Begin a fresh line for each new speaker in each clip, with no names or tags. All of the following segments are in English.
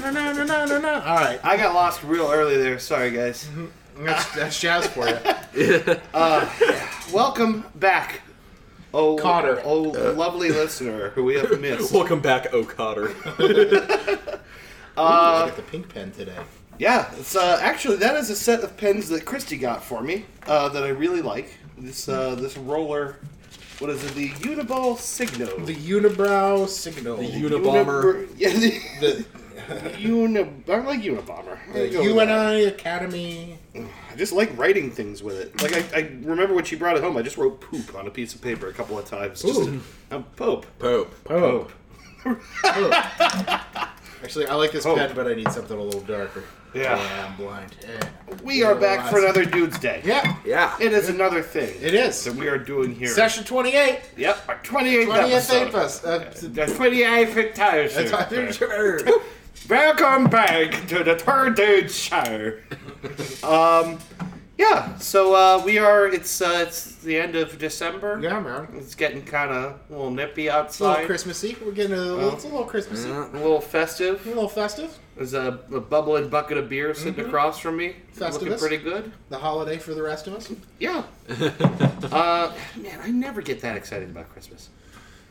no, no, no. All right.
I got lost real early there. Sorry, guys. Uh,
That's, that's jazz for you.
Welcome back, oh
Cotter.
oh lovely listener who we have missed.
Welcome back, O'Cotter.
Uh, got the pink pen today.
Yeah, it's uh, actually that is a set of pens that Christy got for me uh, that I really like. This uh, this roller, what is it? The Uniball Signo.
The unibrow signal.
The
The,
Unabomber.
Unibr- Yeah, the,
the,
Unib- I like Unabomber. I'm gonna go with that.
UNI Academy.
I just like writing things with it. Like I, I remember when she brought it home, I just wrote poop on a piece of paper a couple of times. Just
Ooh.
to, um, pope.
Pope.
Pope. Actually, I like this
Pope.
pen, but I need something a little darker.
Yeah.
I'm blind. Yeah.
We are back for another dude's day.
Yeah,
Yeah.
It is another thing
it is.
that we are doing here.
Session 28.
Yep, our 28th
20th
episode.
Apis. Uh,
The 28th entire
that's my
show.
future.
Welcome back to the Third Dude Show. um, yeah, so uh, we are. It's uh, it's the end of December.
yeah, man.
It's getting kind of a little nippy
It's a little
outside.
Christmassy. We're getting a little, it's a little Christmassy.
Yeah.
A little
A
festive.
little festive.
There's a, a bubbling bucket of beer sitting across from me. Looking
Festivus.
pretty good.
The holiday for the rest of us.
Yeah. uh, man, I never get that excited about Christmas.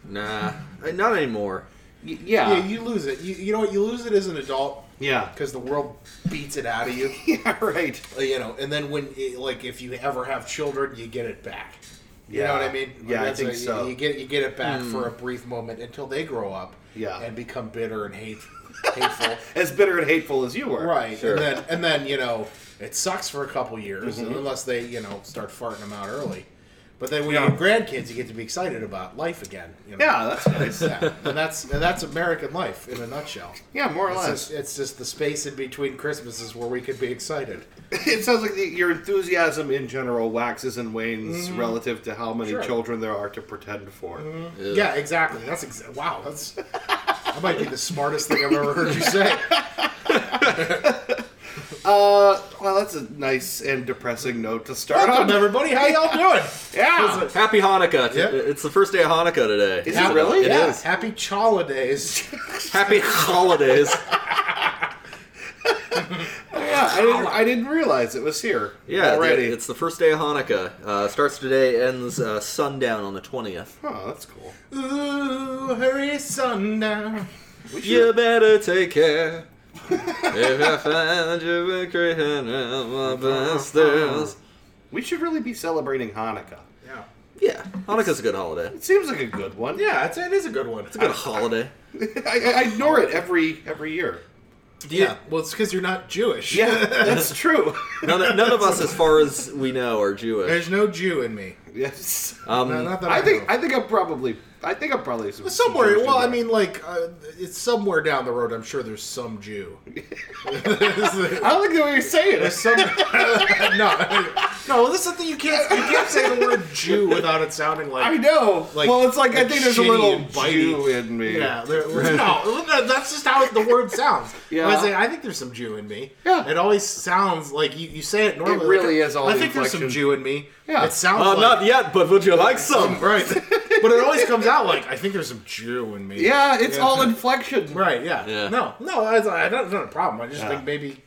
Nah, Uh, not anymore.
Y- yeah.
yeah, you lose it. You, you know what? You lose it as an adult
yeah.
because the world beats it out of you.
yeah, right.
Uh, you know, and then when it- like if you ever have children, you get it back. You know what I mean? Like,
Yeah, I
that's
think
what- you-
so. Hmm.
You, get you get it back for a brief moment until they grow up.
Yeah.
and become bitter and hate hateful.
as bitter and hateful as you were.
right,
Sure.
and then and then you know it sucks for a couple years
Mm-hmm.
unless they you know start farting them out early. But then when
Yeah.
you have grandkids, you get to be excited about life again. You know?
Yeah, that's nice.
yeah, and that's and that's American life in a nutshell.
Yeah, more or
It's
less.
just, it's just the space in between Christmases where we could be excited.
It sounds like the, your enthusiasm in general waxes and wanes relative to how many
Sure.
children there are to pretend for.
Yeah, exactly. That's exa- wow. That's that might be the smartest thing I've ever heard you say.
Uh, well, that's a nice and depressing note to start
Welcome
on.
everybody. How y'all doing?
Yeah,
Happy Hanukkah. T-
Yep.
It's the first day of Hanukkah today.
Is it really?
It
yeah.
is.
Happy Chala days.
Happy holidays.
yeah. I didn't, I didn't realize it was here
Yeah,
already.
it- it's the first day of Hanukkah. Uh, starts today, ends uh, sundown on the 20th.
oh, that's cool.
Ooh, hurry sundown.
We should,
You better take care. if I find your victory hand in my bastards.
we should really be celebrating Hanukkah.
Yeah.
Yeah, Hanukkah's a good holiday.
It seems like a good one.
Yeah, it's, it is a good one.
It's a good holiday.
I, I- I ignore it every every year.
yeah. Well, it's because you're not Jewish.
Yeah, that's true.
None of, none of us, as far as we know, are Jewish.
There's no Jew in me.
yes.
Um,
No, not that I,
I think
know.
I think I'm probably I think I'm probably some-
somewhere.
some
Well, I
Jewish in
mean, like uh, it's somewhere down the road. I'm sure there's some Jew.
there. I don't think the way you're saying
There's
it.
some no, no. This is the thing you can't you can't say the word Jew without it sounding like
I know.
Like,
well, it's like I
like
think there's a
shitty
little
and bitey.
Jew in me.
yeah. There, no, no, that's just how the word sounds.
Yeah.
When I say I think there's some Jew in me.
Yeah.
it always sounds like you, you say it normally.
really
like,
is all
I
the
think there's some
inflection.
Jew in me.
Yeah.
it sounds
uh,
like
not yet, but would you like some?
right, but it always comes out like I think there's some Jew in me.
Yeah, it's
Yeah.
all inflection.
Right, yeah.
Yeah.
No, no, I, I, that's not a problem. I just
Yeah.
think maybe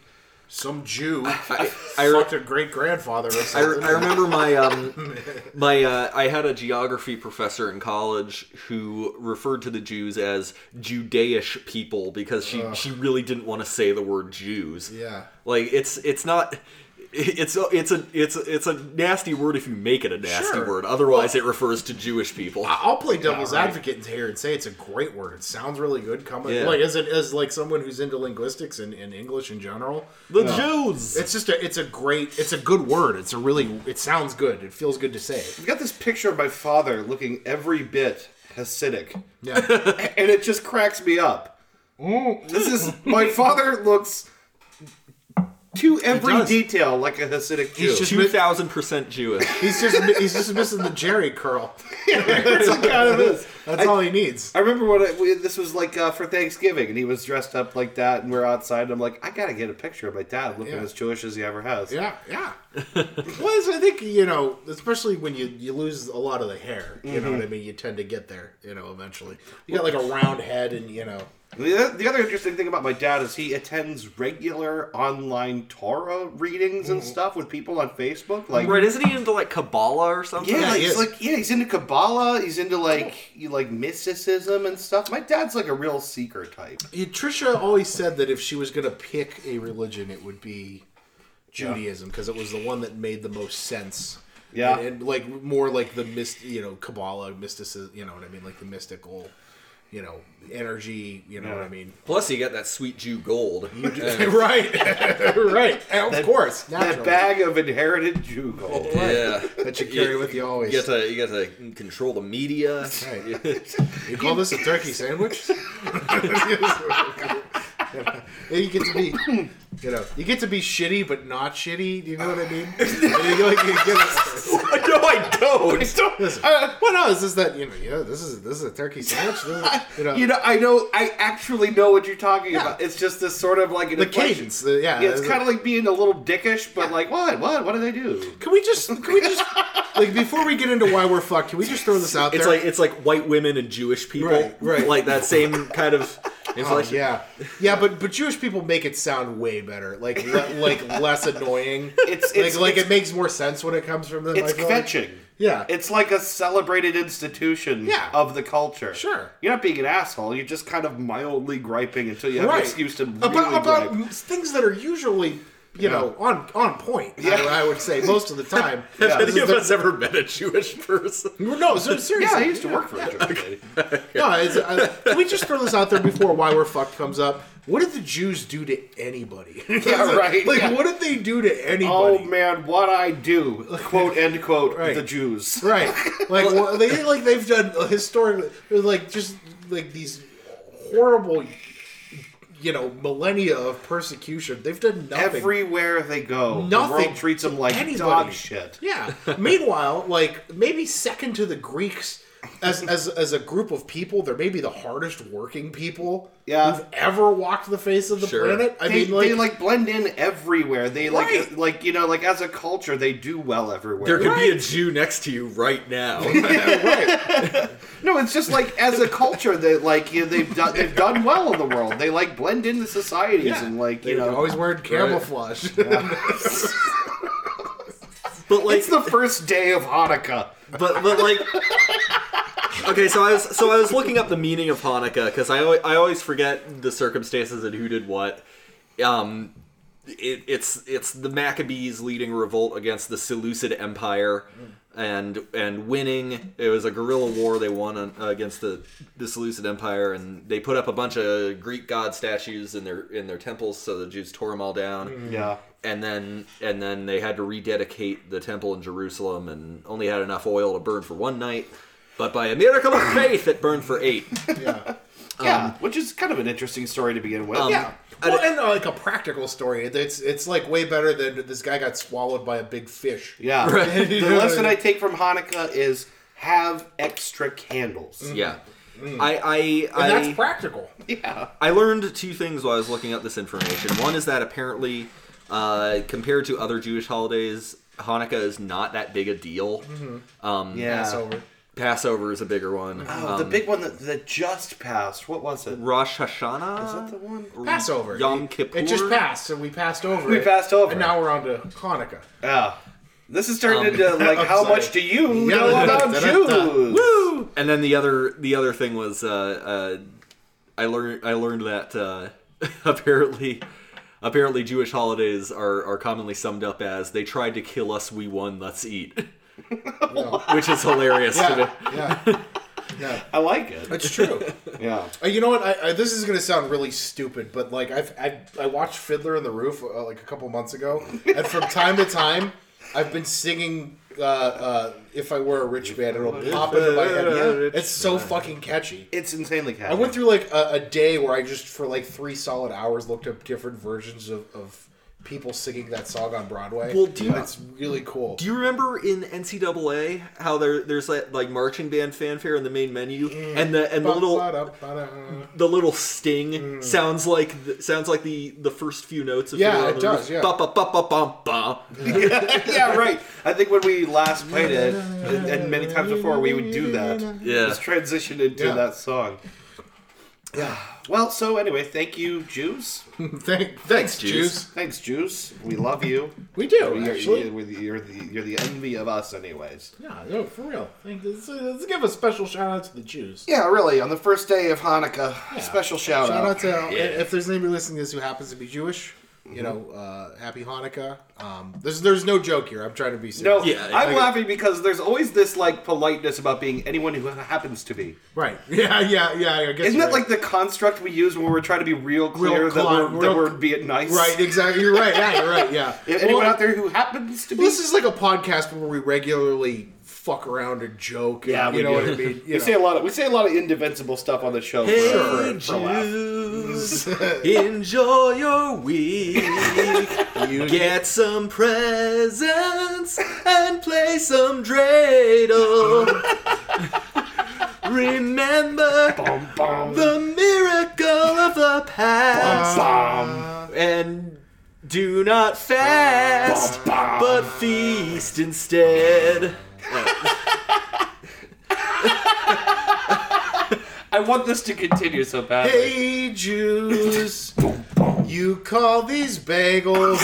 some Jew
I, I,
fucked a great grandfather or
I,
something.
I remember my um, my uh, I had a geography professor in college who referred to the Jews as Judaish people because she she really didn't want to say the word Jews.
Yeah.
like it's it's not. It's a, it's a it's a, it's a nasty word if you make it a nasty
Sure.
word. Otherwise, it refers to Jewish people.
I'll play devil's advocate here and say it's a great word. It sounds really good coming
Yeah.
like as it as like someone who's into linguistics and, and English in general.
The Jews.
It's just a it's a great it's a good word. It's a really it sounds good. It feels good to say.
We got this picture of my father looking every bit Hasidic,
Yeah.
and it just cracks me up. This is my
Mm.
father looks to every
does.
detail like a Hasidic Jew.
He's just-
Two thousand percent Jewish.
he's just he's just missing the Jerry curl.
It's like, kind of is.
That's all he needs.
I remember when I, we, this was like uh, for Thanksgiving, and he was dressed up like that, and we're outside, and I'm like, I gotta get a picture of my dad looking
Yeah.
as Jewish as he ever has.
Yeah, yeah. well, it's- I think you know, especially when you you lose a lot of the hair. You know what I mean? You tend to get there. You know, eventually. You got like a round head, and you know.
The, the other interesting thing about my dad is he attends regular online Torah readings
Mm.
and stuff with people on Facebook. Like,
Right, isn't he into like Kabbalah or something?
yeah,
he
he's
is.
like yeah, he's into Kabbalah. He's into like you like mysticism and stuff. My dad's like a real seeker type.
Yeah, Trisha always said that if she was going to pick a religion, it would be Judaism because it was the one that made the most sense.
Yeah.
and, and, like more like the myst, you know, Kabbalah, mysticism. You know what I mean? Like the mystical, you know, energy. You know what I mean?
Plus, you got that sweet Jew gold. Uh,
right, right. Of course,
That
naturally.
bag of inherited Jew gold.
yeah.
that you carry with you always.
You got to you got to control the media.
Right. You call this a turkey sandwich? Yeah, you get to be, you know, you get to be shitty but not shitty. Do you know what I mean? And you, like, you get a-
no, I don't.
listen, uh, well, no, it's just that you know, yeah, this is this is a turkey sandwich. This is, you know,
You know, I know, I actually know what you're talking about. It's just this sort of like an
the
inflection.
cadence. The, yeah,
Yeah, it's
the-
kind of like being a little dickish, but like, what, what, what do they do?
Can we just? Can we just? like before we get into why we're fucked, can we just throw this out
It's
there?
like it's like white women and Jewish people,
Right, right.
Like that same kind of inflection.
Oh, yeah, yeah, but but Jewish people make it sound way better, like le- like less annoying.
It's-
like
it's-
like
it's-
it makes more sense when it comes from them.
It's
I feel like.
fetching.
Yeah,
It's like a celebrated institution
Yeah.
of the culture.
Sure.
You're not being an asshole. You're just kind of mildly griping until you have an excuse to really
about about
gripe.
things that are usually you know on on point. I-
Yeah.
I, would say most of the time.
Yeah.
This
Any
is
of
the-
us ever met a Jewish person?
no, so seriously,
Yeah, I used to work for a Jewish lady.
No, it's, uh, can we just throw this out there before why we're fucked comes up? What did the Jews do to anybody?
Yeah, right,
Like,
yeah.
what did they do to
Oh
anybody?
man, what I do, quote end quote,
Right.
the Jews.
Right. Like well, they like they've done historically like just like these horrible you know millennia of persecution. They've done nothing.
Everywhere they go, the
Nothing
world treats them like
anybody.
dog shit.
yeah. Meanwhile, like maybe second to the Greeks as as as a group of people, they're maybe the hardest working people
Yeah.
who've ever walked the face of the
Sure.
planet. I
they,
mean, like,
they like blend in everywhere. They like
Right.
like you know like as a culture they do well everywhere.
There could be a Jew next to you right now.
no, it's just like as a culture they like you know, they've done they've done well in the world. They like blend into societies
yeah.
and like
they
you know.
always wearing camouflage.
But like,
it's the first day of Hanukkah.
Mm-hmm.
but but like. Okay, so I was so I was looking up the meaning of Hanukkah because I always, I always forget the circumstances and who did what. Um, it, it's it's the Maccabees leading a revolt against the Seleucid Empire, and and winning. It was a guerrilla war they won on, uh, against the the Seleucid Empire, and they put up a bunch of Greek god statues in their in their temples, so the Jews tore them all down.
Yeah.
and then and then they had to rededicate the temple in Jerusalem and only had enough oil to burn for one night. But by a miracle of faith, it burned for eight.
yeah. Um,
Yeah, which is kind of an interesting story to begin with.
Yeah. Well, and uh, like a practical story. It's it's like way better than this guy got swallowed by a big fish.
Yeah.
Right.
the lesson I take from Hanukkah is have extra candles.
Yeah, I I I,
And that's practical.
Yeah.
I learned two things while I was looking up this information. One is that apparently, uh, compared to other Jewish holidays, Hanukkah is not that big a deal.
Mm-hmm.
Mm,
Yeah.
Passover.
Passover is a bigger one. Um,
Oh,
um,
the big one that, that just passed. What was it?
Rosh Hashanah. Is
that the one?
Passover.
Yom
It-
Kippur.
It just passed, so we passed over.
We
it,
passed over
And
it.
now we're on to Hanukkah.
Yeah. This has turned into like how
sorry.
much do you
Yeah,
know
da- da-
about
da- da- da.
Jews?
And then the other the other thing was uh, uh, I learned I learned that uh, apparently apparently Jewish holidays are, are commonly summed up as they tried to kill us, we won, let's eat, which is hilarious to me.
Yeah, yeah, yeah.
I like it.
It's true.
Yeah.
Uh, you know what? I, I, this is going to sound really stupid, but like I've, I I watched Fiddler on the Roof uh, like a couple months ago, and from time to time, I've been singing. Uh, uh, if I were a rich man, it'll pop into my head.
Yeah.
It's so fucking catchy.
It's insanely catchy.
I went through like a, a day where I just for like three solid hours looked up different versions of, of people singing that song on Broadway.
Well, do you-
it's really cool.
Do you remember in NCAA how there there's like, like marching band fanfare in the main menu and the and the
Mm.
little
Ba-da-ba-da.
the little sting sounds like the, sounds like the the first few notes of
Mm. Yeah,
Fiddler on
it
the
does,
Roof.
yeah.
Ba-ba-ba-ba-bum-ba.
yeah, right. I think when we last played it, and, and many times before, we would do that.
Yeah.
Just transition into
Yeah.
that song. Well, so anyway, thank you, Jews.
Thank, thanks,
Jews.
Jews.
Thanks, Jews. We love you.
We do,
You're,
actually.
you're, you're the, you're the envy of us, anyways.
Yeah, no, for real. Thank- Let's, let's give a special shout out to the Jews.
Yeah, really. On the first day of Hanukkah, special shout,
Shout out to
Yeah.
if there's anybody listening to this who happens to be Jewish, you know, uh,
Mm-hmm.
happy Hanukkah. Um, there's there's no joke here. I'm trying to be serious.
No,
Yeah, I-
I'm
I-
laughing because there's always this like politeness about being anyone who happens to be.
right? Yeah, yeah, yeah. I guess
Isn't
you're
that
right.
like the construct we use when we're trying to be real clear
Real
that,
cli-
we're, that
real-
we're being nice?
right? Exactly. You're right. Yeah, you're right. Yeah.
If Anyone
Well,
out there who happens to be.
This is like a podcast where we regularly fuck around and joke. and-
Yeah, we
you know
do.
what I mean. You
we
know.
say a lot. Of, we say a lot of indefensible stuff on the show. for-
Hey,
for, for, a laugh.
Jews, enjoy your week. Get some presents and play some dreidel. Remember
Bum, bum,
the miracle of the past.
bum,
And do not
Um,
fast, but feast instead.
I want this to continue so badly.
Hey Jews, you call these bagels?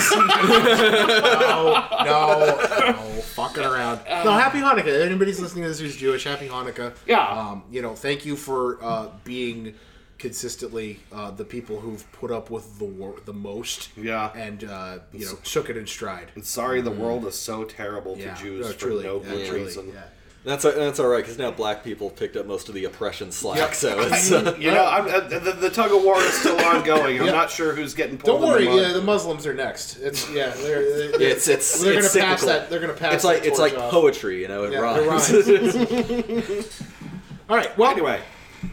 no, no, no, fucking around. No, happy Hanukkah. Anybody's listening to this who's Jewish, happy Hanukkah.
Yeah.
Um, you know, thank you for uh, being consistently uh, the people who've put up with the war the most.
Yeah.
And uh, you know, took it in stride.
Sorry, the world is so terrible
Mm. Yeah.
to Jews
No,
for
truly,
no
yeah,
good
truly,
reason.
yeah.
That's that's all right because now black people picked up most of the oppression slack,
Yep.
so it's uh,
You know, I'm, uh, the, the tug of war is still ongoing. I'm not sure who's getting pulled.
Don't worry,
in the mud.
yeah, the Muslims are next. It's yeah, they're, they're
it's it's
they're
it's
gonna pass
cyclical.
that. They're gonna pass.
It's like
that
it's like
torch off.
poetry, you know. It
Yeah, it
rhymes.
All right. Well,
Anyway,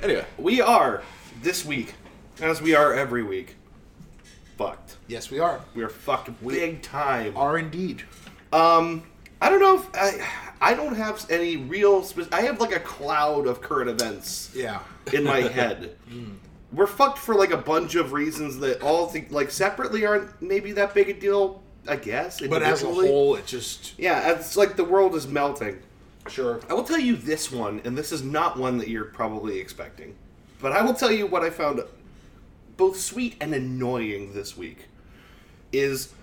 anyway,
we are this week, as we are every week, fucked.
yes, we are.
We are fucked big time.
Are indeed.
Um, I don't know if I, I don't have any real. Spe- I have like a cloud of current events.
Yeah.
in my head.
Hmm.
We're fucked for like a bunch of reasons that all think like separately aren't maybe that big a deal. I guess,
But as a
individually.
whole, it just
yeah, it's like the world is melting.
sure.
I will tell you this one, and this is not one that you're probably expecting, but I will tell you what I found both sweet and annoying this week is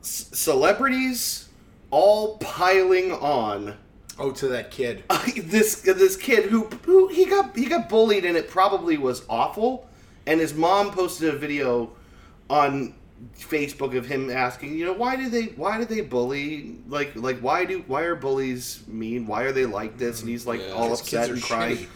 c- celebrities all piling on
Oh, to that kid.
this this kid who who he got he got bullied and it probably was awful and his mom posted a video on Facebook of him asking you know why do they why do they bully like like why do why are bullies mean why are they like this and he's like
Yeah,
all
these kids
upset
are
and crying
shitty.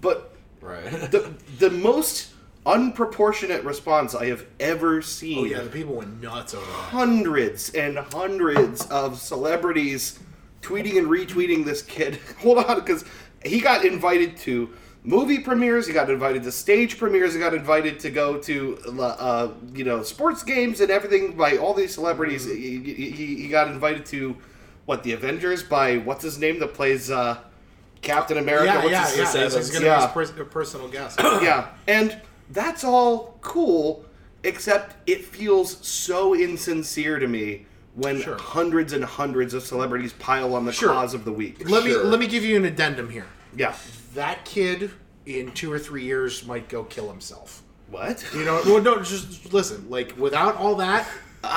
but
right.
the the most unproportionate response I have ever seen
Oh yeah, the people went nuts over that.
hundreds and hundreds of celebrities tweeting and retweeting this kid. Hold on, because he got invited to movie premieres, he got invited to stage premieres, he got invited to go to uh, you know sports games and everything by all these celebrities.
Mm-hmm.
He, he, he got invited to what the Avengers by what's his name that plays uh, Captain America.
Yeah,
what's
yeah,
his-
yeah.
this
This
happens?
is gonna
Yeah.
be his pers- personal guest.
yeah, and that's all cool, except it feels so insincere to me when
Sure.
hundreds and hundreds of celebrities pile on the
Sure.
cause of the week.
let me
Sure.
let me give you an addendum here.
Yeah.
That kid in two or three years might go kill himself.
What?
You know, well, no, just listen. Like without all that,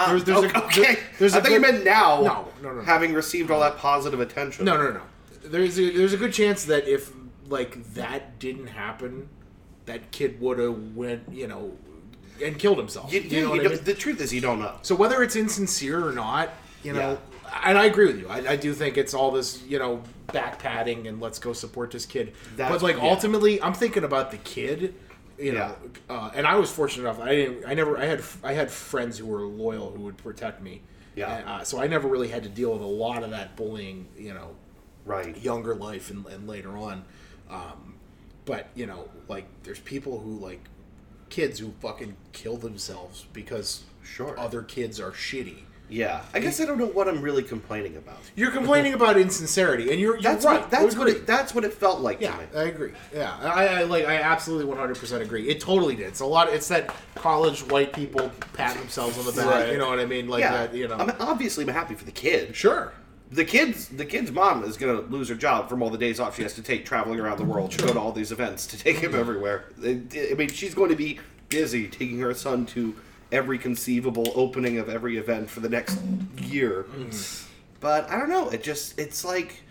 there's, there's
Uh, okay.
a, there- there's
I
a
thought you
good-
meant now.
No, no, no, no.
Having received all that positive attention.
No, no, no. There's a, there's a good chance that if like that didn't happen, that kid would have went you know and killed himself.
You,
You
you-
know
you
what I
don't-
mean?
The truth is, you don't know.
So whether it's insincere or not, you know, and I agree with you. I, I do think it's all this you know back patting and let's go support this kid.
That's-
but like
yeah.
ultimately, I'm thinking about the kid. You know, uh, and I was fortunate enough. I didn't. I never. I had. I had friends who were loyal who would protect me.
Yeah.
And, uh, so I never really had to deal with a lot of that bullying. You know,
Right.
younger life and, and later on. Um, but you know, like there's people who like kids who fucking kill themselves because
Sure.
other kids are shitty.
Yeah. I guess I don't know what I'm really complaining about.
You're complaining about insincerity, and you're, you're
That's
right.
what. That's
I
what.
agree.
It, that's what it felt like
Yeah,
to me.
I agree. Yeah, I, I like. I absolutely 100 percent agree. It totally did. It's a lot. It's that college white people pat themselves on the back.
Right.
You know what I mean? Like
yeah.
that. You know.
I'm obviously I'm happy for the kid.
sure.
the kids the kid's mom is gonna lose her job from all the days off she has to take traveling around the world. She go to all these events to take him everywhere. I I mean, she's going to be busy taking her son to every conceivable opening of every event for the next year. But I don't know. It just it's like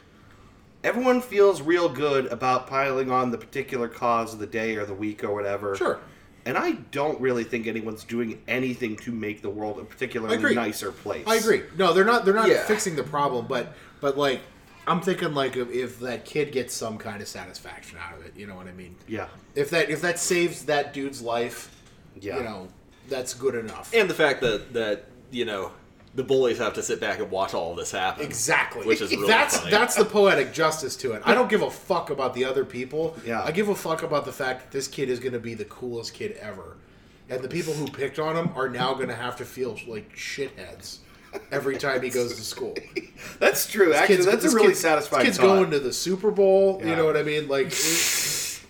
everyone feels real good about piling on the particular cause of the day or the week or whatever.
Sure.
And I don't really think anyone's doing anything to make the world a
I agree.
particularly nicer place.
I agree. No, they're not. They're not
Yeah.
fixing the problem, but but like I'm thinking like if, if that kid gets some kind of satisfaction out of it, you know what I mean?
Yeah.
If that if that saves that dude's life,
Yeah.
you know, that's good enough.
and the fact that that you know the bullies have to sit back and watch all this happen.
Exactly.
Which is really
that's
funny.
that's the poetic justice to it. I don't give a fuck about the other people.
Yeah.
I give a fuck about the fact that this kid is going to be the coolest kid ever, and the people who picked on him are now going to have to feel like shitheads every time he goes to school.
That's true. Actually,
Kids-
that's
this
a really
kid-
satisfying.
this Kid's
thought.
going to the Super Bowl.
Yeah.
You know what I mean? Like, it-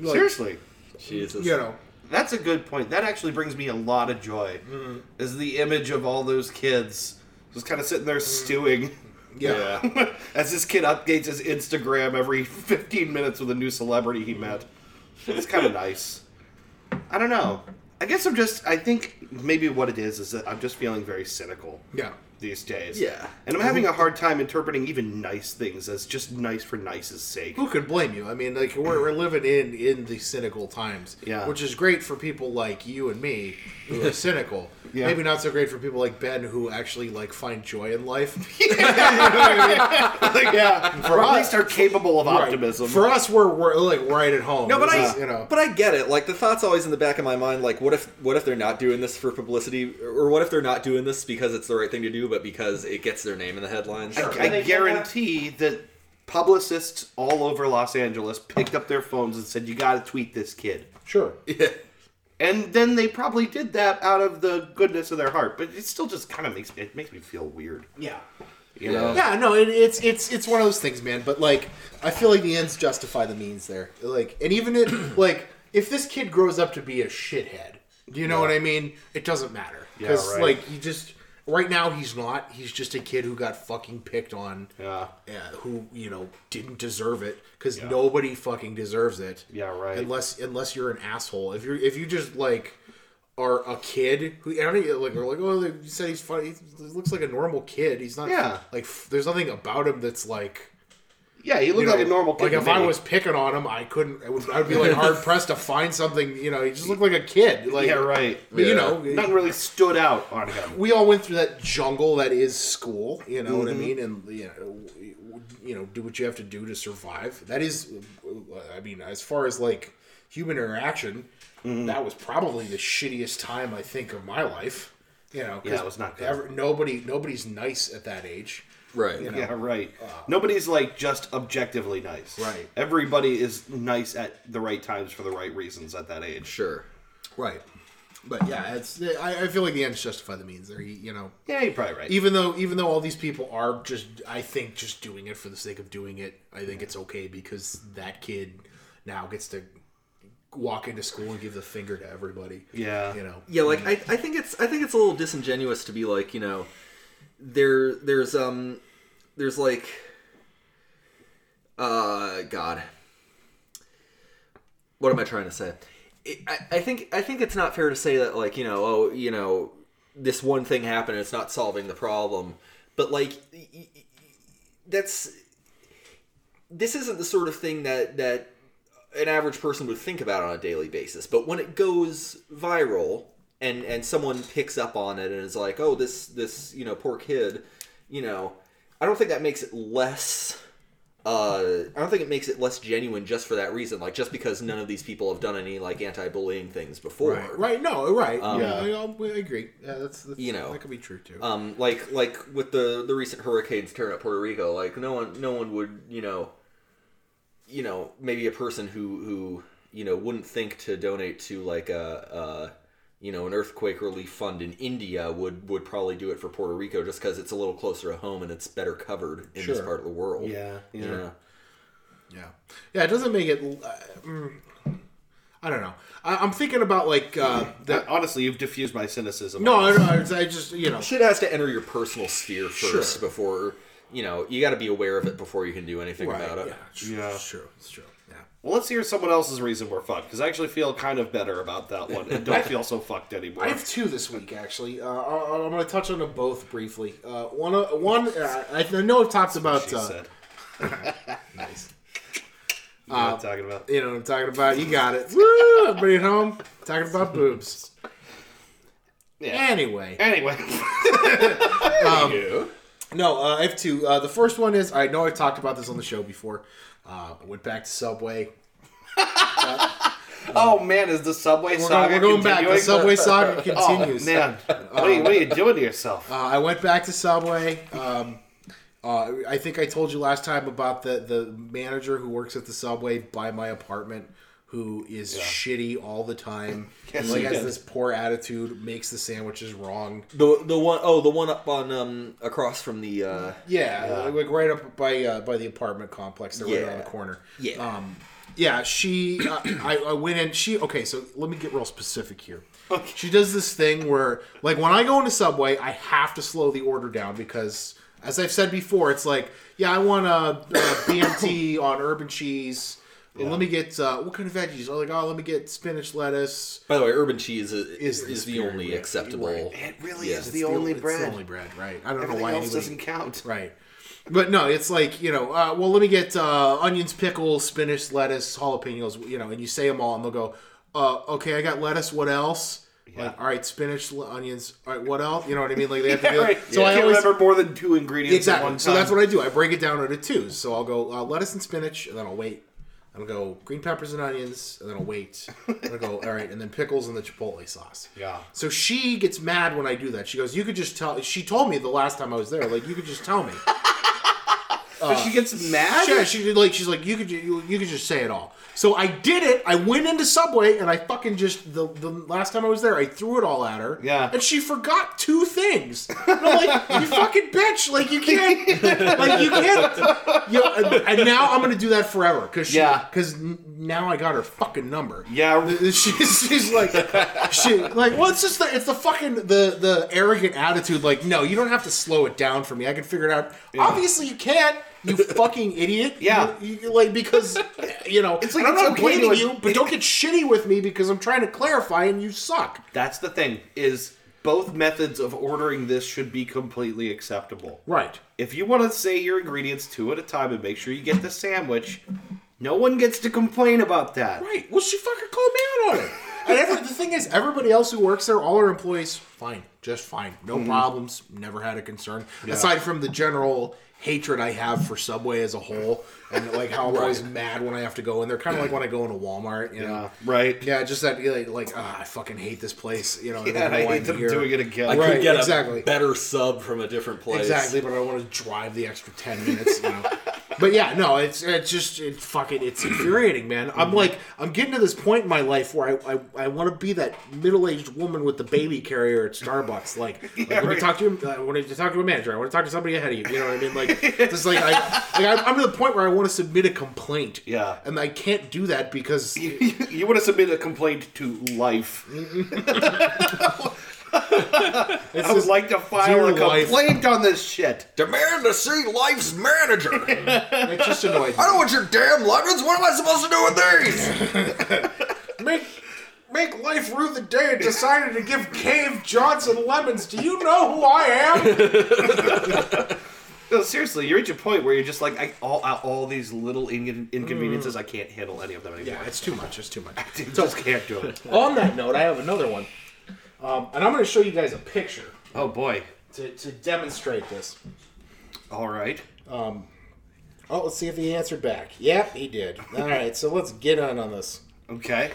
like,
seriously.
Jesus.
you know,
That's a good point. That actually brings me a lot of joy.
Mm-hmm.
Is the image of all those kids just kind of sitting there
Mm-hmm.
stewing
yeah.
Yeah.
as this kid updates his Instagram every 15 minutes with a new celebrity
Mm-hmm.
he met. It's kind of nice. I don't know. I guess I'm just. I think maybe what it is is that I'm just feeling very cynical
yeah,
these days.
Yeah.
And I'm having a hard time interpreting even nice things as just nice for nice's sake.
Who could blame you? I mean, like we're, we're living in in the cynical times,
Yeah.
which is great for people like you and me who are cynical.
Yeah.
Maybe not so great for people like Ben who actually like find joy in life.
yeah. For
us-
at least are capable of
Right.
optimism.
For us, we're, we're like right at home.
No, but
This
I
is, you know,
but I get it. Like the thought's always in the back of my mind. Like what if what if they're not doing this for publicity, or what if they're not doing this because it's the right thing to do, but because it gets their name in the headlines?
I, I guarantee that publicists all over Los Angeles picked up their phones and said, "You got to tweet this kid,"
sure.
and then they probably did that out of the goodness of their heart. But it still just kind of makes it makes me feel weird,
Yeah.
you know?
Yeah, no, it, it's it's it's one of those things, man. But like, I feel like the ends justify the means there. Like, and even it, like, if this kid grows up to be a shithead, do you know what I mean? It doesn't matter because
right.
like you just right now he's not. He's just a kid who got fucking picked on.
Yeah.
Yeah, who you know didn't deserve it because nobody fucking deserves it.
Yeah, right.
Unless unless you're an asshole. If you're if you just like are a kid who I don't even, like are like oh they said he's funny. He looks like a normal kid. He's not.
Yeah.
Like f- there's nothing about him that's like.
Yeah, he looked
you know,
like a normal kid.
Like
to
if I
me.
was picking on him, I couldn't. I would, I would be like hard pressed to find something. You know, he just looked like a kid. Like
yeah, right.
But,
Yeah.
You know,
Nothing really stood out on him.
we all went through that jungle that is school. You know what I mean? And you know, you know, do what you have to do to survive. That is, I mean, as far as like human interaction, that was probably the shittiest time I think of my life. You know, 'cause
Yeah, it was not good.
ever- nobody, nobody's nice at that age.
Right.
You know?
Yeah, right. Nobody's like just objectively nice.
Right.
Everybody is nice at the right times for the right reasons at that age.
Sure.
Right. But yeah, it's. I, I feel like the ends justify the means. There, you you know,
Yeah, you're probably right.
even though even though all these people are just I think just doing it for the sake of doing it, I think it's okay because that kid now gets to walk into school and give the finger to everybody.
Yeah.
You know.
Yeah, like I, I think it's I think it's a little disingenuous to be like, you know, there there's um there's like uh god. What am I trying to say? It, I, I think I think it's not fair to say that like, you know, oh, you know, this one thing happened and it's not solving the problem. But like y- y- y- that's this isn't the sort of thing that that an average person would think about on a daily basis. But when it goes viral and and someone picks up on it and is like, "Oh, this this you know poor kid," you know, I don't think that makes it less. Uh, I don't think it makes it less genuine just for that reason. Like just because none of these people have done any like anti-bullying things before.
Right. Right. No. Right. yeah.
Yeah.
I, I agree. Yeah, that's, that's
Um, You know.
that could be true too.
Um, like like with the the recent hurricanes tearing up Puerto Rico, like no one no one would you know, you know maybe a person who who you know wouldn't think to donate to like a, a you know an earthquake relief fund in India would would probably do it for Puerto Rico just because it's a little closer to home and it's better covered in this
Sure.
part of the world.
Yeah,
you
yeah.
know?
Yeah, yeah. It doesn't make it. Uh, mm, I don't know. I, I'm thinking about like uh,
That-
the.
honestly, you've diffused my cynicism.
No, no, I just you know.
shit has to enter your personal sphere
Sure.
first before you know, you got to be aware of it before you can do anything about it.
Yeah, true,
Yeah.
It's true. It's true. Yeah.
Well, let's hear someone else's reason we're fucked because I actually feel kind of better about that one and don't feel so fucked anymore.
I have two this week, actually. Uh, I- I'm going to touch on them both briefly. Uh, one, uh, one. Uh, I I know I've talked about.
she
uh,
said.
Nice.
You know what I'm talking about.
You know what I'm talking about. You got it. Woo! Everybody at home talking about boobs.
Yeah. Um,
Anyway,
Anyway,
no, uh, I have two. Uh, the first one is I know I've talked about this on the show before. Uh, I went back to Subway.
oh man, is the subway
We're,
saga
going- we're going back. The
continuing?
Subway saga
Oh
continues.
man, what are, you, what are you doing to yourself?
Uh, I went back to Subway. Um, uh, I think I told you last time about the, the manager who works at the Subway by my apartment who is shitty all the time.
Yes,
like
you
has
did.
this poor attitude, makes the sandwiches wrong.
The the one oh the one up on um across from the uh
Yeah, like right up by uh, by the apartment complex. They're right
Yeah.
around the corner.
Yeah.
Um, yeah, she. Uh, I, I went in. She. Okay, so let me get real specific here. She does this thing where, like, when I go into Subway, I have to slow the order down because, as I've said before, it's like, yeah, I want a, uh BMT on urban cheese. Well, Let me get uh, what kind of veggies? I'm like, oh, let me get spinach, lettuce.
by the way urban cheese is
Is
is,
the
the
spirit,
only
yeah,
acceptable
right.
it really
yeah,
is
it's
the, only
it's
bread.
only bread, right? I don't know
Everything
why
else
anybody-
doesn't count.
Right. But no, it's like, you know, uh, well, let me get uh, onions, pickles, spinach, lettuce, jalapenos, you know, and you say them all, and they'll go, uh, okay, I got lettuce, what else? Like, all right, spinach, l- onions, all right, what else? You know what I mean? Like, they have to
Yeah,
do
right.
it. So I
can't
always.
remember more than two ingredients at one
Exactly.
time.
So that's what I do. I break it down into twos. So I'll go uh, lettuce and spinach, and then I'll wait. I'll go green peppers and onions, and then I'll wait. And I'll go all right, and then pickles and the chipotle sauce.
Yeah.
So she gets mad when I do that. She goes, "You could just tell." She told me the last time I was there, like you could just tell me.
But Uh, she gets mad.
Yeah, she did like she's like you could ju- you, you could just say it all. So I did it. I went into Subway and I fucking just the, the last time I was there, I threw it all at her.
Yeah.
and she forgot two things. And I'm like, you fucking bitch! Like you can't, like you can't. You know, and, and now I'm gonna do that forever because
Yeah.
because now I got her fucking number.
Yeah.
She's, she's like, she like, well, it's just the it's the fucking the the arrogant attitude. Like, no, you don't have to slow it down for me. I can figure it out. Obviously, you can't. You fucking idiot.
Yeah.
You, you- like because you know. It's
like
like I'm
it's
not
okay
blaming
to-
you, but don't get shitty with me because I'm trying to clarify and you suck.
That's the thing is both methods of ordering this should be completely acceptable.
Right.
If you want to say your ingredients two at a time and make sure you get the sandwich, no one gets to complain about that.
Right. Well, she fucking called me out on it. And every, the thing is, everybody else who works there, all our employees, fine, just fine, no
Mm-hmm.
problems, never had a concern. Aside from the general hatred I have for Subway as a whole, and like how I'm always mad when I have to go in there, kind of like when I go into Walmart. You know?
Yeah, right.
Yeah, just that like, like ah, I fucking hate this place. You know,
Yeah,
don't know
I
why
hate
I'm
them
here.
doing it again.
I
Right,
could get
exactly.
a better sub from a different place
Exactly, but I don't want to drive the extra ten minutes. You know. but yeah, no, it's it's just it's fucking it's infuriating, man.
Mm-hmm.
I'm like I'm getting to this point in my life where I I, I want to be that middle aged woman with the baby carrier at Starbucks. Like, like, let me
right.
talk to uh, you. I want to talk to a manager. I want to talk to somebody ahead of you. You know what I mean? Like, just like I, like I'm- I'm to the point where I want to submit a complaint.
Yeah.
and I can't do that because
you want to submit a complaint to life. I
it's
would
just-
like to file
zero
a
life.
complaint on this shit.
demand to see life's manager i
it just annoys me.
don't want your damn lemons what am i supposed to do with these
Make make life rue the day and decided to give Cave Johnson lemons. Do you know who I am?
No, seriously, you reach a point where you're just like, I, all all these little in- inconveniences, I can't handle any of them anymore.
Mm. yeah, it's too much. It's too much.
I just can't do it.
On that note, I have another one, um, and I'm going to show you guys a picture
Oh boy.
to, to demonstrate this. Um,
All right.
Oh, let's see if he answered back. Yep, he did. All right, so let's get on on this.
Okay.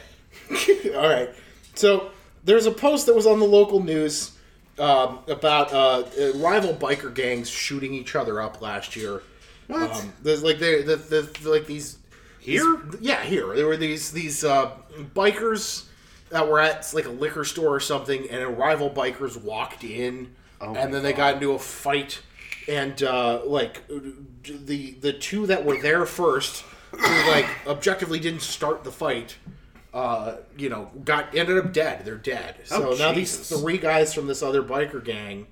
All right. So there's a post that was on the local news um, about uh, uh, rival biker gangs shooting each other up last year.
What?
Um, there's like they the, the, like these
Here?
these- yeah, here there were these these uh, bikers that were at like a liquor store or something, and a rival bikers walked in,
Oh
and then they got into a fight, and uh, like the the two that were there first, who like objectively didn't start the fight. Uh, you know, got ended up dead. They're dead. So
Oh,
now
Jesus.
these three guys from this other biker gang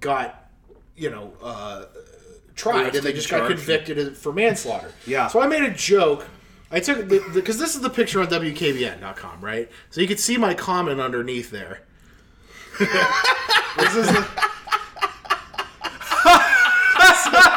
got, you know, uh, tried and they
Arrested,
just got
charged.
convicted for manslaughter.
Yeah.
So I made a joke. I took the because this is the picture on WKBN.com, right? So you can see my comment underneath there. this is the,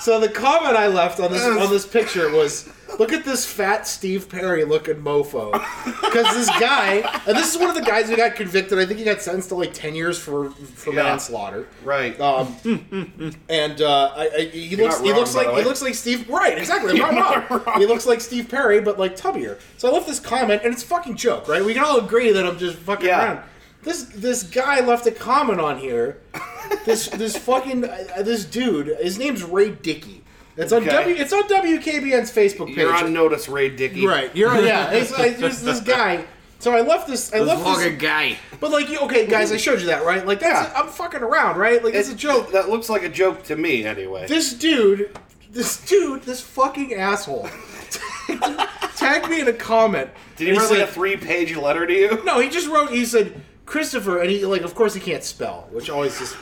so the comment I left on this on this picture was, "Look at this fat Steve Perry looking mofo," because this guy, and this is one of the guys who got convicted. I think he got sentenced to like ten years for for
Yeah.
manslaughter.
Right.
Um, and uh, I, I, he looks
not
he
wrong,
looks
by
like
the
he
way.
looks like Steve. Right, exactly. I'm not wrong. He looks like Steve Perry, but like tubbier. So I left this comment, and it's a fucking joke, right? We can all agree that I'm just fucking
Yeah.
around. This this guy left a comment on here. This this fucking uh, this dude. His name's Ray Dickey. It's on
Okay.
W. It's on WKBN's Facebook page.
You're on notice, Ray Dickey.
right. You're on, yeah. It's, I, there's this guy. So I left this. I left this.
guy.
But like, you- okay, guys, I showed you that, right? Like, that's
Yeah.
I'm fucking around, right? Like, it's a joke.
That looks like a joke to me, anyway.
this dude, this dude, this fucking asshole, tagged me in a comment.
Did he write
say
like a three-page letter to you?
No, he just wrote. He said Christopher, and he like, of course, he can't spell, which always just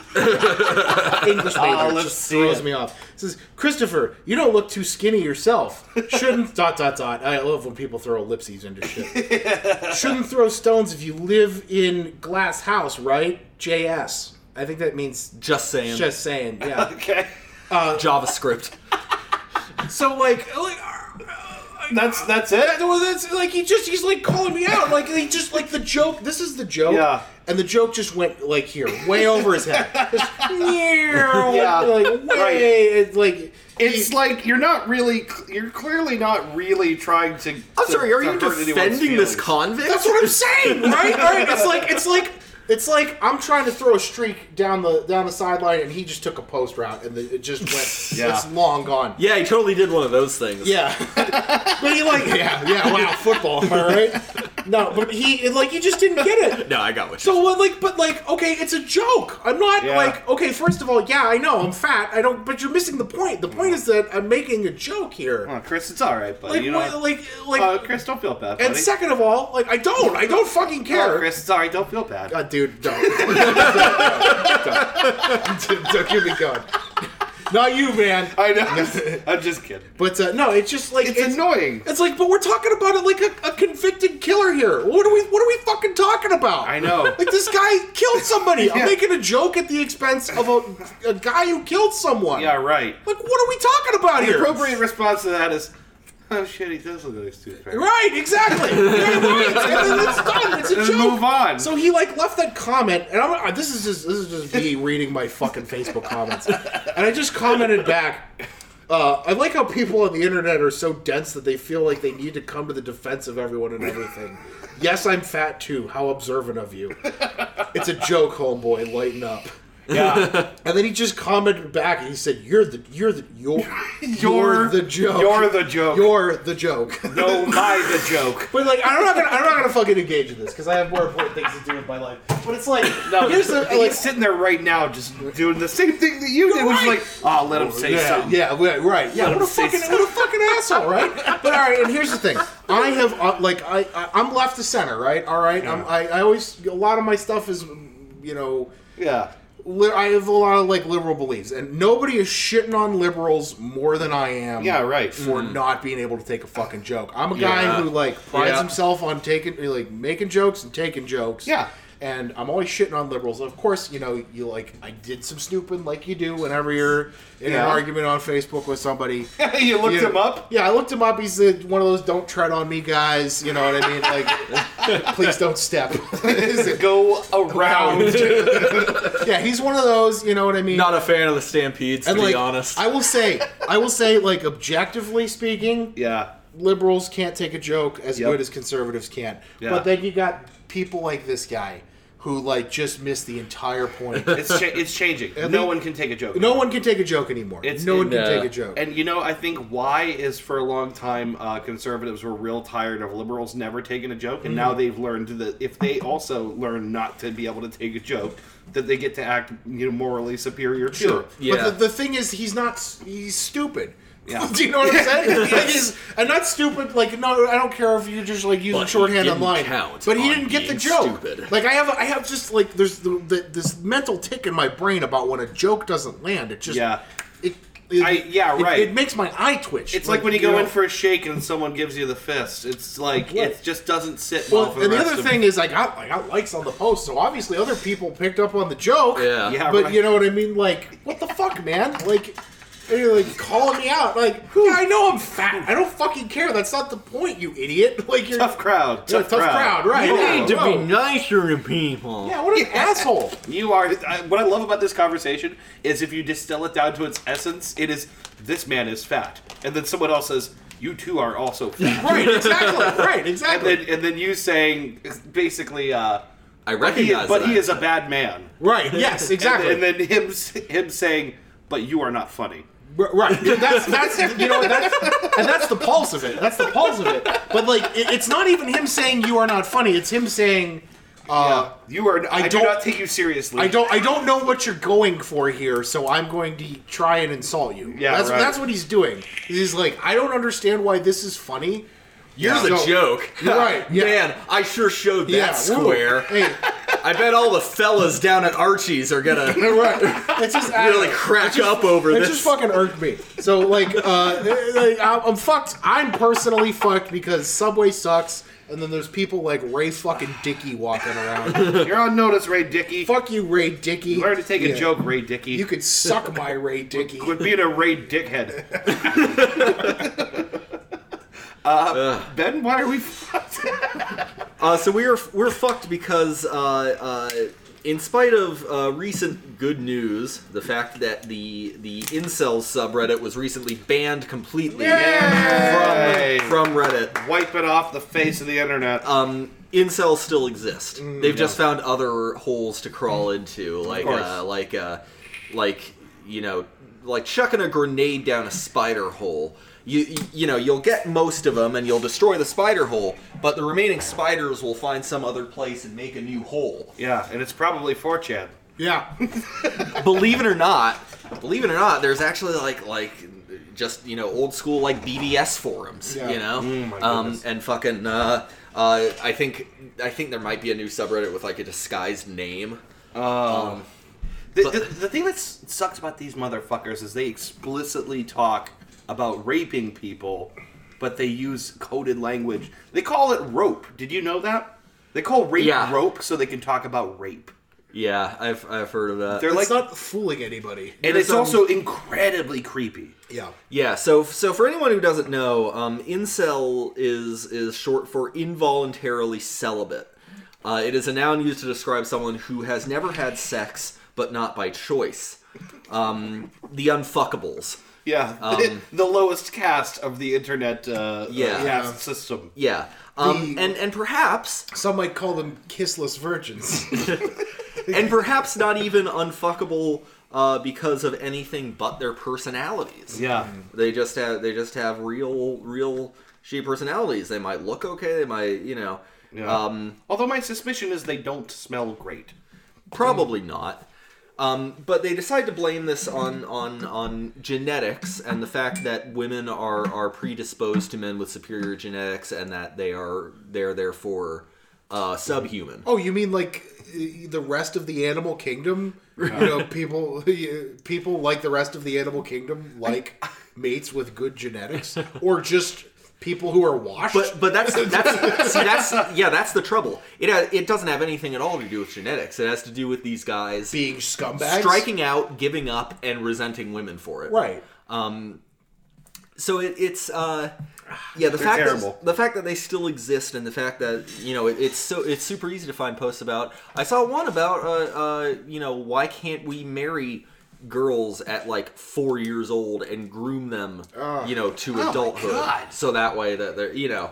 English major
Oh, let's
just
see
throws
it.
me off. He says Christopher, you don't look too skinny yourself. Shouldn't dot dot dot. I love when people throw ellipses into shit. Shouldn't throw stones if you live in glass house, right? J.S. I think that means
Just saying.
just saying. Yeah.
Okay.
JavaScript.
so like, like
That's that's it.
Well, that's like he just he's like calling me out. Like he just like the joke. This is the joke.
Yeah.
And the joke just went like here, way over his head. Just, yeah.
Yeah.
Like
Right.
way. It's like
It's like you're not really. You're clearly not really trying to.
I'm sorry, are you defending this
con?
convict?
that's what I'm saying, right? All right. It's like it's like. It's like I'm trying to throw a streak down the down the sideline, and he just took a post route, and the, it just went.
Yeah.
It's long gone.
Yeah, he totally did one of those things.
Yeah. but he like yeah yeah wow football all right. No, but he like he just didn't get it.
No, I got what you
So what, like, but like, okay, it's a joke. I'm not
Yeah.
like, okay. First of all, yeah, I know I'm fat. I don't, but you're missing the point. The point is that I'm making a joke here.
Oh, Chris, it's all right, buddy.
like,
you know,
what, like, like,
uh, Chris, don't feel bad, buddy.
and second of all, like, I don't, I don't fucking care.
Oh, Chris, it's all right. Don't feel bad.
God, dude, don't. don't, don't, don't, don't keep me going. Not you, man.
I know. I'm just kidding.
But uh, no, it's just like
It's, annoying.
It's like, but we're talking about it like a, a convicted killer here. What are we? What are we fucking talking about?
I know.
Like this guy killed somebody.
Yeah.
I'm making a joke at the expense of a, a guy who killed someone.
yeah, right.
Like, what are we talking about
The
here?
appropriate response to that is, oh shit, he does look like Stu Perry.
Right, exactly. Yeah, right. And then it's done. It's a
And
joke.
move on.
So he like left that comment, and I'm, uh, this is just this is just me reading my fucking Facebook comments, and I just commented back. Uh, I like how people on the internet are so dense that they feel like they need to come to the defense of everyone and everything. Yes, I'm fat too. How observant of you. It's a joke, homeboy. Lighten up.
Yeah.
And then he just commented back and he said, "You're the you're the you're
You're-
the joke.
you're the joke.
You're the joke."
no, my the joke.
But like, I'm not gonna, I'm not gonna fucking engage in this because I have more important things to do with my life. But it's like,
No,
here's the like,
he's sitting there right now, just doing the same thing that you did, which is
right.
like, oh, let him say
yeah,
something.
yeah, yeah, right, yeah.
Let
What a
him say
fucking,
something.
what a fucking asshole, right? But all right, and here's the thing: I have uh, like, I, I I'm left to center, right? All right, I'm, I, I always a lot of my stuff is, you know.
Yeah.
Li- I have a lot of like liberal beliefs, and nobody is shitting on liberals more than I am.
Yeah, right. Mm.
For not being able to take a fucking joke, I'm a guy
Yeah.
who like prides
Yeah.
himself on taking like making jokes and taking jokes.
Yeah.
and I'm always shitting on liberals. Of course, you know you like I did some snooping like you do whenever you're in
Yeah.
an argument on Facebook with somebody.
you looked
Yeah.
him up.
Yeah, I looked him up. He's uh, one of those "don't tread on me" guys. You know what I mean? Like, please don't step.
Go around.
yeah, he's one of those. You know what I mean?
Not a fan of the Stampedes, to
And,
be
like,
honest.
I will say, I will say, like objectively speaking,
yeah.
liberals can't take a joke as
Yep.
good as conservatives can.
Yeah.
But then you got people like this guy who like just missed the entire point.
It's cha- it's changing. no
least-
one can take a joke.
no one can take a joke anymore.
It's- uh,
no one can
Yeah.
take a joke.
And you know, I think why is for a long time uh, conservatives were real tired of liberals never taking a joke, and
Mm.
now they've learned that if they also learn not to be able to take a joke, that they get to act you know morally superior. to
Sure.
it.
Yeah.
But the, the thing is, he's not. s- He's stupid.
Yeah.
Do you know what I'm saying? Like, he's- and not stupid. Like no, I don't care if you're just like using
But he
shorthand
didn't
online.
count
but he
on
didn't get the
being
joke.
stupid.
Like I have, I have just like there's the, the, this mental tick in my brain about when a joke doesn't land. It just
Yeah.
it, it-
I- yeah,
it-
right.
It, makes my eye twitch.
It's like, when you go in
know,
for a shake and someone gives you the fist. It's like
What?
it just doesn't sit well.
Well,
for
and the
rest
other
of-
thing is, I got I got likes on the post, so obviously other people picked up on the joke.
Yeah.
Yeah,
but
right.
you know what I mean? Like, what the fuck, man? Like, and you're like calling me out. Like, yeah, I know I'm fat. I don't fucking care. That's not the point, you idiot. Like, you're
tough crowd,
Yeah,
tough,
tough crowd, right.
You
Yeah.
need to be
Whoa.
nicer to people.
Yeah, what an asshole.
You are. I, what I love about this conversation is if you distill it down to its essence, it is this man is fat, and then someone else says you too are also fat,
Right, exactly. Right,
and
exactly.
then and then you saying basically, uh,
I
he-
recognize
but he
that.
is a bad man,
right, yes, exactly.
and, and then him s- him saying, but you are not funny.
R- Right. That's that's you know that's and that's the pulse of it. That's the pulse of it. But like it, it's not even him saying you are not funny. It's him saying uh,
yeah. You are. I, do
don't-
not take you seriously.
I don't I don't know what you're going for here, so I'm going to try and insult you.
Yeah,
that's
right.
that's what he's doing. He's like, I don't understand why this is funny.
You're the
So-
joke.
Right, yeah.
Man, I sure showed that
Yeah, woo.
square.
Hey,
I bet all the fellas down at Archie's are gonna
right. It's just I don't
really
know.
crack up over
It
this.
just fucking irked me. So like, uh, like, I'm I'm fucked. I'm personally fucked because Subway sucks, and then there's people like Ray fucking Dickey walking around.
You're on notice, Ray Dickey.
Fuck you, Ray Dickey.
Learn to take
Yeah.
a joke, Ray Dickey.
You could suck my Ray Dickey.
Quit being a Ray dickhead. uh, ben, why are we?
Uh, so we're we're fucked because uh, uh, in spite of uh, recent good news, the fact that the the incels subreddit was recently banned completely
Yay!
from from Reddit.
Wipe it off the face of the internet.
um, incels still exist. They've just found other holes to crawl into, like
course.
uh, like uh, like you know, like chucking a grenade down a spider hole. You, you you know you'll get most of them and you'll destroy the spider hole, but the remaining spiders will find some other place and make a new hole.
yeah, and it's probably 4chan.
Yeah.
believe it or not, believe it or not, there's actually like like just you know old school like BBS forums,
Yeah.
you know,
Mm, my
um,
goodness.
and fucking. Uh, uh, I think I think there might be a new subreddit with like a disguised name. Um,
The, the, the thing that s- sucks about these motherfuckers is they explicitly talk about raping people, but they use coded language. They call it rope. Did you know that? They call rape
Yeah.
rope so they can talk about rape.
yeah, I've I've heard of that.
They're like,
It's not fooling anybody.
and it's
there's, um,
also incredibly creepy.
Yeah.
Yeah, so so for anyone who doesn't know, um, incel is is short for involuntarily celibate. Uh, it is a noun used to describe someone who has never had sex, but not by choice. Um, the unfuckables.
Yeah, the lowest caste of the internet uh,
Yeah.
caste
Yeah.
system.
Yeah, um,
The-
and and perhaps
Some might call them kissless virgins.
and perhaps not even unfuckable uh, because of anything but their personalities.
Yeah,
Mm.
They just have they just have real real shitty personalities. They might look okay. They might you know.
Yeah.
Um,
although my suspicion is they don't smell great.
Probably not. Um, but they decide to blame this on, on on genetics and the fact that women are are predisposed to men with superior genetics and that they are they're therefore uh, subhuman.
Oh, you mean like uh, the rest of the animal kingdom? You know, people you- people like the rest of the animal kingdom like mates with good genetics, or just people who are washed.
But but that's that's see, that's yeah that's the trouble. It ha- it doesn't have anything at all to do with genetics. It has to do with these guys
being scumbags,
striking out, giving up, and resenting women for it.
right?
so it, it's uh yeah the fact
terrible.
that the fact that they still exist and the fact that you know it, it's so it's super easy to find posts about i saw one about uh uh you know why can't we marry girls at like four years old and groom them you know to
Oh my
adulthood
God.
so that way that they're you know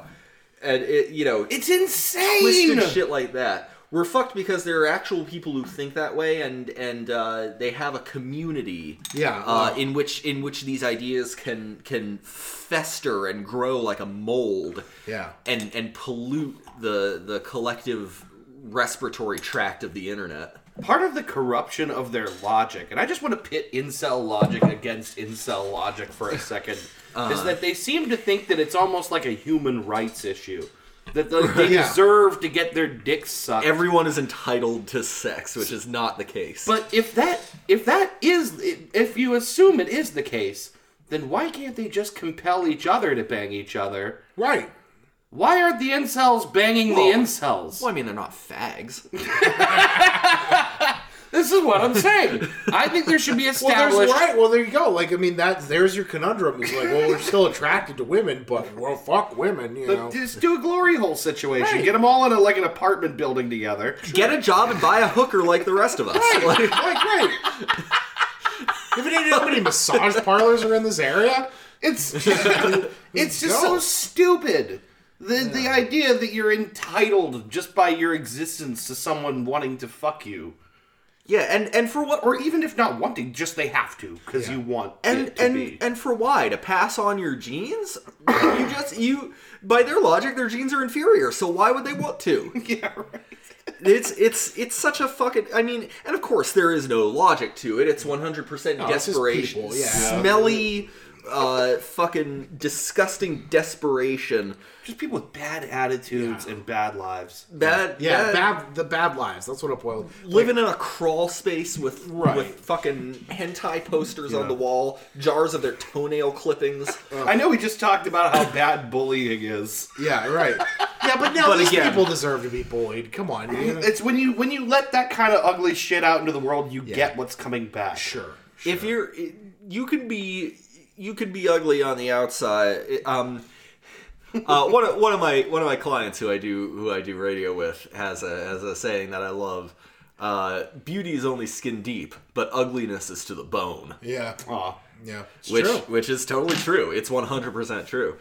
and it you know
It's insane.
twisted shit like that. We're fucked because there are actual people who think that way, and and uh, they have a community,
Yeah.
uh, in which in which these ideas can can fester and grow like a mold,
Yeah.
and and pollute the the collective respiratory tract of the internet.
Part of the corruption of their logic, and I just want to pit incel logic against incel logic for a second, is that they seem to think that it's almost like a human rights issue. that like, they
Yeah.
deserve to get their dicks sucked.
Everyone is entitled to sex, which is not the case.
but if that if that is if you assume it is the case, then why can't they just compel each other to bang each other?
Right.
Why aren't the incels banging
Well-
the incels?
well, I mean, they're not fags.
This is what I'm saying. I think there should be
Well,
established.
there's right. Well, there you go. Like, I mean, that there's your conundrum. Is like, well, we're still attracted to women, but well, fuck women, you know.
But Just do a glory hole situation.
Right.
Get them all in a, like an apartment building together.
Get a job and buy a hooker like the rest of us. Like,
like, right. If it ain't how many massage parlors are in this area,
It's it's just so
Go.
stupid. The the idea that you're entitled just by your existence to someone wanting to fuck you,
yeah, and, and for what?
or even if not wanting, just they have to because you want
and
it to
and
be.
and for why to pass on your genes? you just you by their logic, their genes are inferior. So why would they want to?
yeah, right.
It's it's it's such a fucking. I mean, and of course there is no logic to it. It's one hundred percent
it's just
desperation,
people, yeah.
smelly, uh, fucking disgusting desperation.
Just people with bad attitudes and bad lives.
That
yeah,
that-
bad the bad lives. That's what it boiled.
living in a crawl space with
Right.
with fucking hentai posters on the wall, jars of their toenail clippings.
Uh,
I know we just talked about how bad bullying is.
Yeah, right. Yeah, but now
But
these
again-
people deserve to be bullied. Come on, you know?
It's when you when you let that kind of ugly shit out into the world, you get what's coming back.
sure.
if you're you could be you could be ugly on the outside um uh, one of one of my one of my clients who I do who I do radio with has a has a saying that I love. Uh, beauty is only skin deep, but ugliness is to the bone.
Yeah,
Aw.
yeah. It's
Which
true.
which is totally true. It's one hundred percent true.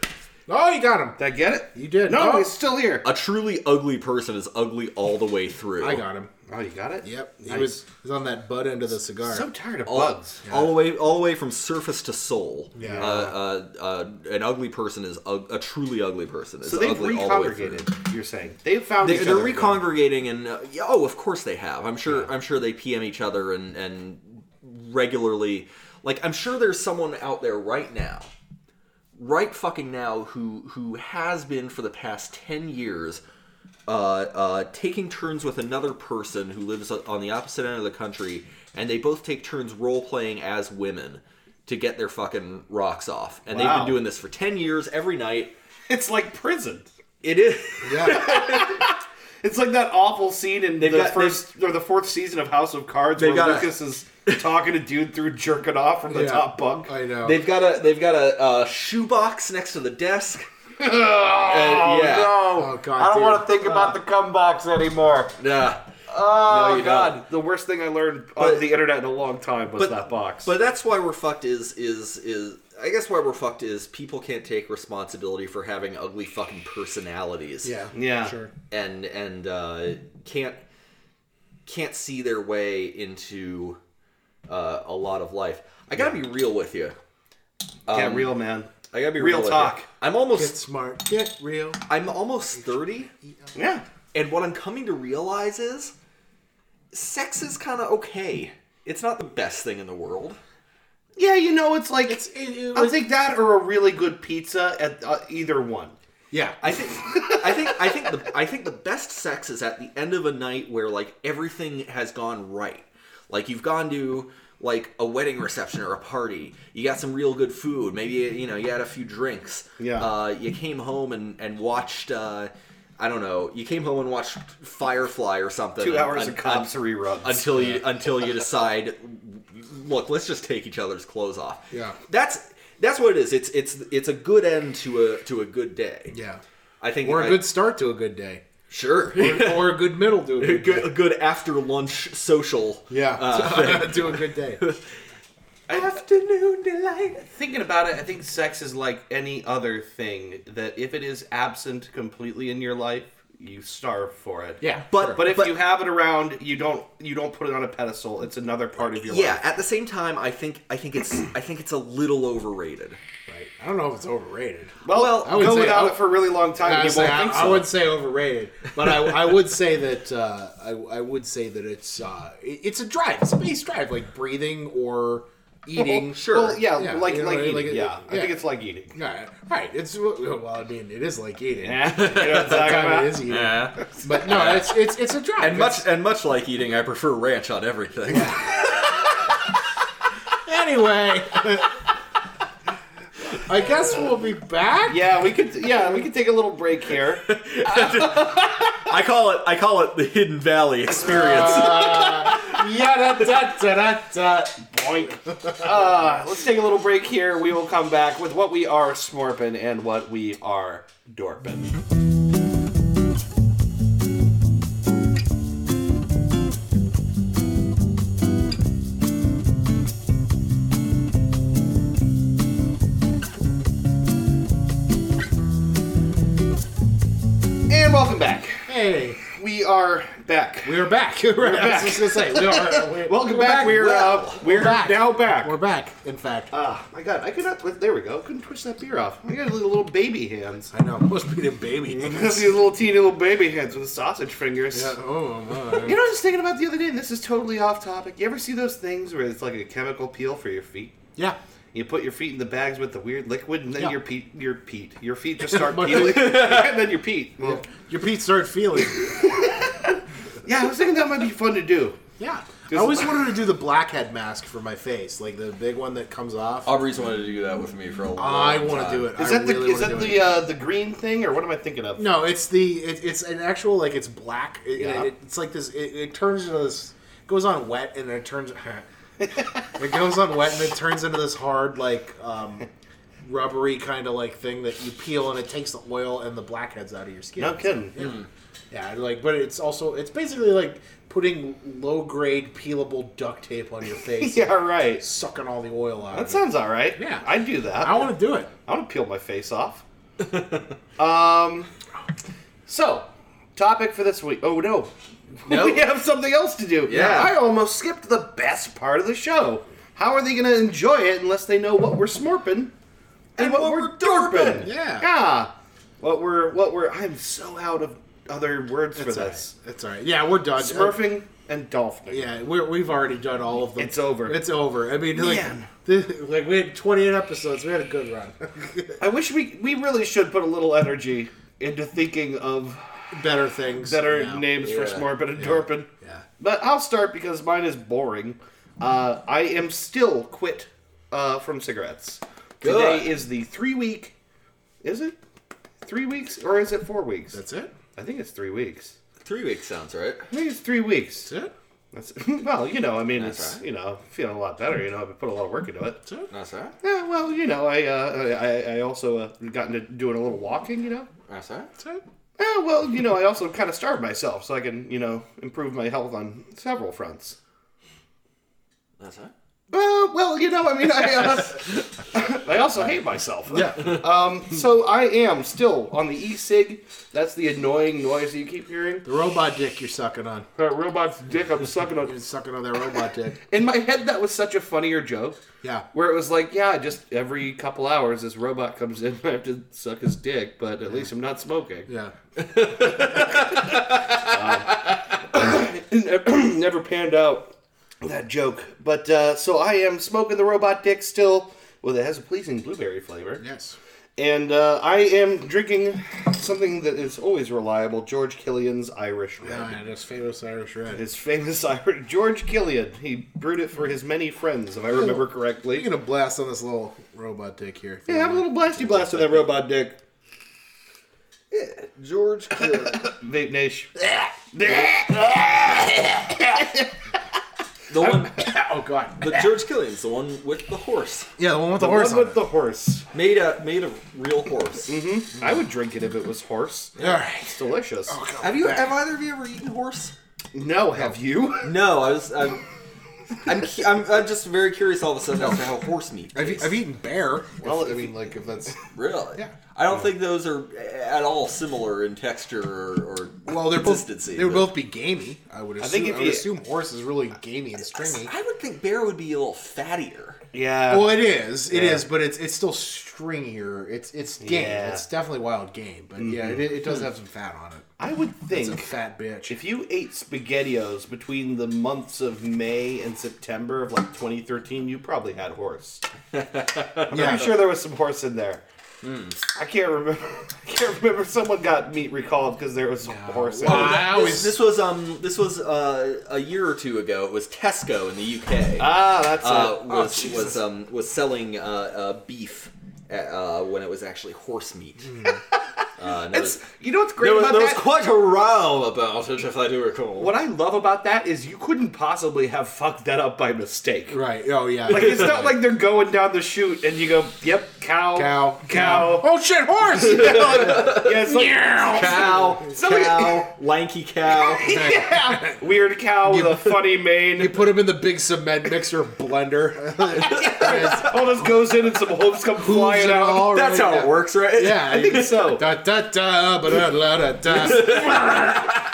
Oh, you got him.
Did I get it?
You did.
No,
Oh.
it's still here.
A truly ugly person is ugly all the way through.
I got him.
Oh, you got it?
Yep, he
Nice.
was, he was on that butt end of the cigar.
So tired of
all,
bugs.
all the way all the way from surface to soul.
Yeah.
Uh, uh, uh, an ugly person is ug- a truly ugly person. Is
So they've
ugly all the way through.
recongregated. You're saying they've found
They,
each
they're
other again.
recongregating and uh, yeah, oh, of course they have. I'm sure. I'm sure they PM each other and and regularly. Like I'm sure there's someone out there right now, right fucking now, who who has been for the past ten years, uh, uh, taking turns with another person who lives on the opposite end of the country, and they both take turns role playing as women to get their fucking rocks off. And they've
Wow.
been doing this for ten years every night.
It's like prison.
It is.
yeah,
It's like that awful scene in the
got-
first or the fourth season of House of Cards
They've
where
got a-
Lucas is talking to dude through jerking off from the
yeah.
top
Oh,
bunk.
I know.
They've got a they've got a, uh shoebox next to the desk.
Oh,
yeah.
no.
Oh, God,
I don't
dude.
want to think about the come box anymore.
Yeah.
Oh,
No, you
God. The worst thing I learned on
But-
the internet in a long time was
but-
that box.
But that's why we're fucked is is is I guess why we're fucked is people can't take responsibility for having ugly fucking personalities.
yeah,
Yeah.
sure.
And and uh, can't can't see their way into uh, a lot of life. I gotta be real with you. um,
Get real, man.
I gotta be
Real
real, with
talk.
you. I'm almost
Get smart, get real.
I'm almost thirty.
Yeah.
And what I'm coming to realize is sex is kind of okay. It's not the best thing in the world.
Yeah, you know, it's like
It's it, it
I'll
was,
take that or a really good pizza at uh, either one.
yeah.
I think I think I think the I think the best sex is at the end of a night where like everything has gone right. Like you've gone to like a wedding reception or a party. You got some real good food. Maybe you know you had a few drinks.
Yeah.
Uh, you came home and and watched. Uh, I don't know. You came home and watched Firefly or something.
Two
and-
hours
and-
of cops reruns.
until you until you decide look let's just take each other's clothes off
Yeah.
that's that's what it is it's it's it's a good end to a to a good day
Yeah.
i think
Or a
I-
good start to a good day.
sure
Or a good middle to a good
good, a good after lunch social
Yeah.
uh, thing.
to a good day.
afternoon delight
Thinking about it, I think sex is like any other thing that if it is absent completely in your life, you starve for it.
Yeah.
But-
But if you have it around, you don't you don't put it on a pedestal. It's another part of your
yeah
life.
at the same time i think i think it's i think it's a little overrated
Right. I don't know if it's overrated.
Well,
I would
go
say-
without
I-
it for a really long time. and
I,
You
say,
won't
I,
think
I
so.
would say overrated, but I, I would say that uh, I, I would say that it's uh, it- it's a drive, it's a base drive, like breathing or eating.
Sure.
Well, yeah,
Yeah,
like
you know
like
what I mean?
eating.
Like, it-
yeah, I
yeah.
think it's like eating.
Right, right. It's well, I mean, it is like eating.
You know what I'm talking
Kind of
about?
is eating.
Yeah.
But no, it's it's it's a drug.
And much
It's-
and much like eating, I prefer ranch on everything.
anyway. I guess we'll be back.
Yeah, we could. Yeah, we could take a little break here.
I call it I call it the Hidden Valley experience.
Uh, Yeah, da, da, da, da, da.
Boink. Uh, let's take a little break here. We will come back with what we are smorpin' and what we are dorpin'. And welcome back.
Hey,
We are back.
we are back. We're
back.
I was just gonna say we are. we
Welcome back. We're uh, we're,
back.
now back.
We're back. In fact,
Ah, my God! I could not. Twi- there we go. I couldn't twist that beer off. I got little baby hands.
I know. Must be the baby.
These little teeny little baby hands with sausage fingers.
Yeah, oh
You
my.
know, what I was thinking about the other day, and this is totally off topic. You ever see those things where it's like a chemical peel for your feet?
Yeah.
You put your feet in the bags with the weird liquid, and then
Yeah.
your peat, your peat, your feet just start
My-
peeling, and then your peat. Well,
Your feet start feeling.
yeah, I was thinking that might be fun to do.
Yeah. I always wanted to do the blackhead mask for my face, like the big one that comes off.
Aubrey's wanted to do that with me for a long
I want to do it.
Oh, Is
I
that the
really
is
wanna
that
do it.
the uh, the green thing, or what am I thinking of?
No, it's the it, it's an actual like it's black. It-
Yeah.
it- it's like this. It, it turns into this. Goes on wet and then it turns. it goes on wet and it turns into this hard like um, rubbery kind of like thing that you peel and it takes the oil and the blackheads out of your skin.
No kidding.
Yeah. Yeah, like, but it's also it's basically like putting low grade peelable duct tape on your face,
Yeah, right.
sucking all the oil out.
That
of it.
sounds all right.
Yeah.
I'd do that.
I want to do it.
I want to peel my face off. um, so, topic for this week. Oh no,
No.
we have something else to do.
Yeah.
I almost skipped the best part of the show. How are they going to enjoy it unless they know what we're smorping
And what we're dorping.
Yeah.
yeah. What we're what we're. I'm so out of other words
It's
for
all
this. Uh,
right. It's all right. Yeah, we're done.
Smurfing and dolphin.
Yeah, we're, we've already done all of them.
It's over.
It's over. I mean, like,
Man.
th- like we had 28 episodes. We had a good run.
I wish we we really should put a little energy into thinking of
Better things.
that are
you know.
names for
Yeah.
Smorpin and Dorpin.
Yeah.
But I'll start because mine is boring. Uh, I am still quit uh, from cigarettes.
Good.
Today is the three week. Is it three weeks or is it four weeks?
That's it.
I think it's three weeks.
Three weeks sounds right.
I think it's three weeks.
That's it.
That's, well, you know, I mean, it's
right.
you know, feeling a lot better. You know, I've put a lot of work into it.
That's it.
That's all right.
Yeah, well, you know, I uh, I, I also uh, got into doing a little walking. You know.
That's all right.
That's it.
Yeah, well, you know, I also kind of starved myself so I can, you know, improve my health on several fronts.
That's all right.
Uh, well, you know, I mean, I, uh, I also hate myself.
Yeah.
Um, so I am still on the e-cig. That's the annoying noise you keep hearing.
the robot dick you're sucking on.
That robot's dick I'm sucking
You're
on.
sucking on that robot dick.
In my head, that was such a funnier joke.
Yeah.
Where it was like, yeah, just every couple hours this robot comes in and I have to suck his dick, but at least I'm not smoking.
Yeah.
never panned out that joke. But uh, so I am smoking the robot dick still. Well, it has a pleasing blueberry flavor,
Yes.
and uh, I am drinking something that is always reliable: George Killian's Irish Red.
And this famous Irish red.
His famous Irish George Killian. He brewed it for his many friends, if I remember
You're
correctly.
gonna blast on this little robot dick here.
Yeah, have a little blasty blast with that robot dick,
George Killer.
Vape Nish.
the one
oh god.
the George Killian's the one with the horse.
Yeah, the one with the, horse.
One
On
with the horse.
Made a made a real horse.
Mm-hmm.
I would drink it if it was horse.
it. All right. Oh,
It's delicious.
Have you have either of you ever eaten horse?
No, have you?
No, I was I'm I'm, cu- I'm, I'm just very curious all of a sudden as to how horse meat.
I've,
tastes.
I've eaten bear.
Well,
I
if
mean, like if that's
Really?
Yeah.
I don't think those are at all similar in texture or, or
Well, they're both
Just did see,
they would
but-
both be gamey. I would assume. I,
think if
would
you-
assume horse is really gamey and stringy.
I would think bear would be a little fattier.
Yeah.
Well, it is. It is,
Yeah.
but it's it's still stringier. It's it's game.
Yeah.
It's definitely wild game. But yeah, it, it does have some fat on it.
I would
It's a
think
fat bitch.
if you ate SpaghettiOs between the months of May and September of like 2013, you probably had horse. I'm
Yeah.
pretty sure there was some horse in there. Hmm. I can't remember. I can't remember. Someone got meat recalled because there was horse. in
Wow.
it.
I
This,
always-
this was um this was uh, a year or two ago. It was Tesco in the UK.
Ah, that's
uh,
it.
was
oh,
was um was selling uh, uh beef uh, uh, when it was actually horse meat. Uh, and there was,
it's, you know what's great
there was,
about
there was
that?
quite a row about it, if I do recall.
what I love about that is you couldn't possibly have fucked that up by mistake.
right. Oh yeah.
Like it's not like they're going down the chute and you go, "Yep, cow,
cow.
cow."
Oh shit, horse.
Yeah, it's like
cow,
Somebody-
cow, lanky cow.
yeah, weird cow with a funny mane.
you put him in the big cement mixer blender.
All this goes in and some hooves come flying
and
out.
all,
That's
right,
how
yeah.
it works, right?
Yeah.
I think so.
Da da da ba da da da da.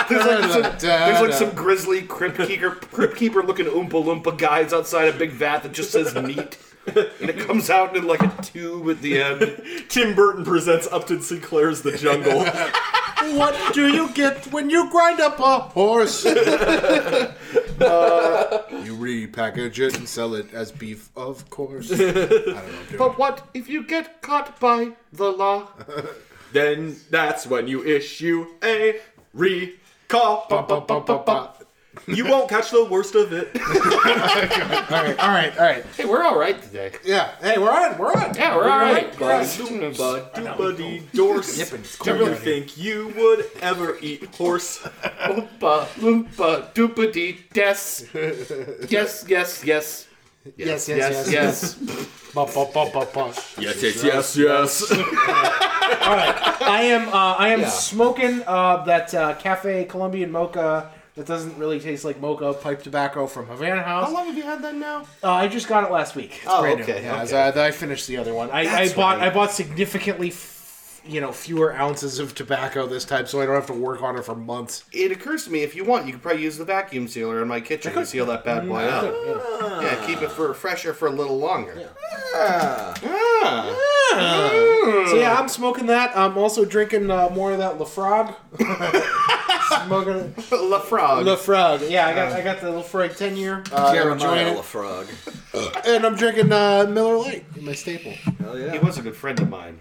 There's like some, there's like
Da-da.
some grizzly crypt keeper, crypt keeper looking Oompa Loompa guys outside a big vat that just says meat. And it comes out in like a tube at the end.
Tim Burton presents Upton Sinclair's The Jungle.
What do you get when you grind up a horse?
Uh,
you repackage it and sell it as beef, of course. I don't know. dude.
But what if you get caught by the law?
then that's when you issue a recall.
Ba, ba, ba, ba, ba. All
You won't catch the worst of it.
right, all right, all right.
Hey, we're all right today.
Yeah. Hey, we're on. We're on.
Yeah, we're all right.
Ba-doobity dorse.
Yep, and it's cold
Do you
out here.
think you would ever eat horse?
Oompa Loompa Doopity Yes. Yes, yes, yes.
Yes, yes,
Yes,
yes,
yes.
Ba, ba, ba, ba, ba.
Yes, yes, yes, yes.
I am uh, I am smoking uh, that uh, Cafe Colombian mocha that doesn't really taste like mocha pipe tobacco from Havana
How
House.
long have you had that now?
Uh, I just got it last week. It's
Oh,
brand
okay,
new. Yeah,
As
okay.
I, I finished the other one.
I, I
I, I
bought
right.
I bought significantly. F-
you know fewer ounces of tobacco this time, so I don't have to work on it for months.
It occurs to me if you want, you could probably use the vacuum sealer in my kitchen to seal that bad boy out. Yeah, keep it for fresher for a little longer. Ah.
so yeah, I'm smoking that. I'm also drinking uh, more of that Lafrog. smoking
La Frog.
Lafrog. Yeah, I got I got the Lafrog ten year. Uh,
Yeah, I'm enjoying it.
frog.
And I'm drinking uh, Miller Lite, my staple.
Hell
he
yeah.
was a good friend of mine.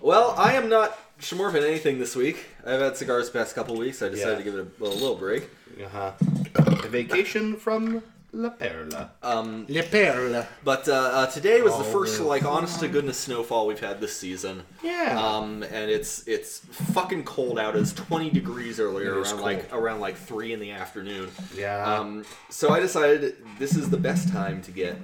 Well, I am not shmorfing anything this week. I've had cigars the past couple weeks. I
Yeah.
decided to give it a, a little break.
Uh-huh. A vacation from La Perla.
Le Perle.
But uh, uh, today was the
Oh,
first, like, honest to goodness snowfall we've had this season.
Yeah.
Um, and it's it's fucking cold out. It's 20 degrees earlier,
It is
around like around like three in the afternoon.
Yeah.
Um, so I decided this is the best time to get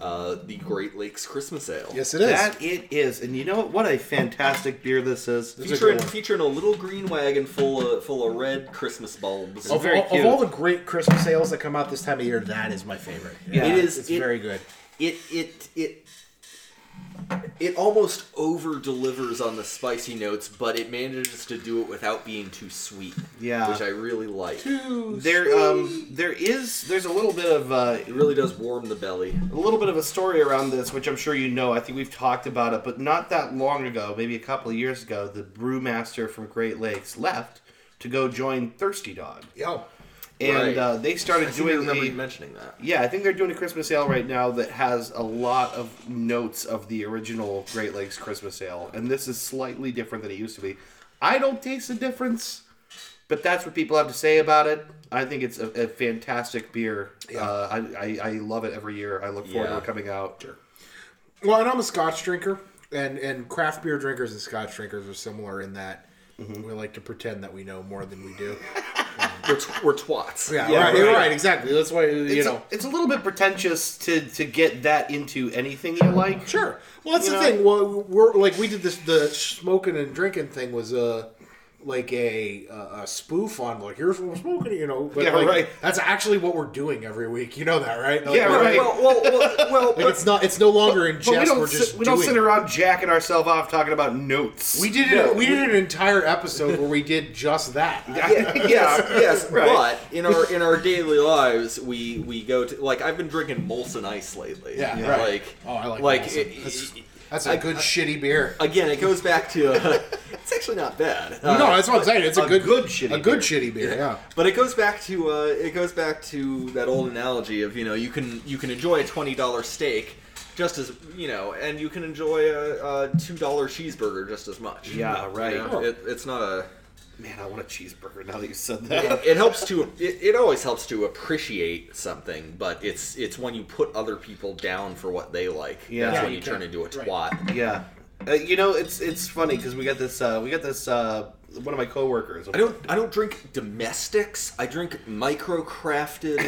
uh, the Great Lakes Christmas Ale.
Yes, it is.
that it is. And you know what? What a fantastic beer this is.
a
Featuring,
good one.
featuring a little green wagon full of full of red Christmas bulbs.
Of,
very
all- of
cute.
all the great Christmas sales that come out this time of year, that is my favorite. Yeah,
It is-
It's
it-
very good.
It it it it almost over delivers on the spicy notes, but it manages to do it without being too sweet.
Yeah.
which I really like. It
There, um, there is, there's a little bit of, uh,
really does warm the belly.
a little bit of a story around this, which I'm sure you know. I think we've talked about it, but not that long ago, maybe a couple of years ago, the brewmaster from Great Lakes left to go join Thirsty Dog,
Yo.
and
Right.
uh, they started
I seem to
doing
remember you
a,
mentioning that.
yeah, I think they're doing a Christmas ale right now that has a lot of notes of the original Great Lakes Christmas ale, and this is slightly different than it used to be. I don't taste the difference, but that's what people have to say about it. I think it's a, a fantastic beer. Uh, I, I I love it every year. I look forward to
Yeah.
it coming out.
Well, and I'm a Scotch drinker, and and craft beer drinkers and Scotch drinkers are similar in that we like to pretend that we know more than we do.
We're, tw- we're twats.
Yeah,
Yeah,
right, you're
right.
right. exactly. That's why you
it's,
know.
it's a little bit pretentious to to get that into anything you like.
Sure. Well, that's
You
the
know?
thing. Well, we're like we did this the smoking and drinking thing was uh like a uh, a spoof on like here's what we're smoking, you know. But
Yeah,
like,
right.
That's actually what we're doing every week. You know that, right? Like,
Yeah,
we're-
right.
Well, well, well, well
Like it's not. It's no longer in
But we
jest.
don't
We're
sit,
just
we don't
doing
sit
it.
around jacking ourselves off talking about notes.
We did
No,
it, we, did an entire episode where we did just that.
yeah, yes, yes,
Right.
but in our in our daily lives, we we go to like I've been drinking Molson Ice lately.
Yeah,
You know,
right.
like
Oh, I like
like
Molson.
it-
That's-
it-
That's a
I-
good shitty beer.
again, it goes back to it's actually not bad. Uh,
no, that's what I'm saying. It's a,
a
good,
good shitty
a good shitty beer. Yeah.
But it goes back to uh, it goes back to that old analogy of you know you can you can enjoy a twenty dollar steak just as you know, and you can enjoy a, a two dollar cheeseburger just as much.
Yeah,
You
right.
know, it, it's not a.
Man, I want a cheeseburger now that you said that.
It helps to it, it always helps to appreciate something, but it's it's when you put other people down for what they like.
Yeah.
that's when
Yeah,
you,
you
turn
can-
into a
right.
twat.
Yeah, uh, you know it's it's funny because we got this uh, we got this uh, one of my coworkers.
I don't I don't drink domestics. I drink micro crafted,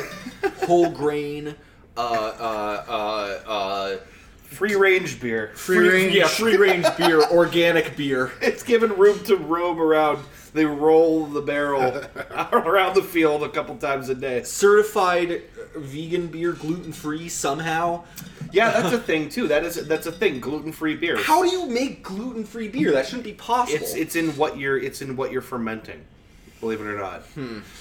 whole grain. Uh, uh, uh, uh,
free range beer.
Free range.
Yeah, free range beer, organic beer.
It's given room to roam around. They roll the barrel around the field a couple times a day.
Certified uh, vegan beer, gluten free somehow.
Yeah, that's a thing too. That is that's a thing. Gluten free beer.
How do you make gluten free beer? That shouldn't be possible.
It's it's in what you're it's in what you're fermenting. Believe it or not.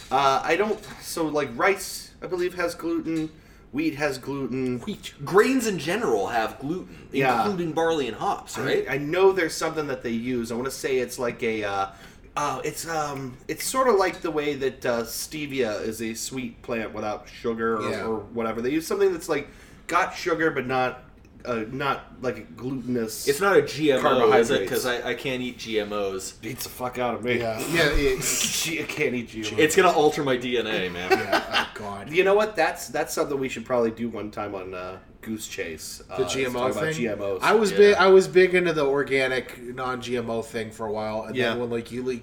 Uh, I don't. So like rice, I believe has gluten. Wheat has gluten.
wheat. Grains in general have gluten,
Yeah.
including barley and hops, right?
I know there's something that they use. I want to say it's like a, uh, uh, it's um, it's sort of like the way that uh, stevia is a sweet plant without sugar or,
Yeah.
or whatever. They use something that's like got sugar but not, uh, not like a glutinous.
it's not a GMO, is it?
Carbohydrates.
Because I, I can't eat GMOs.
beats the fuck out of me.
Yeah. Yeah. yeah.
Gee, I can't eat you.
It's gonna alter my DNA, man.
yeah. Oh God.
you know what? That's that's something we should probably do one time on uh, Goose Chase. Uh,
The
is
GMO
talk about
thing.
GMOs.
I was
Yeah.
big. I was big into the organic, non-GMO thing for a while, and
Yeah.
then when like you like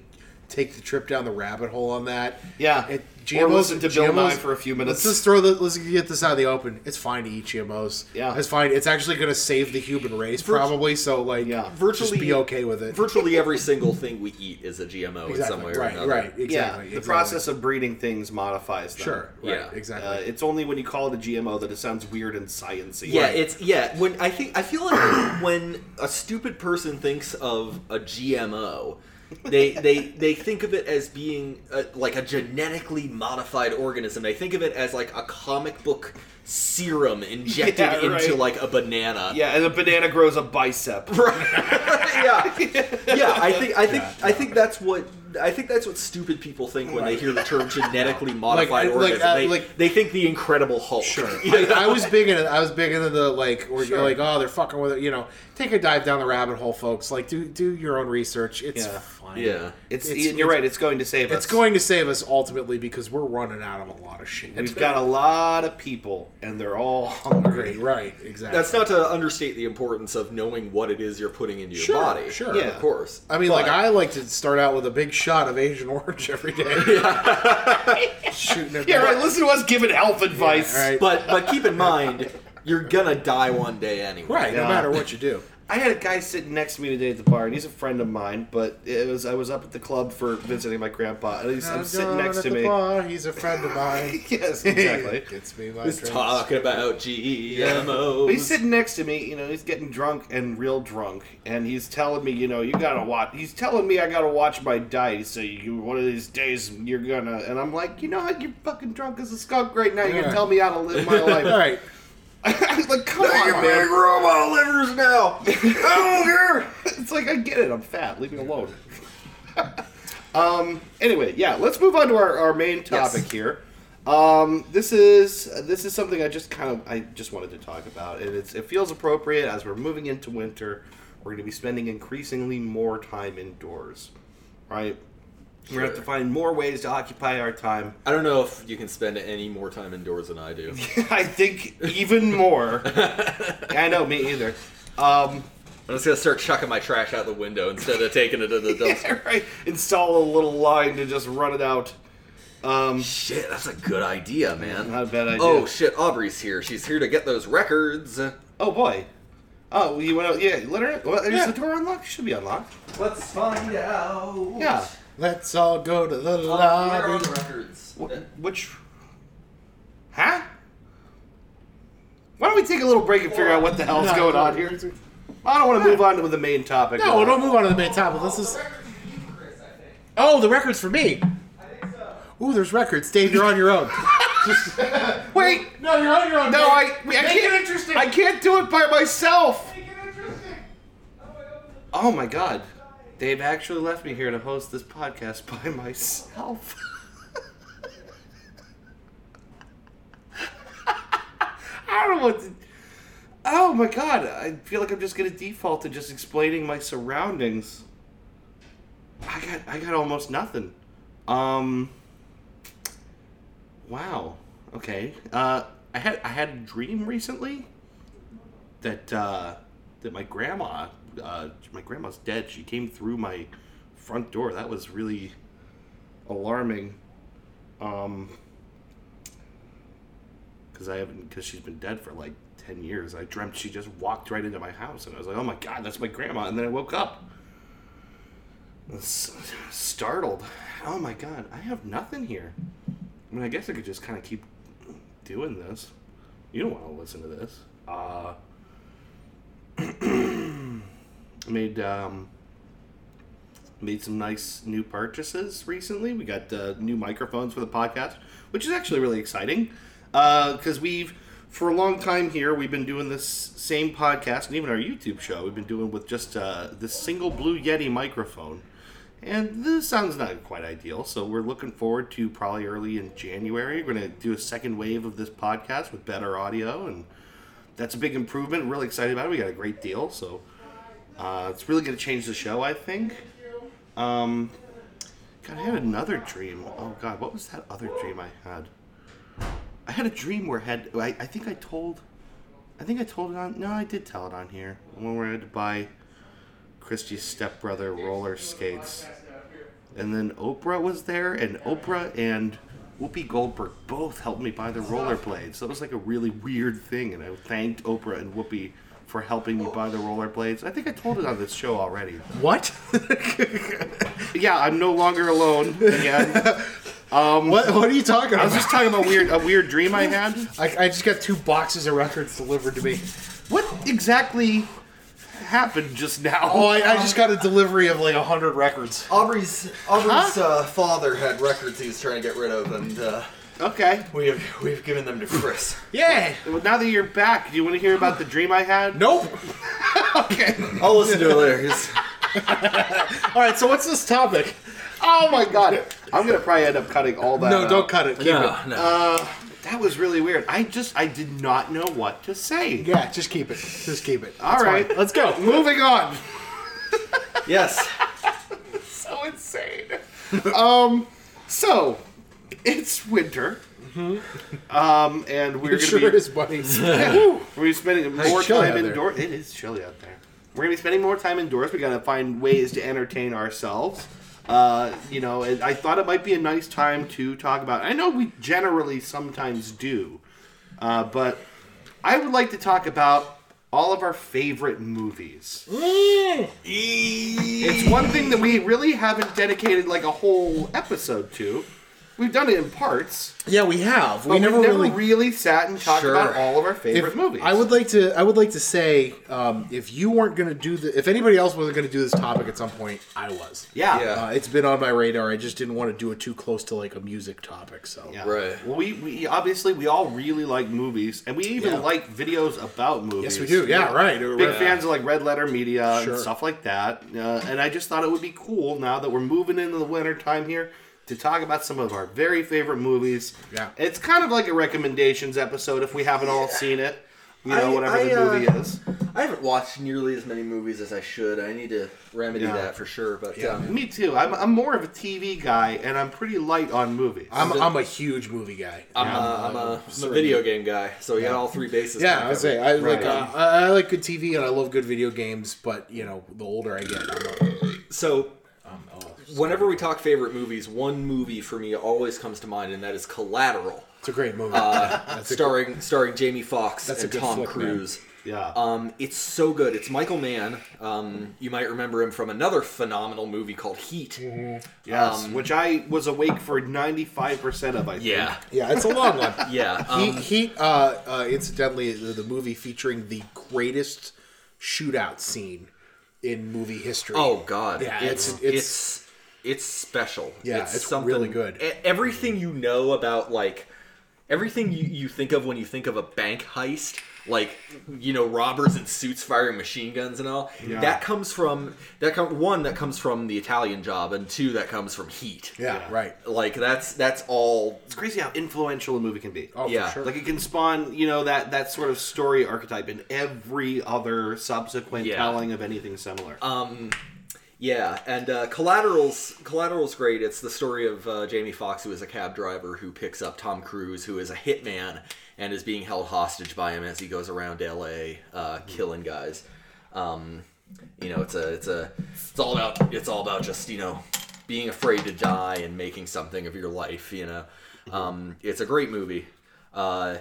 take the trip down the rabbit hole on that,
Yeah.
It,
Or
GMOs
listen to Bill
GMOs
Nye for a few minutes.
Let's just throw the. Let's get this out of the open. It's fine to eat GMOs.
Yeah.
it's fine. It's actually going to save the human race probably. So like,
Yeah.
virtually
Virtually-
just be okay with it.
Virtually every single thing we eat is a GMO in some
Exactly.
way or
Right.
another.
Right. Exactly.
yeah, the
exactly.
process of breeding things modifies them.
Sure. Right,
Yeah.
Exactly.
Uh, it's only when you call it a GMO that it sounds weird and sciencey.
Yeah, it's yeah. When I think I feel like when a stupid person thinks of a GMO, they they they think of it as being a, like a genetically modified organism. They think of it as like a comic book serum injected
Yeah, right.
into like a banana.
yeah, and a banana grows a bicep.
yeah, yeah. I think I think I think that's what. I think that's what stupid people think when they hear the term genetically modified
like,
organism.
uh,
they,
like-
they think the Incredible Hulk.
Like, I was big into I was big into the like or
Sure.
like oh they're fucking with it you know take a dive down the rabbit hole folks like do do your own research it's
Yeah.
fine
Yeah.
It's,
It's-
and you're right. It's going to save us.
it's going to save us ultimately because we're running out of a lot of shit
We've got a lot of people, and they're all hungry.
Right, right exactly
That's not to understate the importance of knowing what it is you're putting into your
Sure,
body.
sure.
Yeah.
of course.
I mean
But-
like I like to start out with a big shot of Asian orange every day shooting it
Yeah,
back.
right. Listen to us giving health advice.
Yeah, right.
but but keep in mind, you're gonna die one day anyway.
right
Yeah.
no matter what you do
I had a guy sitting next to me today at the bar, and he's a friend of mine. But it was I was up at the club for visiting my grandpa, and he's I'm sitting
down
next
at
to
the
me.
bar, he's a friend of mine
Yes, exactly.
gets me my
Let's
drinks.
talk about
But he's
GMOs.
sitting next to me, you know, he's getting drunk and real drunk, and he's telling me, you know, you gotta watch. He's telling me I gotta watch my diet. So you, one of these days, you're gonna. And I'm like, you know what? You're fucking drunk as a skunk right now. You're gonna
Yeah.
tell me how to live my
all
life.
right
I was like, come on, man.
robot livers now.
It's like I get it. I'm fat. Leave me alone. um. Anyway, yeah. Let's move on to our, our main topic here. Um. This is this is something I just kind of I just wanted to talk about, and it's it feels appropriate as we're moving into winter. We're going to be spending increasingly more time indoors, right? We're going to have to find more ways to occupy our time.
I don't know if you can spend any more time indoors than I do.
I think even more. I know, me either. Um,
I'm just gonna start chucking my trash out the window instead of taking it to the dumpster.
yeah, right. Install a little line to just run it out. Um,
Shit, that's a good idea, man.
Not a bad idea.
Oh shit, Aubrey's here. She's here to get those records.
oh boy. Oh, you went out. Yeah, let her. Well, is
Yeah.
the door unlocked? It should be unlocked.
Let's find out.
Yeah.
Let's all go to the
We're on
lobby.
the records.
Wh- Which? Huh? Why don't we take a little break and figure out what the hell's
No,
going
no,
on here? I don't want to move on to the main topic.
No, don't move on to the main topic. This is. Oh, the record's for me. Ooh, there's records. Dave, you're on your own.
Wait,
no, you're on your own.
no, I, I
Make it
can't.
interesting.
I can't do it by myself. Oh my god, Dave actually left me here to host this podcast by myself. I don't know what. To, oh my god, I feel like I'm just gonna default to just explaining my surroundings. I got I got almost nothing. Um. Wow. Okay. Uh, I had I had a dream recently that uh, that my grandma uh, my grandma's dead. She came through my front door. That was really alarming. Um, because I haven't because she's been dead for like ten years. I dreamt she just walked right into my house, and I was like, "Oh my god, that's my grandma!" And then I woke up. I was Startled. Oh my god, I have nothing here. I mean, I guess I could just kind of keep doing this. You don't want to listen to this. Uh, I made um, made some nice new purchases recently. We got uh, new microphones for the podcast, which is actually really exciting because we've for a long time here we've been doing this same podcast and even our YouTube show we've been doing with just uh, this single Blue Yeti microphone. And this sounds not quite ideal, so we're looking forward to probably early in January. We're going to do a second wave of this podcast with better audio, and that's a big improvement. Really excited about it. We got a great deal, so uh, it's really going to change the show, I think. Um, God, I had another dream. Oh God, what was that other dream I had? I had a dream where I had I, I think I told, I think I told it on. No, I did tell it on here. When we had to buy Christie's stepbrother roller skates, and then Oprah was there, and Oprah and Whoopi Goldberg both helped me buy the rollerblades. So it was like a really weird thing, and I thanked Oprah and Whoopi for helping me buy the rollerblades. I think I told it on this show already.
What?
Yeah, I'm no longer alone again. Um,
what? What are you talking
I
about?
was just talking about weird a weird dream I had.
I, I just got two boxes of records delivered to me.
What exactly happened just now?
Oh, I, I just got a delivery of like a hundred records.
Aubrey's Aubrey's uh, father had records he was trying to get rid of, and uh,
okay.
we have we've given them to Chris.
Yeah.
Well, now that you're back, do you want to hear about the dream I had?
Nope.
Okay.
I'll listen to it later. He's-
All right. So what's this topic?
Oh my god. uh, I'm gonna probably end up cutting all that.
No,
out.
don't cut it. Keep
No,
it.
no.
That was really weird. I just I did not know what to say.
Yeah, just keep it. Just keep it. Uh,
All
It's fine.
right.
Let's go.
Moving on.
yes.
so insane. um, so it's winter. Um, and we're
It
gonna
sure
be
is, buddy.
Woo! We're spending more
chilly
time
out there.
indoors. It is chilly out there. We're gonna be spending more time indoors. We gotta find ways to entertain ourselves. Uh, you know, and I thought it might be a nice time to talk about. I know we generally sometimes do, uh, but I would like to talk about all of our favorite movies. It's one thing that we really haven't dedicated like a whole episode to. We've done it in parts,
yeah, we have.
but
We never, really.
sat and talked
Sure.
about all of our
if-
favorite movies.
I would like to. I would like to say, um, if you weren't going to do the, if anybody else wasn't going to do this topic at some point, I was.
Yeah.
Yeah.
Uh, it's been on my radar. I just didn't want to do it too close to like a music topic. So
Yeah.
Right.
Well, we, we obviously we all really like movies, and we even
Yeah.
like videos about movies.
yes, we do. Yeah, right. We're-
Big fans of like Red Letter Media
Sure.
and stuff like that. Uh, and I just thought it would be cool now that we're moving into the winter time here to talk about some of our very favorite movies.
Yeah.
It's kind of like a recommendations episode if we haven't all seen it. You know,
I-
whatever
I,
the
uh,
movie is.
I haven't watched nearly as many movies as I should. I need to remedy
Yeah.
that for sure. But um, yeah.
Me too. I'm, I'm more of a TV guy, and I'm pretty light on movies.
I'm, I'm a huge movie guy.
I'm, a, I'm, a, I'm a video game guy, so we got all three bases.
Yeah, I would say I
Right.
like uh, I I like good TV and I love good video games, but you know, the older I get, I'm a,
So,
I'm
oh,
old.
whenever we talk favorite movies, one movie for me always comes to mind, and that is Collateral,
It's a great movie. That's a-
Uh,
starring starring Jamie Foxx
That's a
and
good
Tom
flick, man.
Cruise.
Yeah.
Uh,
Um, it's so good. It's Michael Mann. Um, you might remember him from another phenomenal movie called Heat.
Mm-hmm.
yes.
um,
which I was awake for ninety five percent of. I think.
Yeah,
Yeah, it's a long one.
yeah.
He,
Um,
he uh, uh, incidentally, the, the movie featuring the greatest shootout scene in movie history.
oh God,
Yeah,
it's
it's-
it's
it's-
it's, special.
Yeah, it's really good.
e- Everything you know about like everything you, you think of when you think of a bank heist, like you know robbers in suits firing machine guns and all. That comes from that com- one that comes from the Italian Job, and two that comes from Heat.
yeah, right.
Like that's that's all
It's crazy how influential a movie can be.
Oh,
Yeah.
for sure.
Like it can spawn, you know, that that sort of story archetype in every other subsequent
Yeah. Uh,
telling of anything similar.
Yeah, and uh, Collateral's Collateral's great. It's the story of uh, Jamie Foxx, who is a cab driver who picks up Tom Cruise, who is a hitman and is being held hostage by him as he goes around L.A. Uh, killing guys. Um, you know, it's a it's a it's all about it's all about just you know being afraid to die and making something of your life. You know, um, it's a great movie. Uh,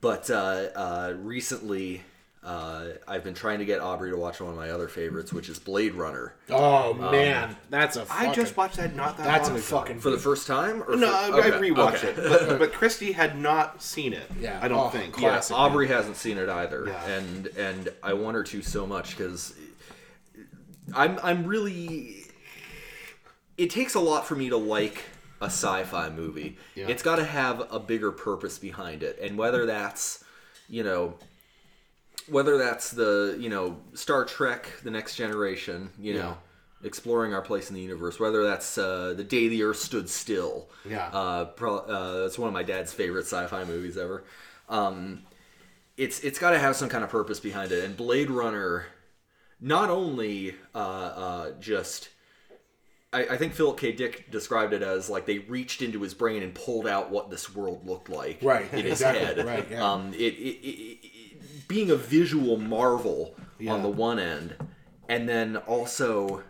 but uh, uh, recently, uh, I've been trying to get Aubrey to watch one of my other favorites, which is Blade Runner.
Oh man, that's a. Fucking,
I just watched that not that
That's
long
a
ago.
fucking.
For the first time? Or
No,
for-
I- I
okay,
rewatched
okay.
it, but, but Christy had not seen it.
Yeah.
I don't
Oh,
think.
classic.
Yeah, Aubrey hasn't seen it either,
Yeah.
and and I want her to so much because I'm I'm really. It takes a lot for me to like a sci-fi movie. It's got to have a bigger purpose behind it, and whether that's you know whether that's the you know Star Trek: The Next Generation, you know. Exploring our place in the universe, whether that's uh, the day the Earth stood still,
Yeah.
uh, pro- uh, it's one of my dad's favorite sci-fi movies ever. Um, it's it's got to have some kind of purpose behind it. And Blade Runner, not only uh, uh, just, I, I think Philip K. Dick described it as like they reached into his brain and pulled out what this world looked like,
Right,
in his
exactly,
head.
right, yeah.
Um, it, it, it, it being a visual marvel on the one end, and then also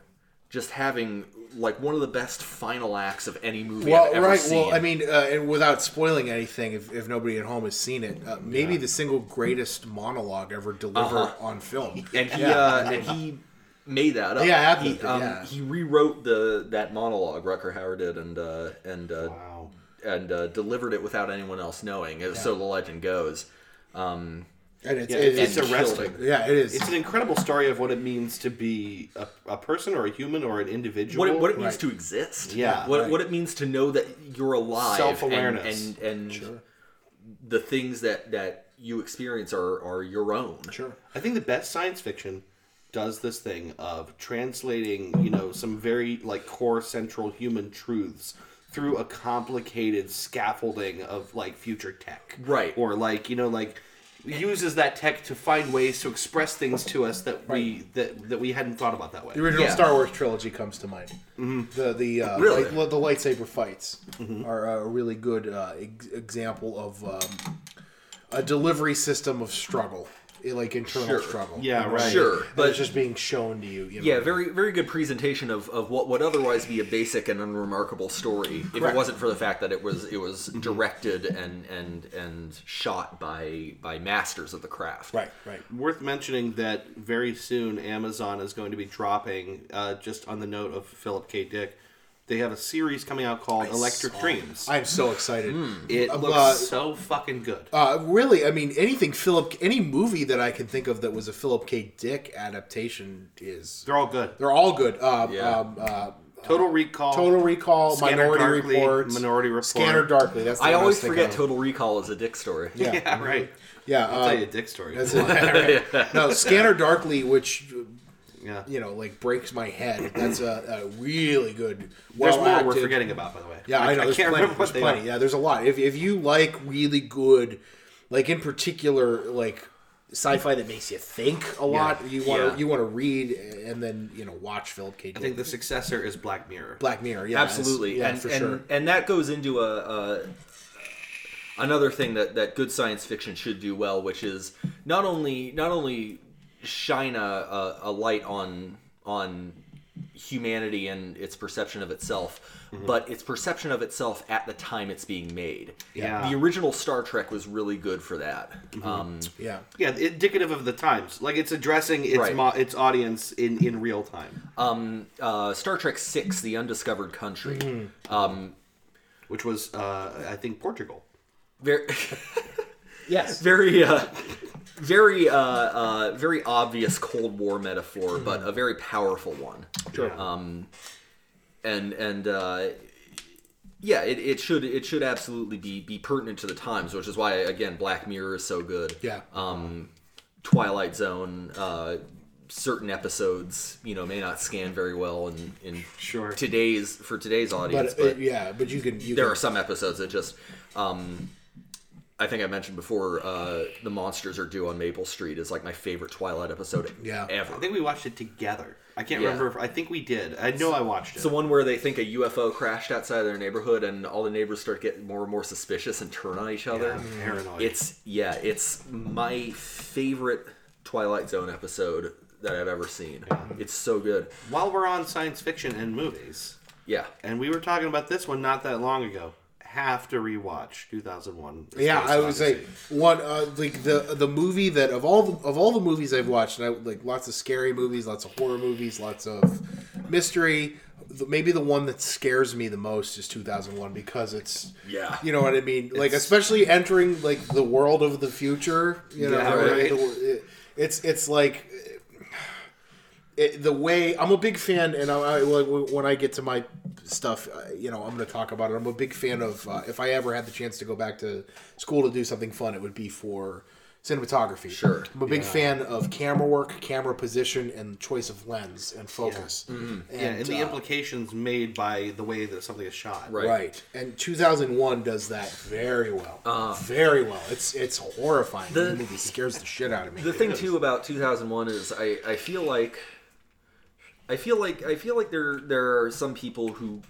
just having like one of the best final acts of any movie I've
well,
ever
right.
seen.
Well, I mean, uh, and without spoiling anything, if, if nobody at home has seen it, uh, maybe the single greatest monologue ever delivered on film.
and he
Yeah.
uh, and he made that up.
Yeah, Abnett
he, um,
did, yeah.
he rewrote the that monologue Rucker Howard did, and uh, and uh,
Wow.
and uh, delivered it without anyone else knowing. It- So the legend goes. Um,
And it's,
Yeah,
it-
it's
it's,
and killed
arresting.
it.
yeah, it is.
It's an incredible story of what it means to be a, a person or a human or an individual.
What it, what it means
Right.
to exist.
Yeah,
What,
right.
what it means to know that you're alive.
Self-awareness.
And, and, and the things that, that you experience are, are your own.
sure.
I think the best science fiction does this thing of translating, you know, some very like core central human truths through a complicated scaffolding of like future tech.
Right.
Or like, you know, like uses that tech to find ways to express things to us that we that that we hadn't thought about that way.
The original
Yeah. Mm-hmm.
Star Wars trilogy comes to mind. The the uh,
Really? Mm-hmm.
light- the lightsaber fights are a really good uh, ex- example of um, a delivery system of struggle, eh, like internal
Sure.
struggle.
Yeah,
You know,
right.
and
Sure, but-
it's just being shown to you. you know.
Yeah, very very good presentation of, of what would otherwise be a basic and unremarkable story if
Correct. Mm-hmm.
it wasn't for the fact that it was it was directed and and and shot by by masters of the craft.
Right. Right.
Worth mentioning that very soon Amazon is going to be dropping, uh, just on the note of Philip K. Dick, they have a series coming out called Electric Dreams.
I'm so excited.
Hmm.
it looks
uh,
so fucking good.
Uh, really, I mean, anything Philip, any movie that I can think of that was a Philip K. Dick adaptation is
They're all good.
they're all good. Um,
Yeah.
um, uh,
Total Recall.
Total Recall,
Oh. Scanner
Minority
Darkly,
Report,
Minority Report.
Scanner Darkly. That's the
I
one
always
was thinking
forget
of.
Total Recall is a dick story.
Yeah.
Yeah, right.
Yeah,
I'll
uh,
tell you a dick story.
That's it. no, Scanner Darkly, which
yeah.
you know, like breaks my head. That's a, a really good.
There's
well
more we're
acted-
forgetting about, by the way.
Yeah, I, know.
I
There's
can't
plenty.
remember what
There's
they
plenty.
are.
Yeah, there's a lot. If if you like really good, like in particular, like sci-fi that makes you think a lot, you want to
Yeah.
you want to read and then you know watch Philip K.
I
Dick.
think the successor is Black Mirror.
Black Mirror. Yeah, it's-
Absolutely,
Yeah,
and,
for
and,
sure.
and that goes into a, a another thing that, that good science fiction should do well, which is not only not only shine a, a, a light on on humanity and its perception of itself,
Mm-hmm.
but its perception of itself at the time it's being made.
Yeah.
The original Star Trek was really good for that.
Mm-hmm.
Um,
Yeah.
Yeah, indicative of the times. Like it's addressing its
Right.
mo- its audience in in real time,
uh, Star Trek Six: The Undiscovered Country.
Mm-hmm.
which was uh, I think Portugal.
Very,
Yes.
very, uh, very, uh, uh, very obvious Cold War metaphor, but a very powerful one.
Sure.
Um, and and uh, yeah, it, it should it should absolutely be be pertinent to the times, which is why again Black Mirror is so good.
Yeah.
Um, Twilight Zone, uh, certain episodes you know may not scan very well in in
Sure.
today's for today's audience,
But,
but,
uh, yeah, but you can. You
there
can-
are some episodes that just. Um, I think I mentioned before uh, the monsters are due on Maple Street is like my favorite Twilight episode
Yeah.
ever.
I think we watched it together. I can't
Yeah.
remember. If, I think we did. I know I watched it.
It's the one where they think a UFO crashed outside their neighborhood, and all the neighbors start getting more and more suspicious and turn on each other.
um,
Yeah, paranoid.
It's yeah, it's my favorite Twilight Zone episode that I've ever seen. It's so good.
While we're on science fiction and movies,
Yeah,
and we were talking about this one not that long ago. Have to rewatch 2001. A
Yeah,
Space
I would say
Odyssey.
one uh, like the the movie that of all the, of all the movies I've watched, and I like lots of scary movies, lots of horror movies, lots of mystery. The, maybe the one that scares me the most is 2001 because it's
Yeah.
you know what I mean. Like especially entering like the world of the future, you know,
Yeah,
or
right.
the- it- it's it's like it, the way I'm a big fan, and I, I like, when I get to my stuff, uh, you know, I'm going to talk about it. I'm a big fan of. Uh, if I ever had the chance to go back to school to do something fun, it would be for cinematography.
Sure.
I'm a big fan of camera work, camera position, and choice of lens and focus. And,
Yeah, and the
uh,
implications made by the way that something is shot.
Right.
right. And 2001 does that very well. very well. It's it's horrifying. The, movie scares the shit out of me.
the thing too about 2001 is I, I feel like I feel like I feel like there there are some people who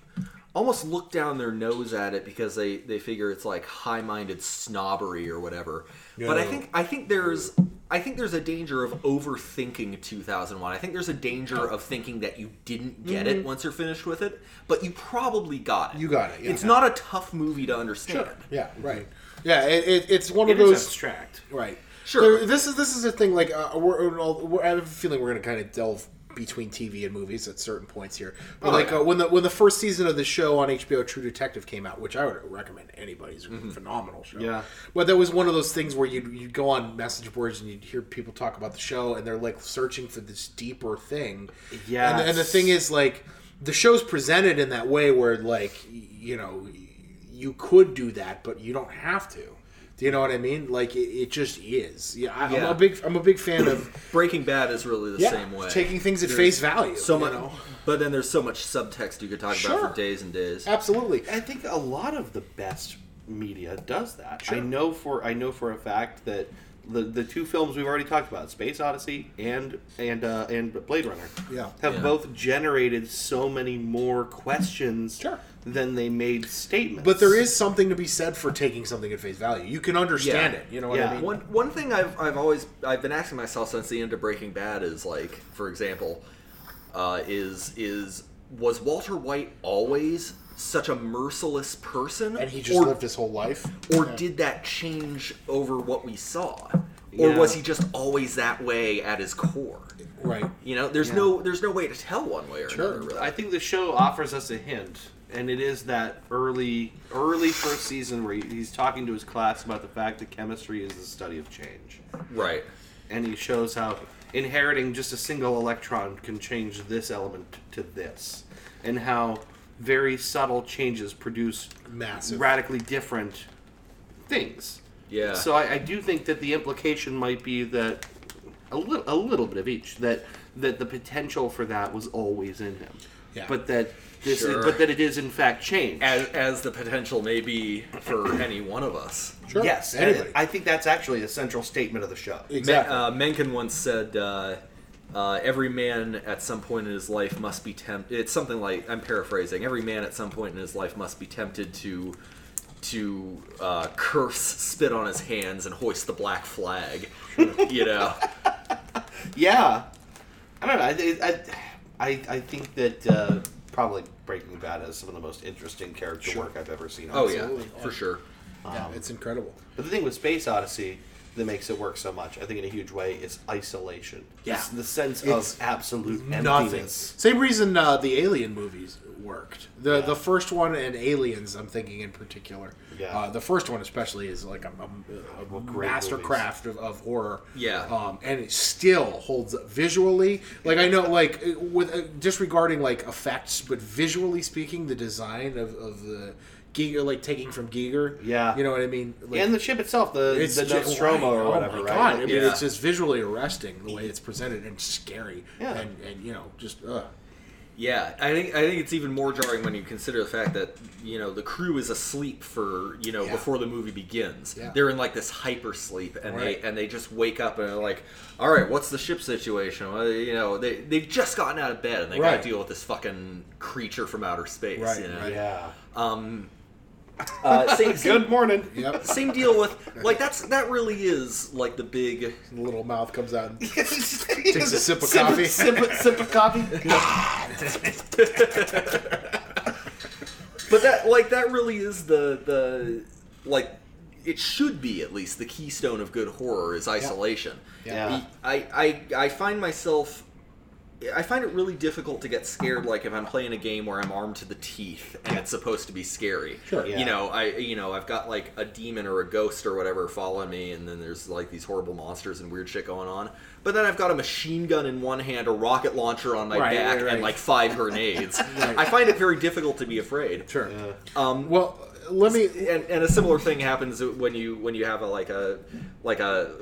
almost look down their nose at it because they they figure it's like high-minded snobbery or whatever. But I
Yeah.
think I think there's I think there's a danger of overthinking 2001. I think there's a danger
Oh.
of thinking that you didn't get it once you're finished with it, but you probably got it.
Mm-hmm. You got it, yeah.
It's not a tough movie to understand.
yeah, right. Yeah, it, it, it's one
It
of
is
those.
abstract.
Right.
Sure.
There- this is this is a thing. Like uh, we're, we're all- we're- I have a feeling we're going to kind of delve between TV and movies at certain points here.
Oh,
But like uh, when the when the first season of the show on HBO True Detective came out, which I would recommend to anybody, it's a phenomenal show.
Mm-hmm. Yeah.
But that was one of those things where you'd you'd go on message boards and you'd hear people talk about the show and they're like searching for this deeper thing.
Yes.
And, and the thing is like the show's presented in that way where like y- you know you could do that, but you don't have to. Do you know what I mean? Like it, it just is. Yeah, I,
Yeah.
I'm a big I'm a big fan of
Breaking Bad is really the same way.
taking things at face value.
so
you
much,
know?
but then there's so much subtext you could talk about
Sure.
for days and days.
Absolutely.
I think a lot of the best media does that. I know for I know for a fact that the the two films we've already talked about, Space Odyssey and and uh, and Blade Runner,
Yeah.
have
Yeah.
both generated so many more questions
Sure.
than they made statements.
But there is something to be said for taking something at face value. You can understand
Yeah.
it. You know what
Yeah.
I mean?
One one thing I've I've always I've been asking myself since the end of Breaking Bad is like, for example, uh, is is was Walter White always such a merciless person,
and he just
or,
lived his whole life.
or did that change over what we saw, or
Yeah.
was he just always that way at his core?
Right.
You know, there's no there's no way to tell one way or
Sure.
another. Really.
I think the show offers us a hint, and it is that early, early first season where he- he's talking to his class about the fact that chemistry is the study of change,
right.
and he shows how inheriting just a single electron can change this element to this, and how very subtle changes produce
Massive.
radically different things.
Yeah.
So I, I do think that the implication might be that a little, a little bit of each that that the potential for that was always in him.
Yeah.
But that this,
Sure.
but that it is in fact changed.
as, as the potential may be for any one of us.
Sure.
Yes, and
Anybody.
I think that's actually a central statement of the show.
exactly.
Men, uh, Mencken once said, uh, uh, "Every man at some point in his life must be tempted." It's something like I'm paraphrasing. Every man at some point in his life must be tempted to to uh, curse, spit on his hands, and hoist the black flag. you know,
Yeah, I don't know. I, I, I, I think that uh, probably Breaking Bad has some of the most interesting character work I've ever seen.
Oh
honestly.
yeah, for sure.
yeah, it's incredible.
But the thing with Space Odyssey that makes it work so much, I think, in a huge way, is isolation.
Yeah.
It's the sense
It's
of absolute
Nothing.
emptiness.
Same reason uh, the Alien movies worked. The the first one and Aliens, I'm thinking in particular.
Yeah.
Uh, the first one especially is like a, a, a
great
mastercraft of, of horror.
Yeah.
Um, and it still holds up visually. Like I know, like with uh, disregarding like effects, but visually speaking, the design of, of the Giger, like taking from Giger.
Yeah.
You know what I mean? Like,
and the ship itself, the, the
just-
Nostromo or
oh
whatever,
my
right?
God. I mean,
Yeah.
it's just visually arresting the way it's presented and scary.
Yeah.
And, and you know, just uh,
Yeah, I think I think it's even more jarring when you consider the fact that you know the crew is asleep for you know
Yeah.
before the movie begins.
Yeah.
They're in like this hyper sleep, and
Right.
they and they just wake up and are like, "All right, what's the ship situation?" Well, you know, they they've just gotten out of bed and they got
Right.
to deal with this fucking creature from outer space.
Right,
you know?
right.
uh, Yeah.
Um, uh, same, same,
Good morning.
yep.
same deal with like that's that really is like the big
The little mouth comes out. And,
Takes
a sip of coffee.
Sip, sip, sip of coffee.
But that like that really is the the like it should be at least the keystone of good horror is isolation.
Yeah.
I, I I find myself I find it really difficult to get scared like if I'm playing a game where I'm armed to the teeth and it's supposed to be scary.
Sure.
Yeah.
You know, I you know, I've got like a demon or a ghost or whatever following me and then there's like these horrible monsters and weird shit going on. But then I've got a machine gun in one hand, a rocket launcher on my
Right,
back
right, right.
and like five grenades. I find it very difficult to be afraid.
Sure.
Um,
Well, let me.
and, and a similar thing happens when you when you have a like a like a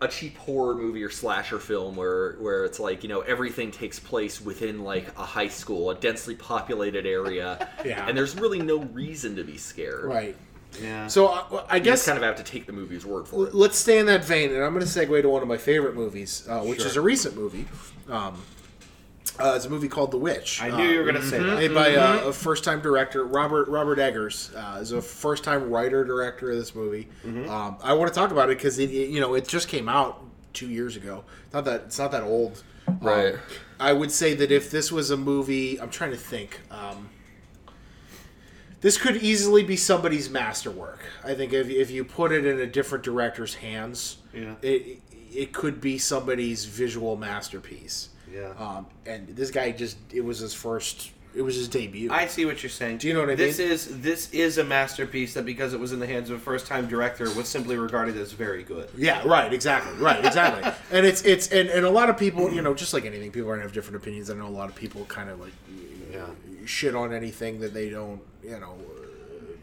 a cheap horror movie or slasher film where where it's like you know everything takes place within like a high school, a densely populated area,
Yeah.
and there's really no reason to be scared.
Right.
Yeah.
So I, I
You just
guess
kind of have to take the movie's word for it.
let's stay in that vein, and I'm going to segue to one of my favorite movies, uh, which is a recent movie. Um, uh, it's a movie called The Witch.
I
Uh,
knew you were going to say that.
Made by uh,
mm-hmm.
a first-time director, Robert Robert Eggers, uh, is a first-time writer director of this movie.
Mm-hmm.
Um, I want to talk about it because it, it- you know it just came out two years ago. Not that it's not that old, Um,
Right.
I would say that if this was a movie, I'm trying to think. Um, this could easily be somebody's masterwork. I think if, if you put it in a different director's hands,
Yeah.
it it could be somebody's visual masterpiece.
Yeah.
Um, and this guy just it was his first it was his debut.
I see what you're saying.
Do you know what I
this
mean?
is this is a masterpiece that because it was in the hands of a first time director was simply regarded as very good.
yeah, right, exactly. Right, exactly. and it's it's and, and a lot of people, you know, just like anything, people are gonna have different opinions. I know a lot of people kind of like
Yeah.
shit on anything that they don't, you know,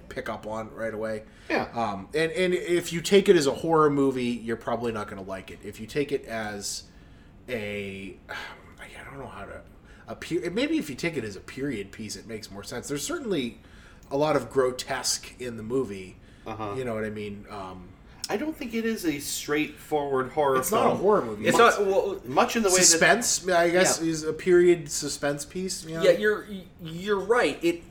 pick up on right away.
Yeah.
Um, and and if you take it as a horror movie, you're probably not going to like it. If you take it as a, I don't know how to, a per- maybe if you take it as a period piece, it makes more sense. There's certainly a lot of grotesque in the movie.
Uh-huh.
You know what I mean? Um,
I don't think it is a straightforward horror
it's
film.
not a horror movie.
It's not well,
Much in the way that
suspense. I guess
Yeah.
is a period suspense piece. You know?
yeah, you're you're right. It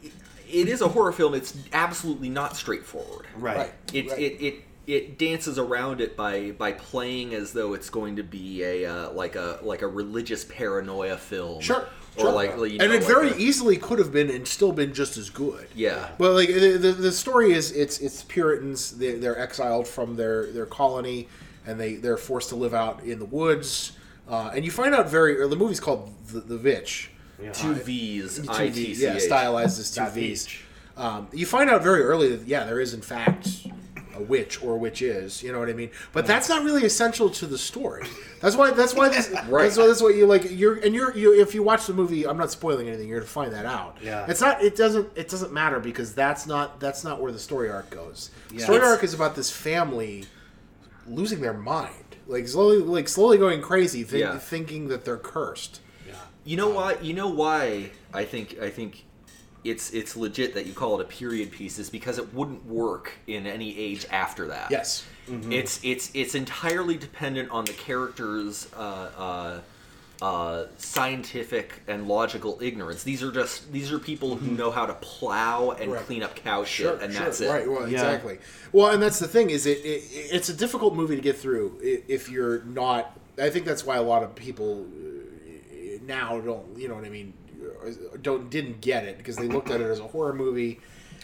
it is a horror film. It's absolutely not straightforward.
Right.
Right.
it, it it it dances around it by by playing as though it's going to be a uh, like a like a religious paranoia film
Sure.
or
sure.
like you
and
know,
it
like
very e-
a-
easily could have been and still been just as good.
yeah
But like the, the, the story is, it's it's Puritans. They, they're exiled from their their colony, and they they're forced to live out in the woods. Uh, and you find out very. Or the movie's called The, the Vitch.
two V's
Two
I T
V's,
C
yeah,
H.
stylized as two V's. Um, you find out very early that yeah, there is in fact a witch or witches. You know what I mean? But that's not really essential to the story. That's why. That's why this. That's why. That's why you like. You're and you're. You, if you watch the movie, I'm not spoiling anything. You're to find that out.
Yeah.
It's not. It doesn't. It doesn't matter because that's not. That's not where the story arc goes. The
Yeah.
Story
It's-
arc is about this family losing their mind, like slowly, like slowly going crazy, thi-
Yeah.
thinking that they're cursed.
You know why? You know why? I think I think it's it's legit that you call it a period piece is because it wouldn't work in any age after that.
Yes.
It's it's it's entirely dependent on the character's uh, uh, uh, scientific and logical ignorance. These are just these are people who know how to plow and
Mm-hmm. Right.
clean up cow shit,
Sure,
and
sure,
that's it.
Right. Well,
Yeah.
exactly. Well, and that's the thing is it, it it's a difficult movie to get through i- if you're not. I think that's why a lot of people uh, now don't you know what I mean? uh, Don't didn't get it because they looked at it as a horror movie,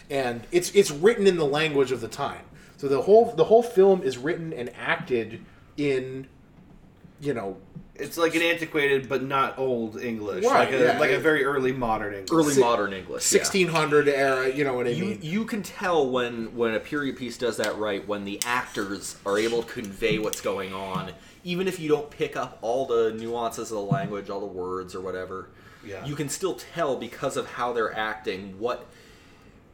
and it's it's written in the language of the time. So the whole the whole film is written and acted in, you know,
It's like an antiquated but not old English,
Right,
like a,
yeah.
like a very early modern English.
Early
Si-
modern English. yeah.
1600 era. You know what I
You,
mean?
you can tell when, when a period piece does that right when the actors are able to convey what's going on, even if you don't pick up all the nuances of the language, all the words or whatever.
Yeah.
You can still tell because of how they're acting what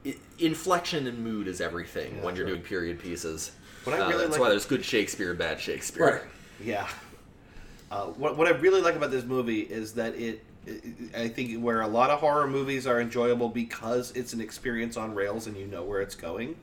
i- inflection and mood is everything when you're doing period pieces.
What I
Uh,
really
that's
like-
why there's good Shakespeare and bad Shakespeare.
Right.
Yeah. Uh, what, what I really like about this movie is that it, it- I think, where a lot of horror movies are enjoyable because it's an experience on rails and you know where it's going.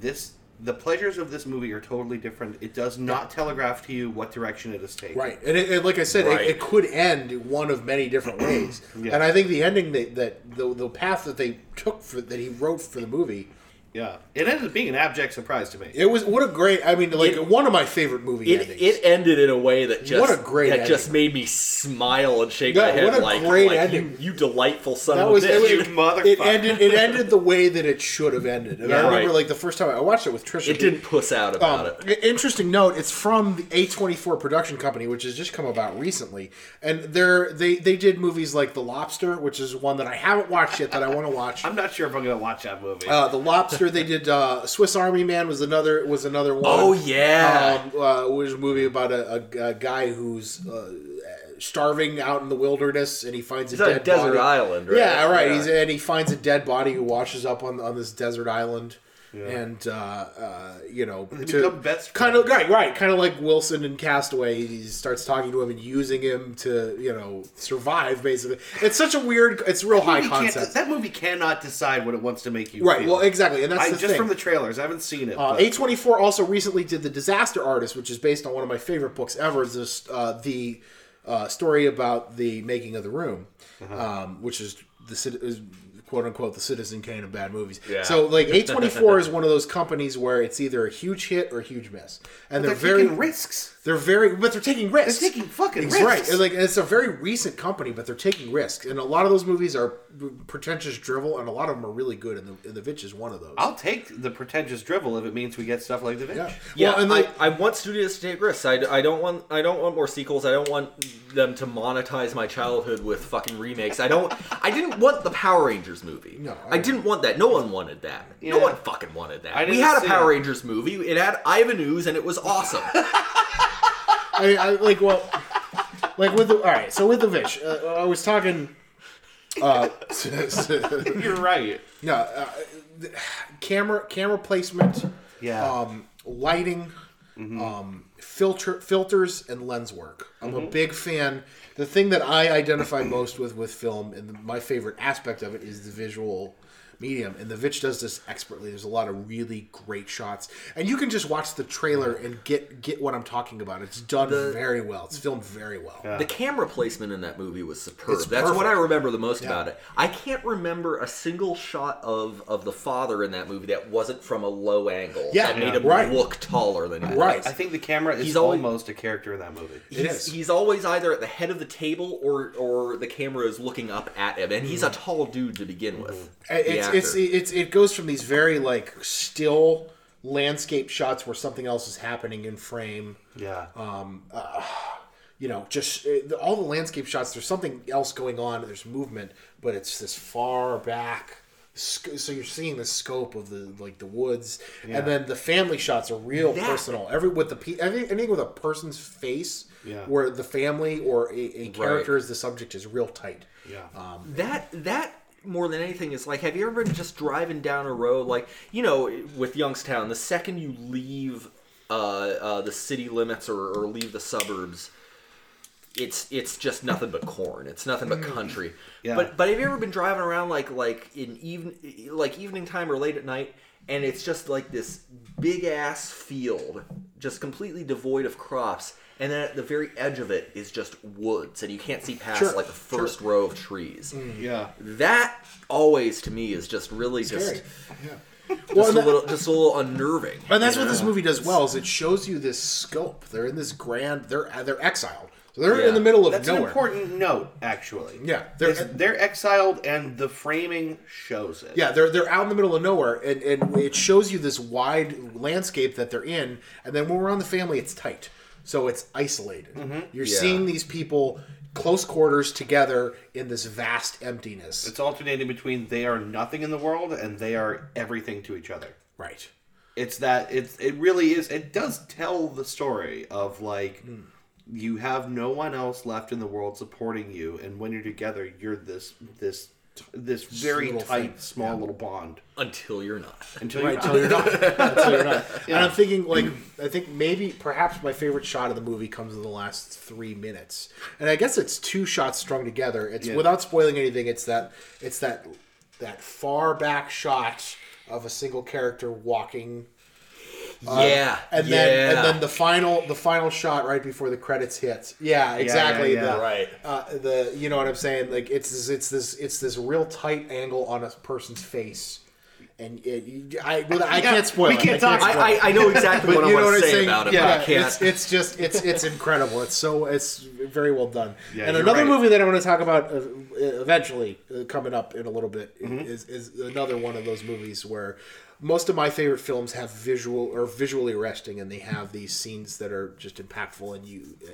This, the pleasures of this movie are totally different. It does not telegraph to you what direction it is taking.
Right, and, it, and like I said,
Right.
it, it could end one of many different ways.
Yeah.
And I think the ending that, that the the path that they took for that he wrote for the movie,
Yeah. It ended up being an abject surprise to me.
it was what a great. I mean, like
It-
one of my favorite movie
It,
endings.
it ended in a way that just
What a great
that
ending.
just made me smile and shake my
Yeah,
head
what a
like,
great
like,
ending.
You, you delightful son
that
of a
was
bitch.
it, was-
you
it
motherfucker.
ended it ended the way that it should have ended. And I
Yeah.
remember
Right.
like the first time I watched it with Trisha.
It didn't puss out
Um,
about it.
i- Interesting note: It's from the A24 production company, which has just come about recently, and they're, they they did movies like The Lobster, which is one that I haven't watched yet that I want to watch.
I'm not sure if I'm going to watch that movie.
Uh, the Lobster they did. Uh, Swiss Army Man was another was another one.
Oh, yeah.
um, uh, was a movie about a, a, a guy who's uh, starving out in the wilderness, and he finds
It's
a
on
dead
a desert
body.
island, right?
Yeah, right.
Yeah.
He's, and he finds a dead body who washes up on on this desert island. And uh, uh, you know, to
become best
kind of right, right, kind of like Wilson in Castaway. He starts talking to him and using him to you know survive. Basically, it's such a weird. It's real high
Movie can't-
concept.
that movie cannot decide what it wants to make you
Right.
feel.
Well, exactly, and that's
I,
the
just
thing.
from the trailers, I haven't seen it.
Uh,
but-
A24 also recently did The Disaster Artist, which is based on one of my favorite books ever. This, uh, the uh, story about the making of The Room,
Uh-huh.
um, which is the cit- is quote unquote the Citizen Kane of bad movies. So, like, A24 is one of those companies where it's either a huge hit or a huge miss. And they're,
they're
very.
taking risks.
They're very. But they're taking risks.
They're taking fucking
It's
risks.
Right. And, like, it's a very recent company, but they're taking risks. And a lot of those movies are pretentious drivel, and a lot of them are really good, and The, and the Vitch is one of those.
I'll take the pretentious dribble if it means we get stuff like the Vinch.
yeah.
Yeah,
Well, and like,
I, I want studios to take risks. I, I don't want I don't want more sequels. I don't want them to monetize my childhood with fucking remakes. I don't. I didn't want the Power Rangers movie.
No, I-
I, didn't want that. No one wanted that.
Yeah.
No one fucking wanted
I
that. We
didn't
had
see
a Power
it.
Rangers movie. It had Ivan Ooze, and it was awesome.
I, I like well, like with the all right. So with the Vish, uh, I was talking. Uh,
You're right.
no, uh, th- camera camera placement,
Yeah.
um, lighting, um, filter filters, and lens work. I'm a big fan. The thing that I identify most with with film, and my favorite aspect of it, is the visual medium. And the Vitch does this expertly. There's a lot of really great shots, and you can just watch the trailer and get get what I'm talking about. It's done very well. It's filmed very well.
The camera placement in that movie was superb.
It's
That's what I
perfect.
remember the most about it. I can't remember a single shot of of the father in that movie that wasn't from a low angle.
Yeah,
that made
yeah.
him
right.
look taller than he
Right.
was.
I think the camera is
He's always-
almost a character in that movie.
is.
He's, he's always either at the head of the table or or the camera is looking up at him, and he's a tall dude to begin with. The
Mm-hmm. it's,
actor.
it's it's it goes from these very like still landscape shots where something else is happening in frame
Yeah.
Um, you know just uh, the- all the landscape shots there's something else going on there's movement but it's this far back sc- so you're seeing the scope of the like the woods and then the family shots are real
That-
personal every with the pe- every, anything with a person's face
Yeah.
where the family or a, a character is the subject is real tight
yeah.
Um,
that that more than anything is like have you ever been just driving down a road like you know with youngstown the second you leave uh, uh, the city limits or, or leave the suburbs it's it's just nothing but corn it's nothing but country
Yeah.
but but have you ever been driving around like like in even like evening time or late at night and it's just like this big ass field just completely devoid of crops and then at the very edge of it is just woods and you can't see past
Sure, Mm-hmm.
like the first row of trees
yeah.
that always to me is just really just,
Scary.
just
Well,
a
and that-
little just a little unnerving.
And that's what this movie does well is it shows you this scope. They're in this grand. They're they're exiled. So they're
Yeah.
in the middle of
That's an
nowhere.
important note, actually.
Yeah, they're-
they're they're exiled, and the framing shows it.
Yeah, they're they're out in the middle of nowhere, and, and it shows you this wide landscape that they're in. And then when we're on the family, it's tight, so it's isolated. You're
Yeah.
seeing these people close quarters together in this vast emptiness.
It's alternating between they are nothing in the world and they are everything to each other.
right.
It's that it's it really is. It does tell the story of like
Hmm.
you have no one else left in the world supporting you, and when you're together, you're this this this very
little
tight,
thing.
small little bond
until you're not.
until
Right,
you're
until you're not. Until you're not. And I'm thinking, like, I think maybe, perhaps my favorite shot of the movie comes in the last three minutes, and I guess it's two shots strung together. It's
Yeah.
without spoiling anything. It's that, it's that, that far back shot of a single character walking, Uh,
yeah,
and then and then the final, the final shot right before the credits hits. Yeah, exactly.
yeah, yeah.
the-
right.
uh, the you know what I'm saying? Like it's this, it's this it's this real tight angle on a person's face, and it, you- I well, I can't spoil.
we
it.
can't
I can't
talk-
spoil
I,
it.
I, I know exactly
But
what I
you know
want
what
to
I'm
say
saying?
about it,
yeah,
but I can't.
It's, it's just it's it's incredible. It's so it's very well done.
Yeah,
and
you're
another
right.
movie that I want to talk about uh, eventually uh, coming up in a little bit
Mm-hmm.
is is another one of those movies where most of my favorite films have visual or visually arresting, and they have these scenes that are just impactful, and you. Uh,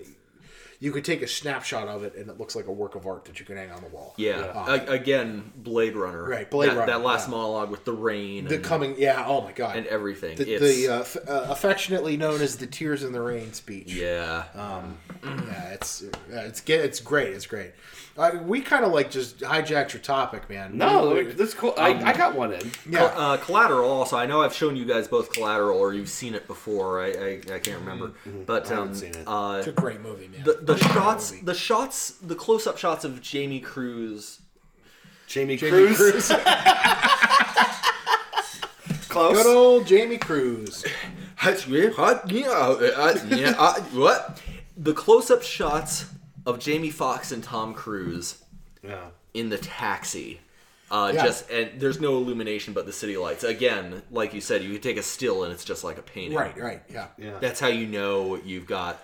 you could take a snapshot of it, and it looks like a work of art that you can hang on the wall.
yeah,
Uh,
A- again, Blade Runner.
Right, Blade
that,
Runner,
That last
yeah.
monologue with the rain
the
and,
coming, yeah. Oh my god,
and everything.
the,
it's,
the uh, f- uh, affectionately known as the "Tears in the Rain" speech.
yeah,
uh, yeah, it's uh, it's ge- it's great. It's great. Uh, we kind of like just hijacked your topic, man.
no,
We-
that's cool. I,
Um,
I got one in.
yeah.
uh, Collateral. Also, I know I've shown you guys both Collateral, or you've seen it before. I I, I can't remember,
Mm-hmm.
but um,
seen it.
Uh,
it's a great movie, man.
the the shots,
movie.
the shots, the close up shots of Jamie Cruz.
Jamie,
Jamie
Cruz,
Cruz,
close.
good old Jamie Cruz. uh,
what? The close up shots of Jamie Foxx and Tom Cruise
Yeah.
in the taxi. Uh,
Yeah.
Just and there's no illumination but the city lights. Again, like you said, you could take a still and it's just like a painting.
Right, right, yeah.
Yeah.
That's how you know you've got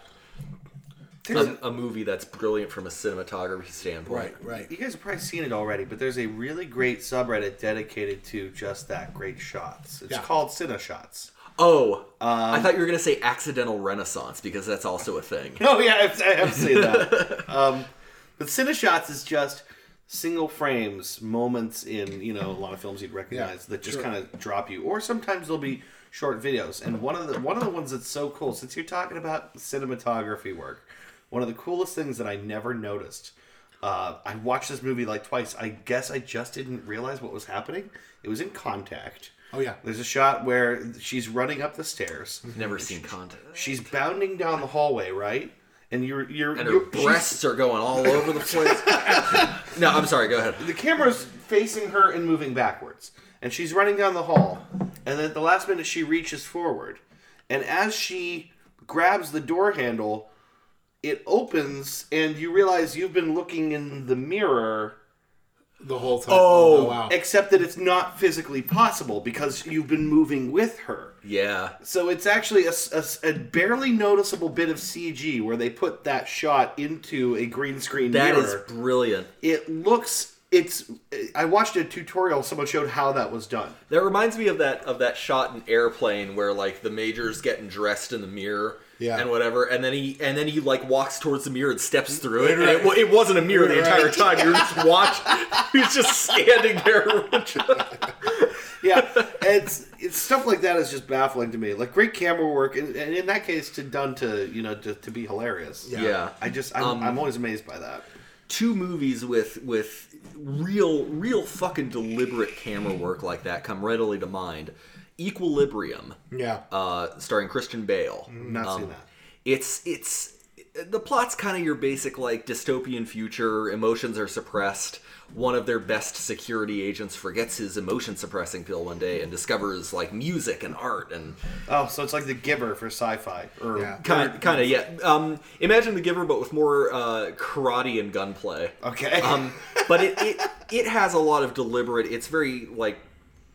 a, a movie that's brilliant from a cinematography standpoint.
Right, right.
You guys have probably seen it already, but there's a really great subreddit dedicated to just that great shots. It's
Yeah.
called Cine Shots.
Oh,
Um,
I thought you were gonna say accidental renaissance because that's also a thing.
Oh yeah, I've, I have seen that. um, but cine shots is just single frames, moments in you know a lot of films you'd recognize that just
sure.
kind of drop you, or sometimes they'll be short videos. And one of the one of the ones that's so cool, since you're talking about cinematography work, one of the coolest things that I never noticed. Uh, I watched this movie like twice. I guess I just didn't realize what was happening. It was in Contact.
Oh, yeah.
There's a shot where she's running up the stairs.
Never seen content.
She's bounding down the hallway, right? And you're you're
And her
you're-
breasts are going all over the place. no, I'm sorry. Go ahead.
she's- The camera's facing her and moving backwards, and she's running down the hall. And then at the last minute, she reaches forward, and as she grabs the door handle, it opens, and you realize you've been looking in the mirror.
The whole time. Oh, wow.
Except that it's not physically possible because you've been moving with her.
Yeah,
So it's actually a, s- a s- a barely noticeable bit of CG where they put that shot into a green screen
that
mirror.
is brilliant.
it looks it's i watched a tutorial someone showed how that was done
That reminds me of that of that shot in Airplane where like the major's getting dressed in the mirror.
Yeah.
and whatever, and then he and then he like walks towards the mirror and steps through it. And it, wa- it wasn't a mirror the entire time. You're just watch. He's just standing there.
yeah it's it's stuff like that is just baffling to me like great camera work and, and in that case to done to you know to, to be hilarious
Yeah.
yeah, Um,
i just I'm, I'm always amazed by that
two movies with with real real fucking deliberate camera work like that come readily to mind. Equilibrium,
Yeah.
uh, starring Christian Bale.
not
Um,
seen that
it's it's the plot's kind of your basic like dystopian future emotions are suppressed one of their best security agents forgets his emotion suppressing pill one day and discovers like music and art and
oh so it's like the giver for sci-fi or
Yeah.
kind kind of yeah um imagine the giver but with more uh karate and gunplay
okay
um, but it, it it has a lot of deliberate. It's very like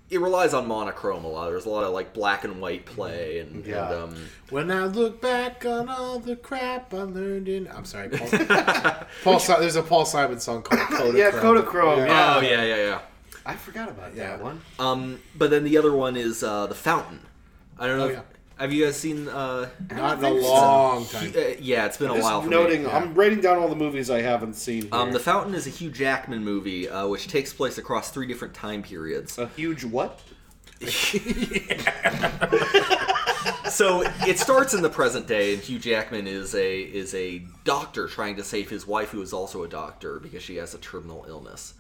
it relies on monochrome a lot. There's a lot of like black and white play and,
Yeah.
and um,
When I look back on all the crap I learned in, I'm sorry, Paul. Paul Si- there's a Paul Simon song called Kodachrome.
Yeah, Kodachrome, yeah.
oh yeah yeah yeah.
I forgot about
Yeah.
that one.
Um, but then the other one is uh, the fountain. I don't know.
Oh,
if,
yeah.
Have you guys seen? Uh,
Not in a long time.
uh, yeah, it's been a while.
Just
For
noting,
me.
I'm writing down all the movies I haven't seen. Here.
Um, the Fountain is a Hugh Jackman movie, uh, which takes place across three different time periods.
a huge what?
so it starts in the present day, and Hugh Jackman is a is a doctor trying to save his wife, who is also a doctor because she has a terminal illness.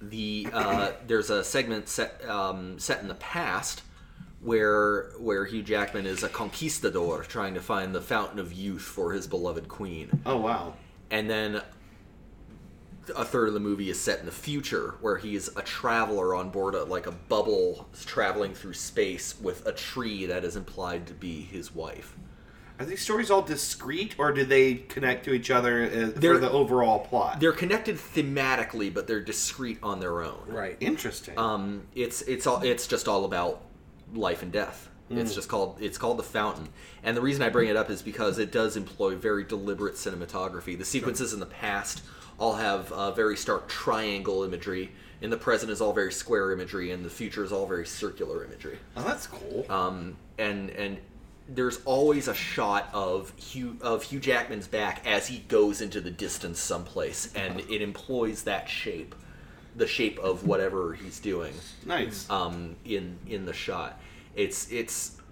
The uh, there's a segment set um, set in the past where where Hugh Jackman is a conquistador trying to find the fountain of youth for his beloved queen,
Oh wow.
and then a third of the movie is set in the future where he's a traveler on board a, like a bubble traveling through space with a tree that is implied to be his wife
Are these stories all discrete, or do they connect to each other uh, for
They're-
the overall plot?
they're connected thematically but they're discrete on their own
Right.
Interesting.
um it's it's all it's just all about life and death it's just called it's called the fountain and the reason i bring it up is because it does employ very deliberate cinematography the sequences in the past all have uh, very stark triangle imagery in the present is all very square imagery and the future is all very circular imagery
oh, that's cool.
um, and and there's always a shot of Hugh of Hugh Jackman's back as he goes into the distance someplace, and it employs that shape, the shape of whatever he's doing
nice.
um, in in the shot. It's it's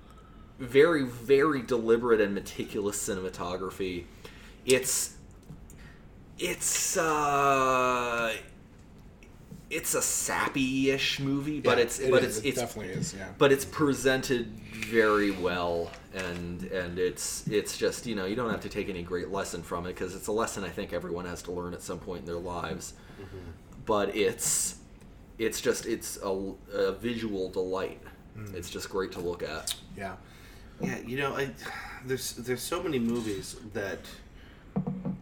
very very deliberate and meticulous cinematography. It's it's uh it's a sappy-ish movie, but it's
it
but
is.
it's
it
it's
definitely is. Yeah.
but it's presented very well and and it's it's just you know you don't have to take any great lesson from it because it's a lesson i think everyone has to learn at some point in their lives
Mm-hmm.
but it's it's just it's a, a visual delight
Mm.
it's just great to look at
yeah.
yeah, you know, I, there's there's so many movies that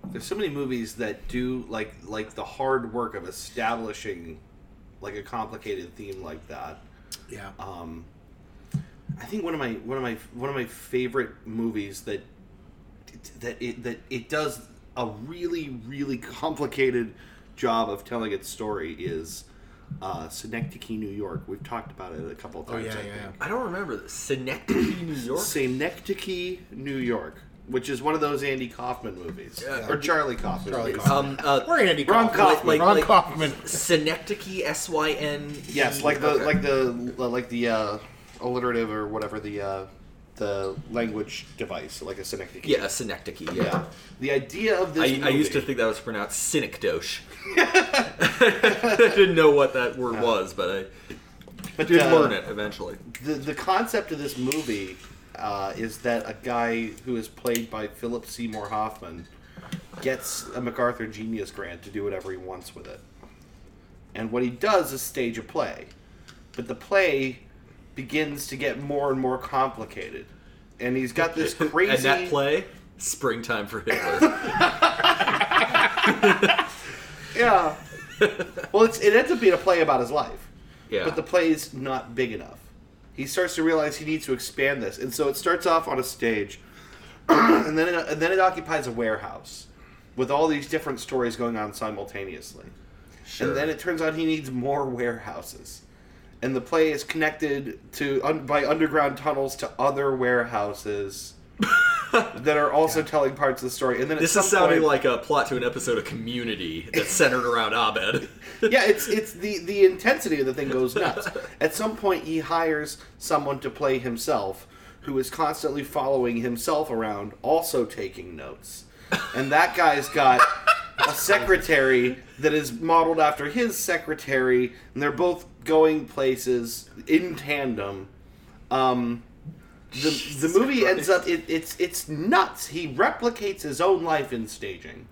there's so many movies that do like like the hard work of establishing like a complicated theme like that.
Yeah.
um, I think one of my one of my one of my favorite movies that that it that it does a really really complicated job of telling its story is uh, Synecdoche, New York. We've talked about it a couple of
Oh
times.
yeah,
I
yeah, yeah.
think.
i don't remember this synecdoche new york
Synecdoche, New York, which is one of those Andy Kaufman movies
Yeah.
or Charlie Kaufman.
Charlie
movies.
Kaufman.
um uh
Or Andy
Ron
Kaufman.
Kaufman.
like-
Ron
like-
Kaufman.
synecdoche s-y-n
Yes, like the like the like the uh, alliterative or whatever the uh, the language device, like a synecdoche.
yeah synecdoche yeah,
Yeah. The idea of this
I,
movie,
I used to think that was pronounced synecdoche. I didn't know what that word was, but I
but,
did
uh,
learn it eventually.
The, the concept of this movie uh, is that a guy who is played by Philip Seymour Hoffman gets a MacArthur Genius Grant to do whatever he wants with it. And what he does is stage a play. But the play begins to get more and more complicated. And he's got this crazy
And that play, Springtime for Hitler.
Yeah. well, it's, it ends up being a play about his life.
Yeah.
But the play's not big enough. He starts to realize he needs to expand this, and so it starts off on a stage, and then it, and then it occupies a warehouse with all these different stories going on simultaneously.
Sure.
And then it turns out he needs more warehouses. And the play is connected to un, by underground tunnels to other warehouses that are also telling parts of the story. And then at
this
some
is sounding
point,
like a plot to an episode of Community that's centered around Abed.
yeah, it's it's the the intensity of the thing goes nuts. At some point, he hires someone to play himself, who is constantly following himself around, also taking notes, and that guy's got. A secretary that is modeled after his secretary, and they're both going places in tandem. Um, the the movie ends up it, it's it's nuts. He replicates his own life in staging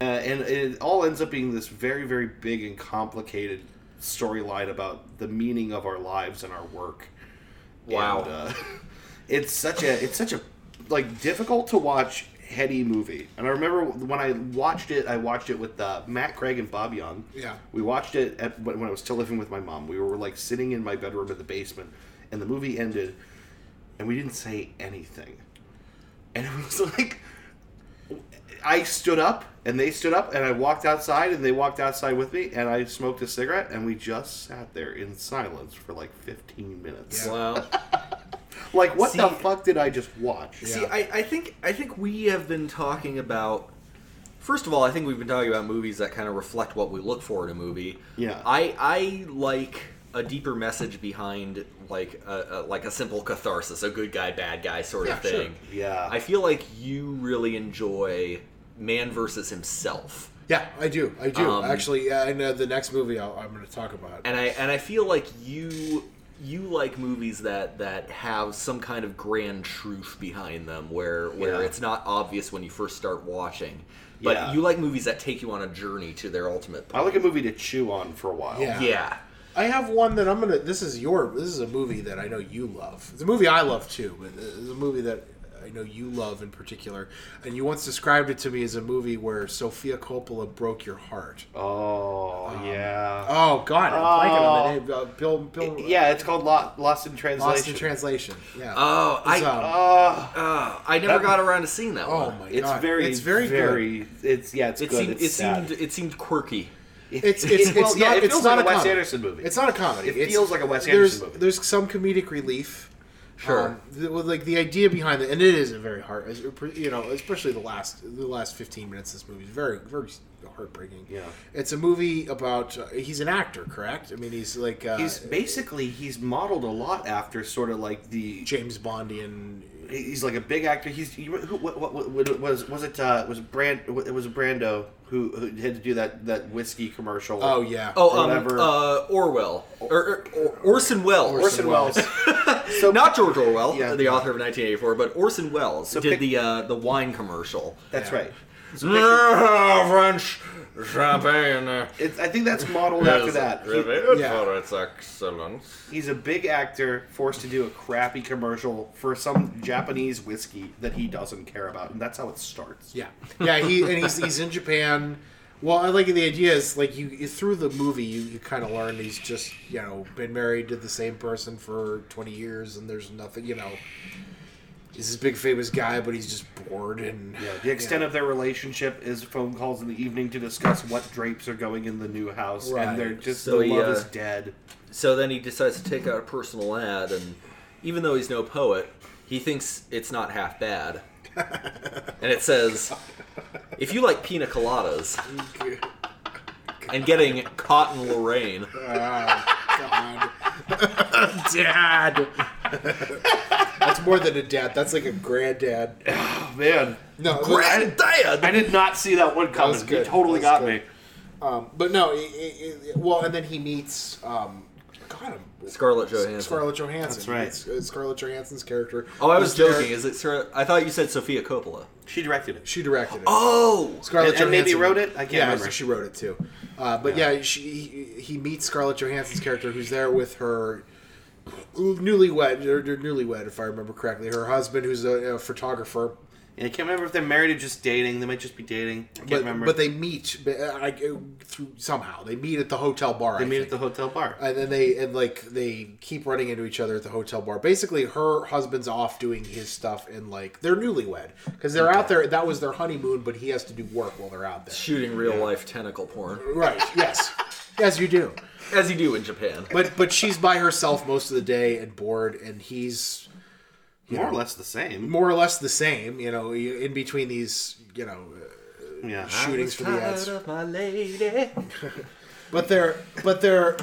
uh, and it all ends up being this very very big and complicated storyline about the meaning of our lives and our work
Wow.
and, uh, it's such a it's such a like difficult to watch heady movie. And I remember when I watched it, I watched it with uh, Matt Craig and Bob Young.
Yeah.
We watched it at, when when I was still living with my mom. We were like sitting in my bedroom in the basement, and the movie ended, and we didn't say anything. And it was like, I stood up, and they stood up, and I walked outside, and they walked outside with me, and I smoked a cigarette, and we just sat there in silence for like 15 minutes.
Wow.
Like, what the
See-
fuck did I just watch?
Yeah.
See, I, I think I think we have been talking about. First of all, I think we've been talking about movies that kind of reflect what we look for in a movie.
Yeah.
I I like a deeper message behind like a, a like a simple catharsis, a good guy, bad guy sort of
Yeah, sure.
thing.
Yeah.
I feel like you really enjoy man versus himself.
Yeah, I do. I do
Um,
actually. Yeah, I know the next movie I'll, I'm going to talk about.
and I and I feel like you you like movies that that have some kind of grand truth behind them, where where
Yeah.
it's not obvious when you first start watching, but
Yeah.
you like movies that take you on a journey to their ultimate.
I
Point.
like a movie to chew on for a while.
Yeah.
yeah,
I have one that I'm gonna. This is your. This is a movie that I know you love. It's a movie I love too, but it's a movie that I know you love in particular. And you once described it to me as a movie where Sophia Coppola broke your heart.
Oh yeah.
Oh God, I'm
Oh.
blanking on the name. Uh, Bill. Bill.
yeah, it's called Lo- Lost in Translation.
Lost in translation. Yeah.
Oh, I-
It's, um,
Uh,
Uh, I never
That-
got around to seeing that
oh
one.
my
it's
God,
very,
It's very, good.
very. It's yeah, it's
It
good.
seemed
it's
it
sad.
seemed it seemed quirky.
It's it's, it's
Well,
not,
yeah, it
it's
feels
not
like a Wes
comedy.
Anderson movie.
It's not a comedy.
It
It's-
feels like a Wes
there's-
Anderson movie.
There's some comedic relief.
Sure.
Um, the, well, like the idea behind it, and it is a very hard, as- you know, especially the last the last fifteen minutes. of This movie is very very heartbreaking.
Yeah.
it's a movie about uh, he's an actor, correct? I mean, he's like uh,
he's basically he's modeled a lot after sort of like the.
James Bondian.
He's like a big actor. He's you, who, what, what, what, what was was it uh, was it Brand it was Brando who, who had to do that that whiskey commercial.
Oh yeah.
Oh, um,
Whatever.
uh, Orwell or, er, or, or Orson Welles.
Orson Welles.
so not George Orwell,
Yeah.
the author of 1984, but Orson Welles did
pic-
the uh, the wine commercial.
That's
Yeah.
right.
French champagne.
It's, I think that's modeled after that. He-
Yeah. for
its excellence.
He's a big actor forced to do a crappy commercial for some Japanese whiskey that he doesn't care about, and that's how it starts.
Yeah, yeah. He and he's he's in Japan. Well, I like the idea is like you you- through the movie you, you kind of learn he's just you know been married to the same person for twenty years and there's nothing you know. He's this big famous guy, but he's just bored and
Yeah, the extent of their relationship is phone calls in the evening to discuss what drapes are going in the new house,
Right.
and they're just
So
the
he,
love
uh,
is dead.
So then he decides to take out a personal ad, and even though he's no poet, he thinks it's not half bad. and it says, "If you like pina coladas and getting caught in Lorraine,
God. dad. That's more than a dad. That's like a granddad.
Oh, man,
No,
I
granddad."
did not see that one coming.
was good.
He totally
That
got
was
me.
um, but no. It, it, it- well, and then he meets. Um, God, I'm,
Scarlett Johansson.
Scarlett Johansson.
That's right.
It's, it's Scarlett Johansson's character.
Oh, I was
Who's there-
joking. Is it? Sir? I thought you said Sophia Coppola.
She directed it.
She directed it.
Oh,
Scarlett
And- and maybe
Johansson-
wrote it? I can't
yeah,
remember.
she wrote it too. Uh, but yeah, she, he, he meets Scarlett Johansson's character, who's there with her newlywed, or newlywed, if I remember correctly, her husband, who's a, a photographer.
And I can't remember if they're married or just dating. They might just be dating. I can't
But,
remember.
but they meet but, uh, I, through somehow. They meet at the hotel bar.
they
I
meet at
think.
the hotel bar.
and then they and like they keep running into each other at the hotel bar. Basically, her husband's off doing his stuff, and like they're newlywed because they're out there. That was their honeymoon, but he has to do work while they're out there.
shooting real life tentacle porn,
Right? Yes, yes, you do.
as you do in Japan.
But but she's by herself most of the day and bored, and he's
More or less the same.
more or less the same. You know, in between these, you know,
Yeah.
shootings for the ads.
of my lady.
But they're but they're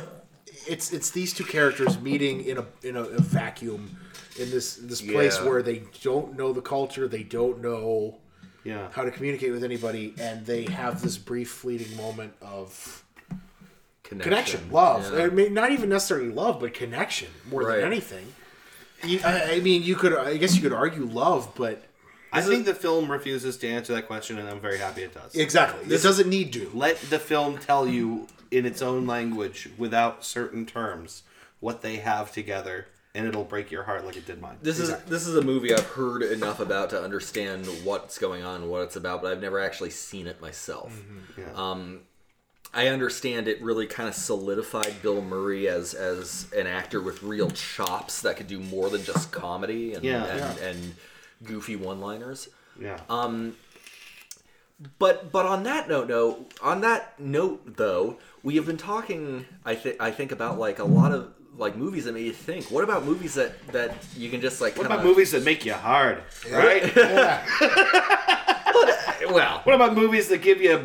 it's it's these two characters meeting in a in a, a vacuum in this this place
Yeah.
where they don't know the culture, they don't know
Yeah.
how to communicate with anybody, and they have this brief fleeting moment of connection, love.
Yeah.
I mean, not even necessarily love, but connection more
Right.
than anything. You, I, I mean, you could I guess you could argue love, but
I think the film refuses to answer that question, and I'm very happy it does.
exactly, this doesn't need to.
Let the film tell you in its own language, without certain terms, what they have together and it'll break your heart like it did mine.
This is this is a movie I've heard enough about to understand what's going on, what it's about, but I've never actually seen it myself.
Yeah.
um, I understand it really kind of solidified Bill Murray as as an actor with real chops that could do more than just comedy and
Yeah,
and, and goofy one-liners.
yeah.
um, But but on that note, no. On that note, though, we have been talking. I think I think about like a lot of like movies that made you think. What about movies that that you can just like
what
kinda,
about movies that make you hard? Right?
Well,
What about movies that give you a,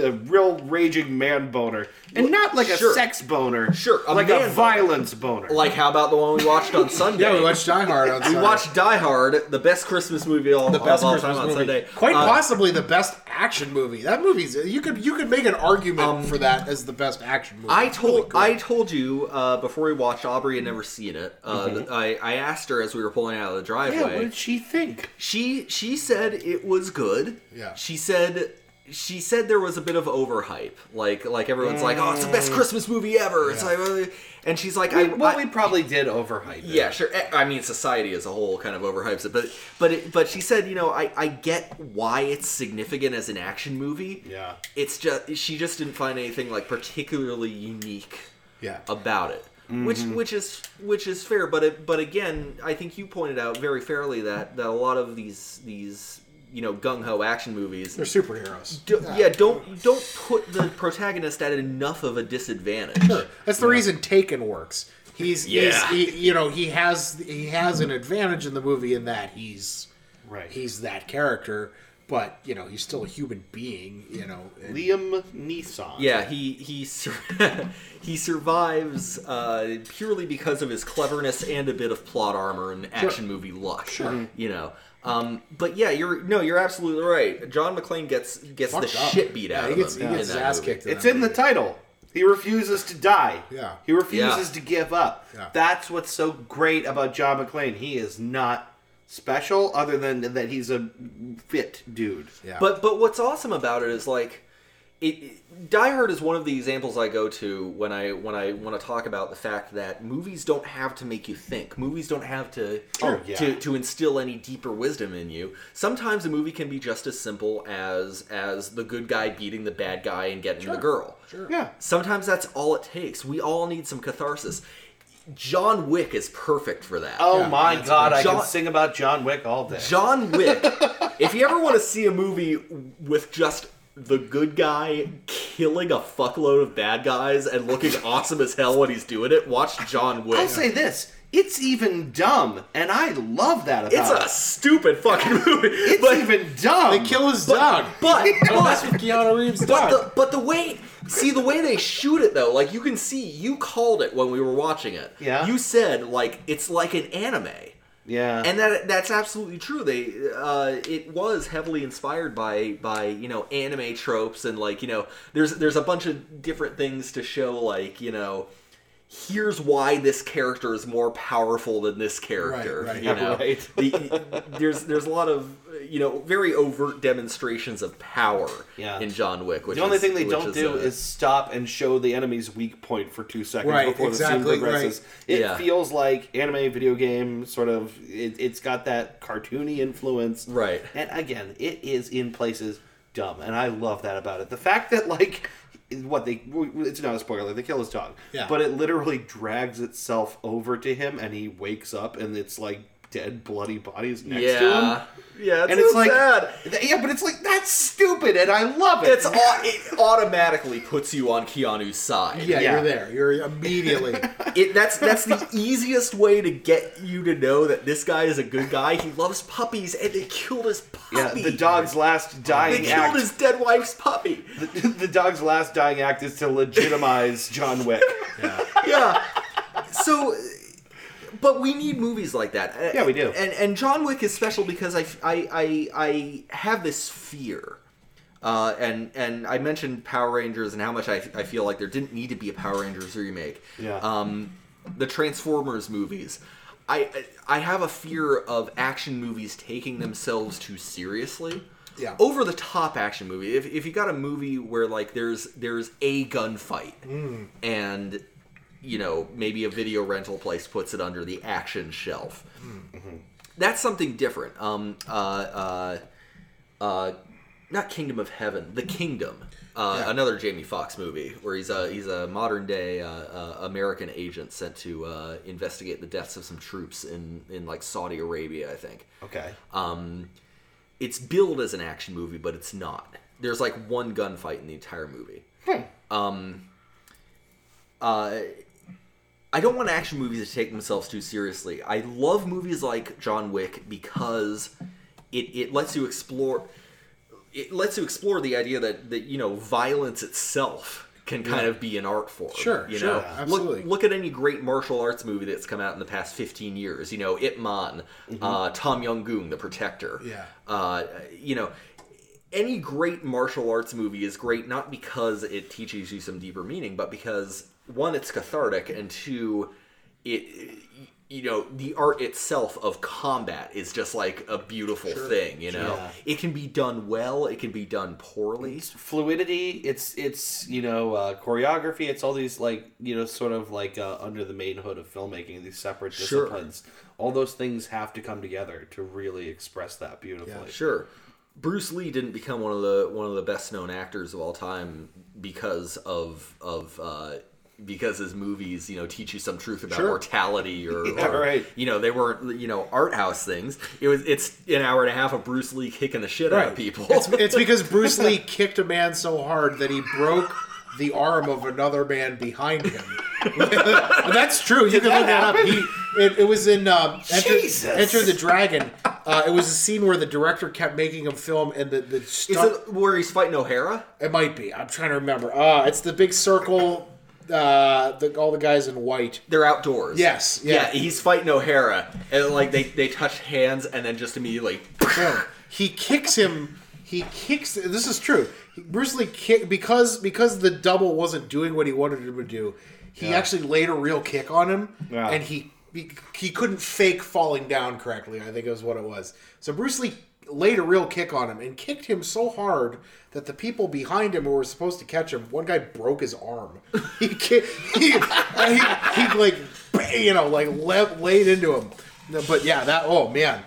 a real raging man boner? And not like a
sure.
sex boner.
Sure, a
like
man
a
boner.
violence boner.
like how about the one we watched on Sunday?
Yeah, we watched Die Hard on
We
Sunday.
watched Die Hard, the best Christmas movie all,
the best
of all
Christmas
time on
movie.
Sunday.
Quite
Uh,
possibly the best action movie. That movie's you could you could make an argument for that as the best action movie.
Um, I
It's really
told
good.
I told you uh, before we watched Aubrey had never seen it. Uh, th- I, I asked her as we were pulling out of the
yeah,
driveway.
what did she think?
she she said it was good.
Yeah.
She said she said there was a bit of overhype. Like like everyone's like, oh, it's the
Mm.
best Christmas movie ever. It's like, uh, and she's like, I,
well,
I-
we probably did overhype it.
yeah, sure. Eh, I mean, society as a whole kind of overhypes it, but but it, but she said, you know, I I get why it's significant as an action movie.
Yeah.
It's just she just didn't find anything like particularly unique
Yeah.
about it. Which which is which is fair, but it, but again, I think you pointed out very fairly that that a lot of these these you know gung ho action movies.
They're superheroes.
do- yeah, don't don't put the protagonist at enough of a disadvantage.
Sure. That's the reason Taken works. He's,
Yeah.
he's he, you know he has he has an advantage in the movie in that he's
Right.
he's that character, but you know he's still a human being. You know, and-
Liam Neeson.
Yeah, he he sur- he survives uh, purely because of his cleverness and a bit of plot armor and action movie luck. Sure, you know. Um, but yeah, you're no, you're absolutely right. John McClane gets gets
Fucked
the
up.
shit beat
Yeah,
out
he
of
gets,
him.
He
in
gets his
that
ass
movie.
kicked.
It's in the title. He refuses to die.
Yeah.
He refuses to give up.
Yeah.
That's what's so great about John McClane. He is not special other than that he's a fit dude.
Yeah.
But but what's awesome about it is like it, it Die Hard is one of the examples I go to when I when I want to talk about the fact that movies don't have to make you think. Movies don't have to
Sure, yeah.
to to instill any deeper wisdom in you. Sometimes a movie can be just as simple as as the good guy beating the bad guy and getting the girl. Sure.
Yeah.
Sometimes that's all it takes. We all need some catharsis. John Wick is perfect for that.
Oh
Yeah,
my god, I
John-
can sing about John Wick all day.
John Wick. if you ever want to see a movie with just the good guy killing a fuckload of bad guys and looking awesome as hell when he's doing it, watch John Wick.
I'll say this. It's even dumb, and I love that about
it's
it.
a stupid fucking movie.
It's
but,
even dumb.
they kill his dog.
but
Oh, that's what Keanu Reeves done.
But the, but the way see the way they shoot it though, like you can see you called it when we were watching it.
Yeah.
You said like it's like an anime.
yeah.
and that that's absolutely true. They uh, it was heavily inspired by by you know anime tropes and like you know there's there's a bunch of different things to show like you know here's why this character is more powerful than this character.
Right, right.
you know,
Right.
The- there's there's a lot of you know very overt demonstrations of power
Yeah.
in John Wick. Which
the only
is-
thing they
which
don't do
uh,
is stop and show the enemy's weak point for two seconds
Right,
before the
exactly,
scene progresses. It
Yeah.
feels like anime, video game, sort of. It, it's got that cartoony influence,
Right.
And again, it is in places dumb, and I love that about it. The fact that like what they it's not a spoiler they kill his dog
Yeah.
but it literally drags itself over to him and he wakes up and it's like dead bloody bodies next to him
yeah yeah it's
and it's
so
like
sad.
th- yeah but it's like that's stupid and i love it
It's au- it automatically puts you on Keanu's side.
Yeah,
Yeah.
you're there. You're immediately.
It, that's that's the easiest way to get you to know that this guy is a good guy. He loves puppies, and they killed his
Yeah,
puppy.
the dog's last
They
dying
killed
act.
his dead wife's puppy.
the, dog's last dying act is to legitimize John Wick.
Yeah. So, but we need movies like that.
Yeah, we do.
And and John Wick is special because I I I, I have this fear. Uh, and and I mentioned Power Rangers and how much I, I feel like there didn't need to be a Power Rangers remake.
Yeah.
Um, the Transformers movies. I I have a fear of action movies taking themselves too seriously.
Yeah.
Over the top action movie. If, if you got a movie where like there's there's a gunfight and you know, maybe a video rental place puts it under the action shelf. That's something different. Um, uh, uh, uh, not Kingdom of Heaven, The Kingdom. Uh, Another Jamie Foxx movie where he's a he's a modern day uh, uh, American agent sent to uh, investigate the deaths of some troops in in like Saudi Arabia, I think
Okay.
it's billed as an action movie, but it's not. There's like one gunfight in the entire movie.
Hmm.
Um, uh, I don't want action movies to take themselves too seriously. I love movies like John Wick because it, it lets you explore it lets you explore the idea that, that you know violence itself can kind of be an art form.
Sure,
you
sure,
know,
absolutely.
Look, look at any great martial arts movie that's come out in the past 15 years. You know, Ip Man, uh, Tom Young Goon, The Protector
Mm-hmm. Yeah.
uh, you know, any great martial arts movie is great not because it teaches you some deeper meaning, but because one, it's cathartic, and two, it you know the art itself of combat is just like a beautiful thing. You know, it can be done well, it can be done poorly.
fluidity it's it's you know uh, choreography it's all these like you know sort of like uh, under the main hood of filmmaking these separate
Sure.
disciplines all those things have to come together to really express that beautifully
Sure. Bruce Lee didn't become one of the one of the best known actors of all time because of of uh, because his movies, you know, teach you some truth about
Sure.
mortality or,
Yeah,
or,
right.
you know, they weren't you know art house things. It was it's an hour and a half of Bruce Lee kicking the shit out of
Right.
people.
It's because Bruce Lee kicked a man so hard that he broke the arm of another man behind him. And that's true. You can look that up. He, it, it was in um, Enter,
Jesus.
Enter the Dragon. Uh, it was a scene where the director kept making him film, and the the
Is
stunt,
it where he's fighting O'Hara?
it, might be. I'm trying to remember. Uh, it's the big circle. Uh, the, all the guys in white.
They're outdoors.
Yes,
Yeah.
yeah.
he's fighting O'Hara, and like they they touch hands, and then just immediately.
No, he kicks him. He kicks. This is true. Bruce Lee kick because because the double wasn't doing what he wanted him to do. He actually laid a real kick on him,
Yeah.
and he, he he couldn't fake falling down correctly. I think is what it was. So Bruce Lee laid a real kick on him and kicked him so hard that the people behind him who were supposed to catch him, one guy broke his arm. He ki- he, he, he like bang, you know like le- laid into him. No, But yeah, that oh man.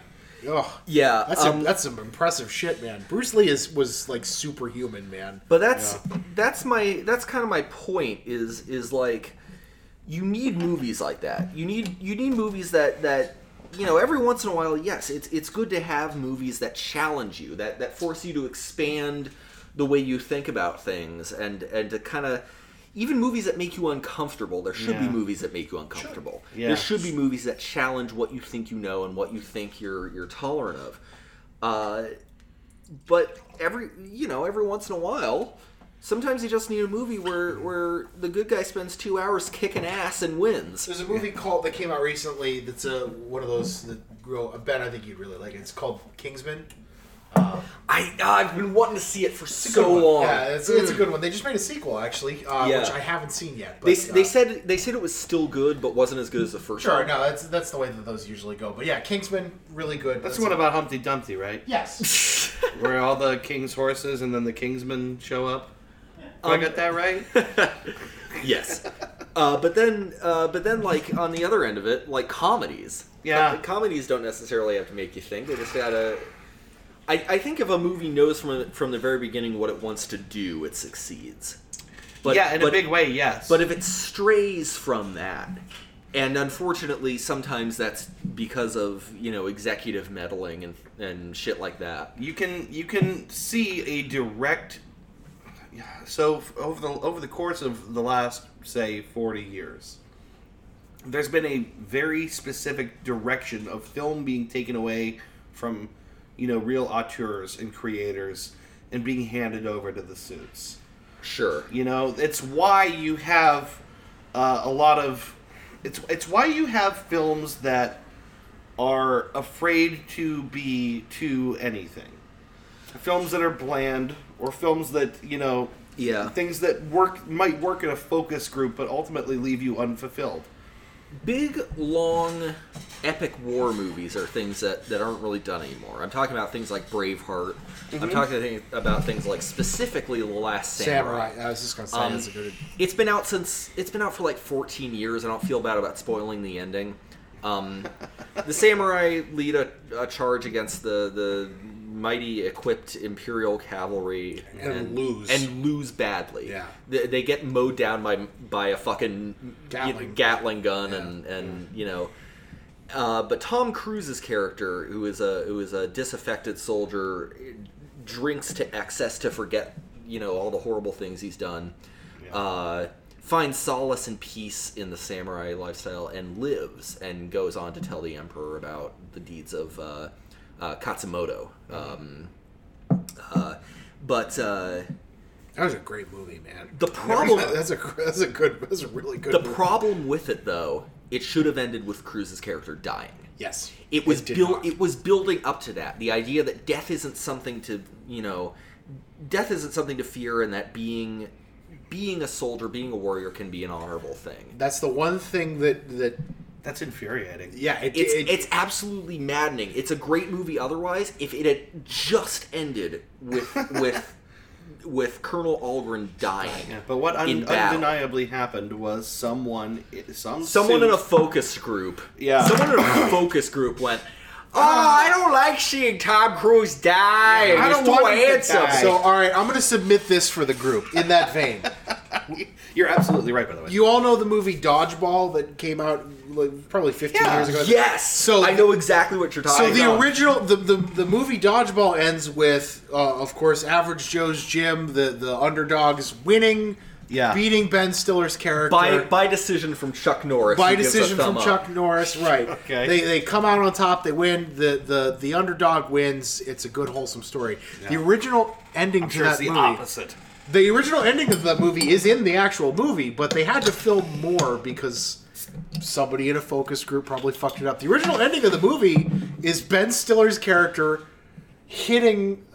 Ugh.
Yeah,
That's some
um,
that's some impressive shit, man. Bruce Lee is was like superhuman, man.
But that's that's my that's kind of my point is is like you need movies like that. You need you need movies that that you know every once in a while. Yes, it's it's good to have movies that challenge you that that force you to expand the way you think about things and and to kind of even movies that make you uncomfortable. There should be
Yeah.
movies that make you uncomfortable.
Yeah.
There should be movies that challenge what you think you know and what you think you're you're tolerant of. Uh, but every you know every once in a while sometimes you just need a movie where where the good guy spends two hours kicking ass and wins
There's a movie called that came out recently. That's a one of those that real. Ben, I think you'd really like it. It's called Kingsman.
i i've been wanting to see it for
It's a
so
good one.
long
Yeah, it's, it's a good one. They just made a sequel actually, uh,
Mm. Yeah.
which I haven't seen yet. But,
they, they
uh,
said they said it was still good but wasn't as good as the first
sure.
one
No, that's that's the way that those usually go. But yeah, Kingsman really good.
that's the one about humpty dumpty right
yes.
where all the king's horses and then the kingsmen show up Do i got that right
yes uh, but then uh, but then like on the other end of it like comedies
Yeah.
Com- comedies don't necessarily have to make you think they just gotta I, I think if a movie knows from from the very beginning what it wants to do it succeeds but
yeah in
but,
a big way yes
But if it strays from that, and unfortunately, sometimes that's because of you know executive meddling and and shit like that.
you can you can see a direct so f- over the over the course of the last say 40 years there's been a very specific direction of film being taken away from you know real auteurs and creators and being handed over to the suits
Sure.
you know, it's why you have uh, a lot of it's it's why you have films that are afraid to be to anything. Films that are bland or films that, you know,
Yeah.
things that work might work in a focus group but ultimately leave you unfulfilled.
big, long, epic war movies are things that, that aren't really done anymore. I'm talking about things like Braveheart.
Mm-hmm.
I'm talking thi- about things like specifically The Last Samurai.
Samurai. I was just gonna say
Um,
that's a good.
It's been out since it's been out for like 14 years. I don't feel bad about spoiling the ending. Um, the samurai lead a, a charge against the the mighty equipped imperial cavalry
And lose.
and lose badly.
Yeah.
they, they get mowed down by by a fucking
Gatling.
you know, Gatling gun and and you know. Uh, but Tom Cruise's character, who is a who is a disaffected soldier, drinks to excess to forget, you know, all the horrible things he's done. Uh, finds solace and peace in the samurai lifestyle and lives and goes on to tell the emperor about the deeds of uh, uh, Katsumoto. Um, uh, but uh,
That was a great movie, man.
the problem
that's a that's a good that's a really good.
the
movie.
problem with it though, it should have ended with Cruz's character dying.
Yes,
it was
did
built
not.
it was building up to that the idea that death isn't something to you know death isn't something to fear and that being being a soldier being a warrior can be an honorable thing
that's the one thing that that
That's infuriating.
yeah. It,
it's
it-
it's absolutely maddening it's a great movie otherwise if it had just ended with with with colonel algren dying
Yeah, but what
In
un-
battle.
undeniably happened was someone, some
someone in a
suit-
focus group
Yeah.
someone in a focus group went Oh, I don't like seeing Tom Cruise die. and
I
he's
don't
too
want him to
handsome."
die.
so all right. I'm gonna submit this for the group in that vein.
You're absolutely right, by the way.
You all know the movie Dodgeball that came out like, probably 15
Yeah.
years ago.
Yes.
So-
I know exactly what you're talking
So the
about.
original, the, the the movie Dodgeball ends with, uh, of course, Average Joe's gym, the the underdogs winning,
Yeah.
beating Ben Stiller's character
by by decision from Chuck Norris.
by
who gives a
decision
thumb
from
up.
Chuck Norris. Right.
Okay.
They they come out on top. They win. The the the underdog wins. It's a good wholesome story. The original ending to
sure
that
it's the
movie.
opposite.
The original ending of the movie is in the actual movie, but they had to film more because somebody in a focus group probably fucked it up. The original ending of the movie is Ben Stiller's character hitting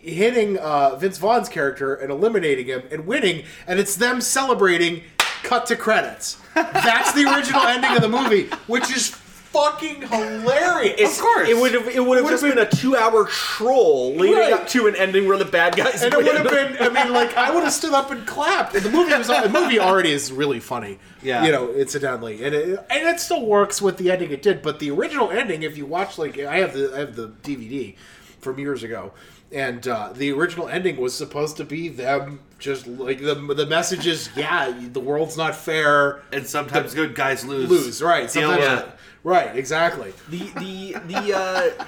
hitting uh, Vince Vaughn's character and eliminating him and winning, and it's them celebrating. Cut to credits. That's the original ending of the movie, which is fucking hilarious.
It's-
course.
it would have it would have just been a two hour troll leading
Right.
up to an ending where the bad guys.
And it
win.
would have been. I mean, like I would have stood up and clapped. The movie was the movie already is really funny.
Yeah.
you know, incidentally, and it, and it still works with the ending it did. But the original ending, if you watch, like I have the I have the DVD from years ago, and uh, the original ending was supposed to be them just like the the message is yeah the world's not fair
And sometimes good guys lose.
lose right
Deal with
sometimes
it.
right exactly
the the the. Uh,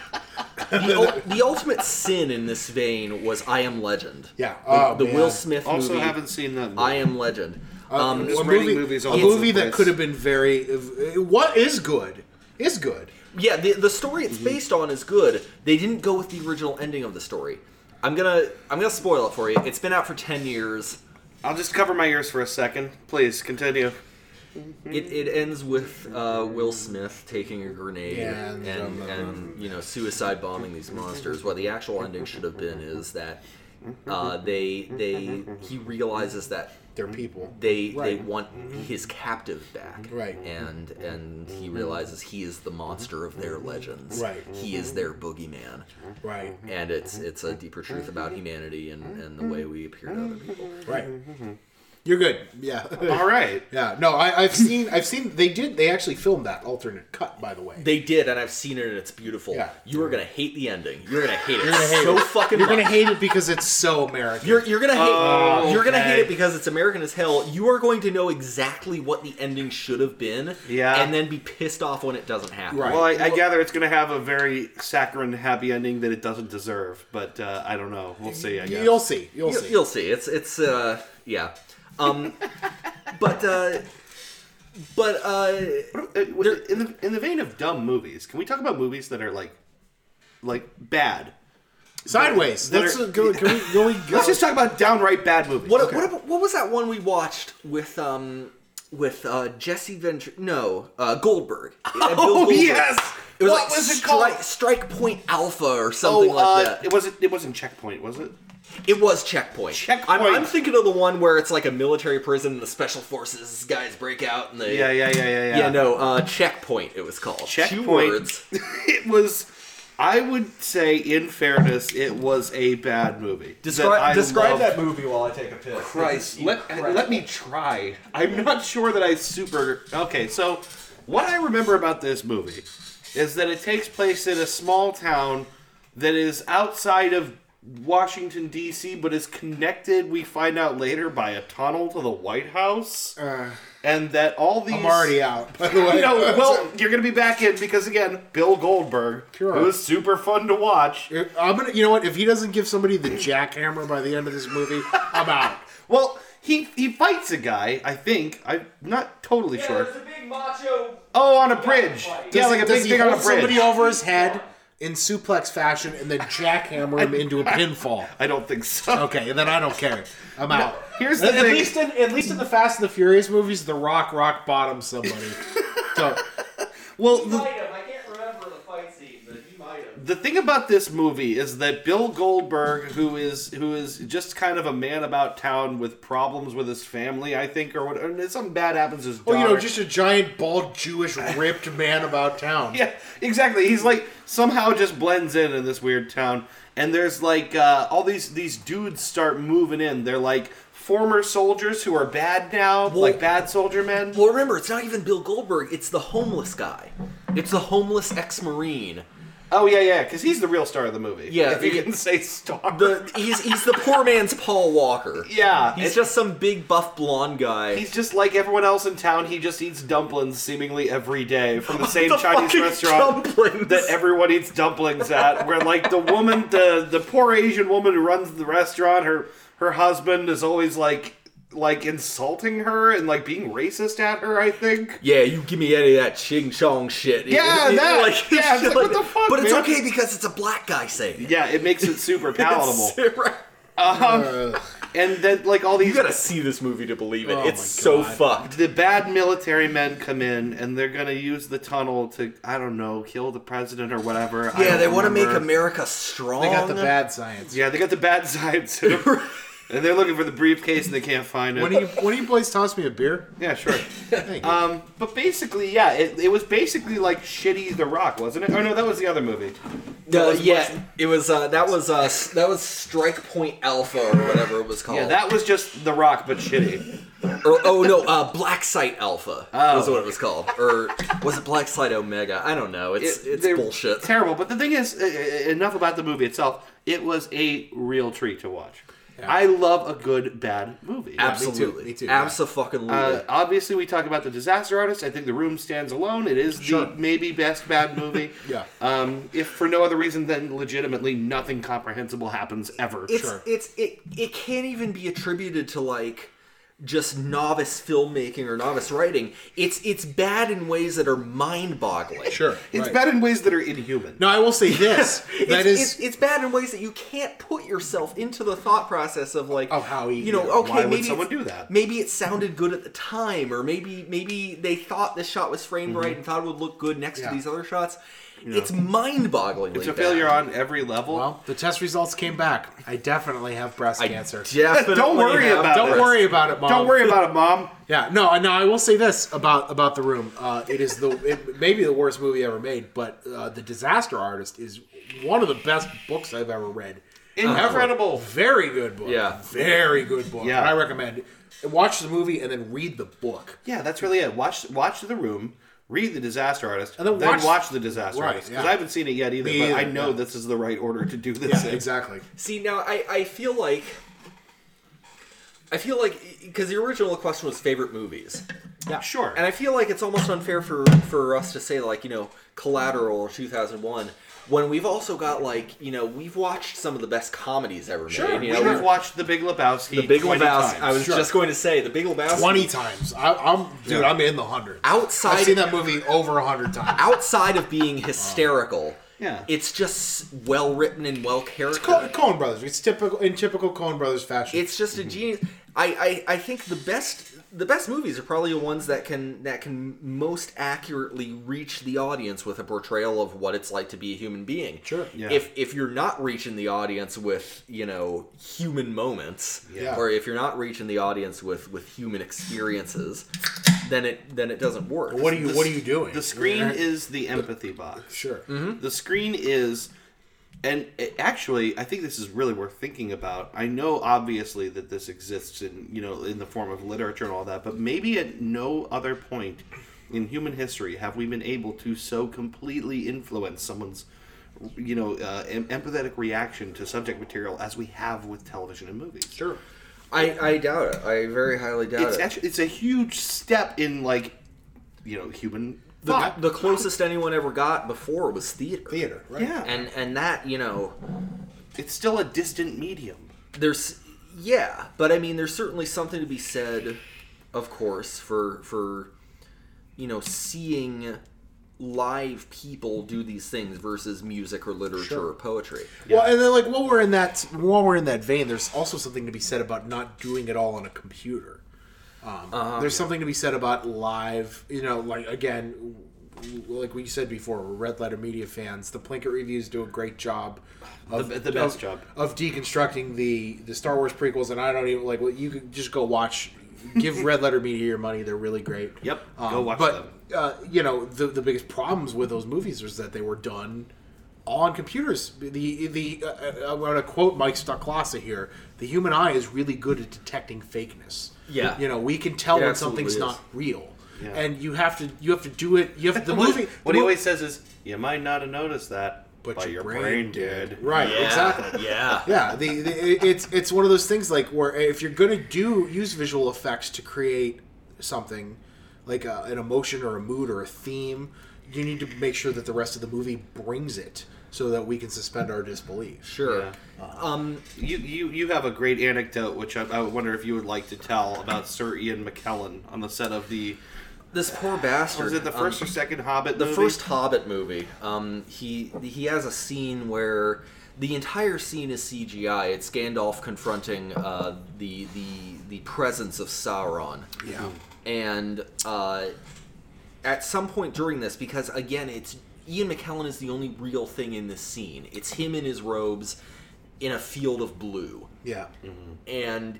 the, ul- the ultimate sin in this vein was I Am Legend.
Yeah.
The,
Oh,
the
man.
Will Smith
Also,
movie.
haven't seen that.
I Am Legend. Um,
just
a
rating
movie,
movies
a
all over the
movie that
place.
could have been very what is good is good
yeah, the, the story it's based on is good. They didn't go with the original ending of the story. I'm gonna I'm gonna spoil it for you. It's been out for ten years.
I'll just cover my ears for a second. Please continue.
It, it ends with uh, Will Smith taking a grenade
Yeah,
and,
and-
and, you know suicide bombing these monsters. What the actual ending should have been is that uh, they they he realizes that
they're people
they they
Right. Mm-hmm.
want his captive back,
Right.
And and he realizes he is the monster of their legends,
Right.
He is their boogeyman,
right
and it's it's a deeper truth about humanity and, and the way we appear to other people.
Right. You're good. Yeah.
All right.
yeah. No, I, I've seen. I've seen. They did. They actually filmed that alternate cut. By the way.
They did, and I've seen it, and it's beautiful.
Yeah.
You are gonna hate the ending. You're gonna hate it
hate
so
it.
fucking.
You're gonna
much.
hate it because it's so American.
You're, you're gonna hate.
Oh,
You're gonna
okay.
hate it because it's American as hell. You are going to know exactly what the ending should have been,
Yeah.
and then be pissed off when it doesn't happen.
Right.
Well, I, I gather it's going to have a very saccharine, happy ending that it doesn't deserve, but uh, I don't know. We'll see. I guess.
You'll see. You'll
You'll,
see.
you'll see. It's it's uh yeah, um, but uh, but uh,
Uh, in the in the vein of dumb movies, can we talk about movies that are like, like bad?
Sideways.
That
Let's
are-
go. Can we? Can we go?
Let's just talk about downright bad movies.
what
Okay.
what what was that one we watched with um with uh, Jesse Venture. No, uh, Goldberg. Oh
yes!
It was
What
like
was it
Stri-
called?
Strike Point Alpha or
Oh,
something
uh,
like that.
it wasn't. It wasn't checkpoint, was it?
It was Checkpoint.
Checkpoint.
I'm, I'm thinking of the one where it's like a military prison and the special forces guys break out and they.
Yeah, yeah, yeah, yeah, yeah.
Yeah, no, uh, Checkpoint it was called. Two
Checkpoint.
words.
it was. I would say, in fairness, it was a bad movie.
Descri-
I
describe
loved.
that movie while I take a piss.
Christ, let, let me try. I'm not sure that I super. Okay, so what I remember about this movie is that it takes place in a small town that is outside of Washington, D.C., but is connected, we find out later, by a tunnel to the White House. and that all these.
I'm already out. By the way,
You know, well, you're going to be back in because, again, Bill Goldberg,
Sure.
who was super fun to watch.
If- I'm gonna. You know what? If he doesn't give somebody the jackhammer by the end of this movie, I'm out.
Well, he he fights a guy. I think I'm not totally sure. Oh, on a bridge. yeah,
Does
like
he-
a
does
big
he
thing on a
hold Somebody
bridge.
over his head in suplex fashion, and then jackhammer him into a pinfall.
I don't think so.
Okay, and then I don't care. I'm out.
Here's the
At, at
thing.
least in at least in the Fast and the Furious movies, The Rock rock bottoms somebody.
So
well, the,
I can't remember the fight scene, but he might have.
the thing about this movie is that Bill Goldberg, who is who is just kind of a man about town with problems with his family, I think, or whatever. and Something bad happens. to His
Well, you know,
daughter.
just a giant, bald, Jewish, ripped man about town.
Yeah, exactly. He's like somehow just blends in in this weird town, and there's like uh, all these these dudes start moving in. They're like former soldiers who are bad now, like bad soldier men.
Well, remember, it's not even Bill Goldberg, it's the homeless guy. It's the homeless ex Marine.
oh yeah, yeah, because he's the real star of the movie.
Yeah,
if you
he-
can say star.
The, he's, he's the poor man's Paul Walker.
yeah,
He's
it-
just some big buff blonde guy.
He's just like everyone else in town. He just eats dumplings seemingly every day from the same
The
Chinese
fucking
restaurant
dumplings.
that everyone eats dumplings at. Where like the woman, the the poor Asian woman who runs the restaurant, her her husband is always like like insulting her and like being racist at her. I think.
yeah, you give me any of that ching chong shit.
Yeah,
You know,
that- yeah, it's
shit
like, what the fuck,
But it's
man?
okay because it's a black guy saying it.
Yeah, it makes it super palatable. Uh-huh.
Right.
and then like all these
You gotta see this movie to believe it.
Oh
it's
my
so
God.
fucked.
the bad military men come in and they're gonna use the tunnel to I don't know kill the president or whatever. I
Yeah,
don't
they want to make
remember.
America strong.
They got the bad science.
Yeah, they got the bad sides, to them. and they're looking for the briefcase and they can't find it.
When do you when do you boys toss me a beer?
yeah, sure.
Thank you.
Um, but basically, yeah, it, it was basically like shitty The Rock, wasn't it? Oh no, that was the other movie.
Uh, yeah, it was. Uh, that was. Uh, s- that was Strike Point Alpha or whatever it was called.
Yeah, that was just The Rock, but shitty.
Or, oh no, uh, Black Site Alpha
Oh.
was what it was called, or was it Black Site Omega? I don't know. It's
It-
it's
they're
bullshit.
Terrible. But the thing is, uh, enough about the movie itself. It was a real treat to watch. I love a good bad movie.
Absolutely,
me too, yeah.
Absolutely.
Uh, obviously, we talk about the Disaster Artist. I think The Room stands alone. It is
Sure.
the maybe best bad movie.
Yeah.
Um, if for no other reason than legitimately nothing comprehensible happens ever.
it's it's it it can't even be attributed to like just novice filmmaking or novice writing. It's it's bad in ways that are mind boggling.
sure.
It's
right.
bad in ways that are inhuman.
No, I will say this.
it's,
that is
it's, it's bad in ways that you can't put yourself into the thought process of like
Of how he-
you know
yeah,
okay
Oh, why would
maybe
someone
it's-
do that?
maybe it sounded good at the time or maybe maybe they thought this shot was
Mm-hmm.
framed right and thought it would look good next
Yeah.
to these other shots it's mind-boggling
It's a failure on every level.
well, the test results came back. I definitely have breast cancer.
definitely
Don't worry
have
about
Don't
it.
breast-
worry about it, mom.
um,
Don't worry about it, Mom.
Yeah, no, no. I will say this about about the room. Uh, it is the it may be the worst movie ever made, but uh, the Disaster Artist is one of the best books I've ever read.
Oh,
Incredible.
Very good book.
Yeah.
very good book.
Yeah.
I recommend it. watch the movie and then read the book.
Yeah, that's really it. Watch Watch The Room, read The Disaster Artist,
And then watch-
The Disaster
Right,
Artist. Because
yeah.
I haven't seen it yet either,
Me
but I
either,
know
yeah.
this is the right order to do
Yeah,
this in.
exactly.
See now, I I feel like I feel like because the original question was favorite movies,
Sure.
and I feel like it's almost unfair for for us to say like you know Collateral or two thousand one when we've also got like you know we've watched some of the best comedies ever
Sure,
made. You
we
know,
have watched The Big Lebowski.
the Big
20
Lebowski.
times.
I was
Sure.
just going to say the Big Lebowski.
Twenty times. I, I'm dude.
Yeah.
I'm in the hundred.
outside
I've seen that movie over a hundred times.
outside of being hysterical.
Yeah.
it's just well written and well characterized.
Co- Coen Brothers. It's typical in typical Coen Brothers fashion.
It's just a genius. I, I, I think the best the best movies are probably the ones that can that can most accurately reach the audience with a portrayal of what it's like to be a human being.
Sure.
Yeah.
If if you're not reaching the audience with you know human moments,
Yeah.
or if you're not reaching the audience with with human experiences, then it then it doesn't work.
What are you What are you doing?
The screen is Mm-hmm. the empathy box.
Sure.
The screen is, and it- actually, I think this is really worth thinking about. I know, obviously, that this exists in you know in the form of literature and all that, but maybe at no other point in human history have we been able to so completely influence someone's you know uh, em- empathetic reaction to subject material as we have with television and movies.
Sure. I, I doubt it. I very highly doubt
It's
it.
actually it's a huge step in like you know human
the,
thought.
the closest anyone ever got before was theater.
Theater, right?
yeah,
And and that, you know,
it's still a distant medium.
there's yeah, but I mean there's certainly something to be said, of course, for for you know, seeing live people do these things versus music or literature or poetry.
Well, and then like while we're in that while we're in that vein, there's also something to be said about not doing it all on a computer. Um,
Uh-huh.
there's something to be said about live. You know, like again, w- w- like we said before, we're red letter media fans. The Plinkett reviews do a great job. Of,
The- the best
of-
job.
of deconstructing the the Star Wars prequels, and I don't even like. Well, you could just go watch. Give Red Letter Media your money; they're really great. Um,
Yep, go watch
but,
them.
uh, you know the the biggest problems with those movies was that they were done on computers. The the uh, I'm going to quote Mike Stoklasa here: "The human eye is really good at detecting fakeness.
Yeah.
you know we can tell
It
when
absolutely
something's
is.
not real,
Yeah.
and you have to you have to do it. You have the
What-
movie.
What
the
he
mo-
always says is, "You might not have noticed that, but, your, brain, did."
Right, exactly.
Yeah.
yeah the, the it- it's it's one of those things like where if you're gonna do use visual effects to create something like a, an emotion or a mood or a theme you need to make sure that the rest of the movie brings it so that we can suspend our disbelief
Sure.
Yeah.
Um
You, you you have a great anecdote, which I, I wonder if you would like to tell about Sir Ian McKellen on the set of the
this poor bastard
was it the
um,
first or second Hobbit?
the
movie?
first Hobbit movie, um, he he has a scene where the entire scene is CGI. It's Gandalf confronting uh, the the the presence of Sauron,
yeah
and uh, at some point during this, because again, it's Ian McKellen is the only real thing in this scene. It's him in his robes in a field of blue
yeah
Mm-hmm. and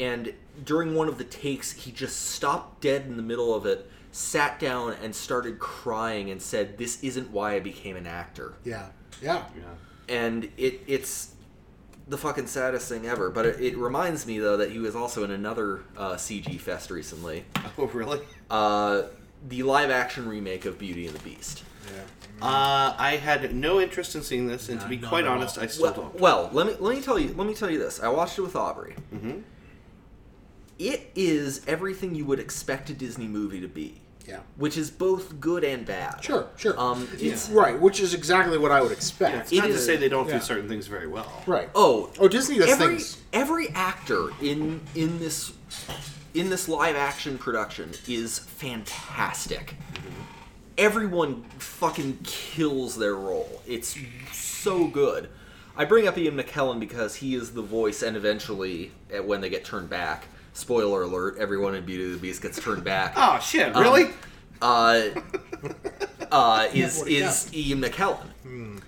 and during one of the takes he just stopped dead in the middle of it sat down and started crying and said this isn't why i became an actor
yeah yeah
Yeah.
and it it's the fucking saddest thing ever but it, it reminds me though that he was also in another uh, cg fest recently
Oh really?
uh, the live action remake of beauty and the beast
Uh, I had no interest in seeing this, and to be
Not- not
quite
at all.
honest, I still
well,
don't.
well, let me let me tell you let me tell you this. I watched it with Aubrey. Mm-hmm. is everything you would expect a Disney movie to be.
Yeah.
Which is both good and bad.
sure sure
Um, it's
right which is exactly what i would expect
It's not
it
to
is-
say they don't
yeah.
do certain things very well.
right
oh
oh disney does
every
things
every actor in in this in this live action production is fantastic. Everyone fucking kills their role. It's so good. I bring up Ian McKellen because he is the voice, and eventually, eh, when they get turned back, spoiler alert, everyone in Beauty and the Beast gets turned back.
Oh shit! Really?
Uh, uh, is is Ian McKellen?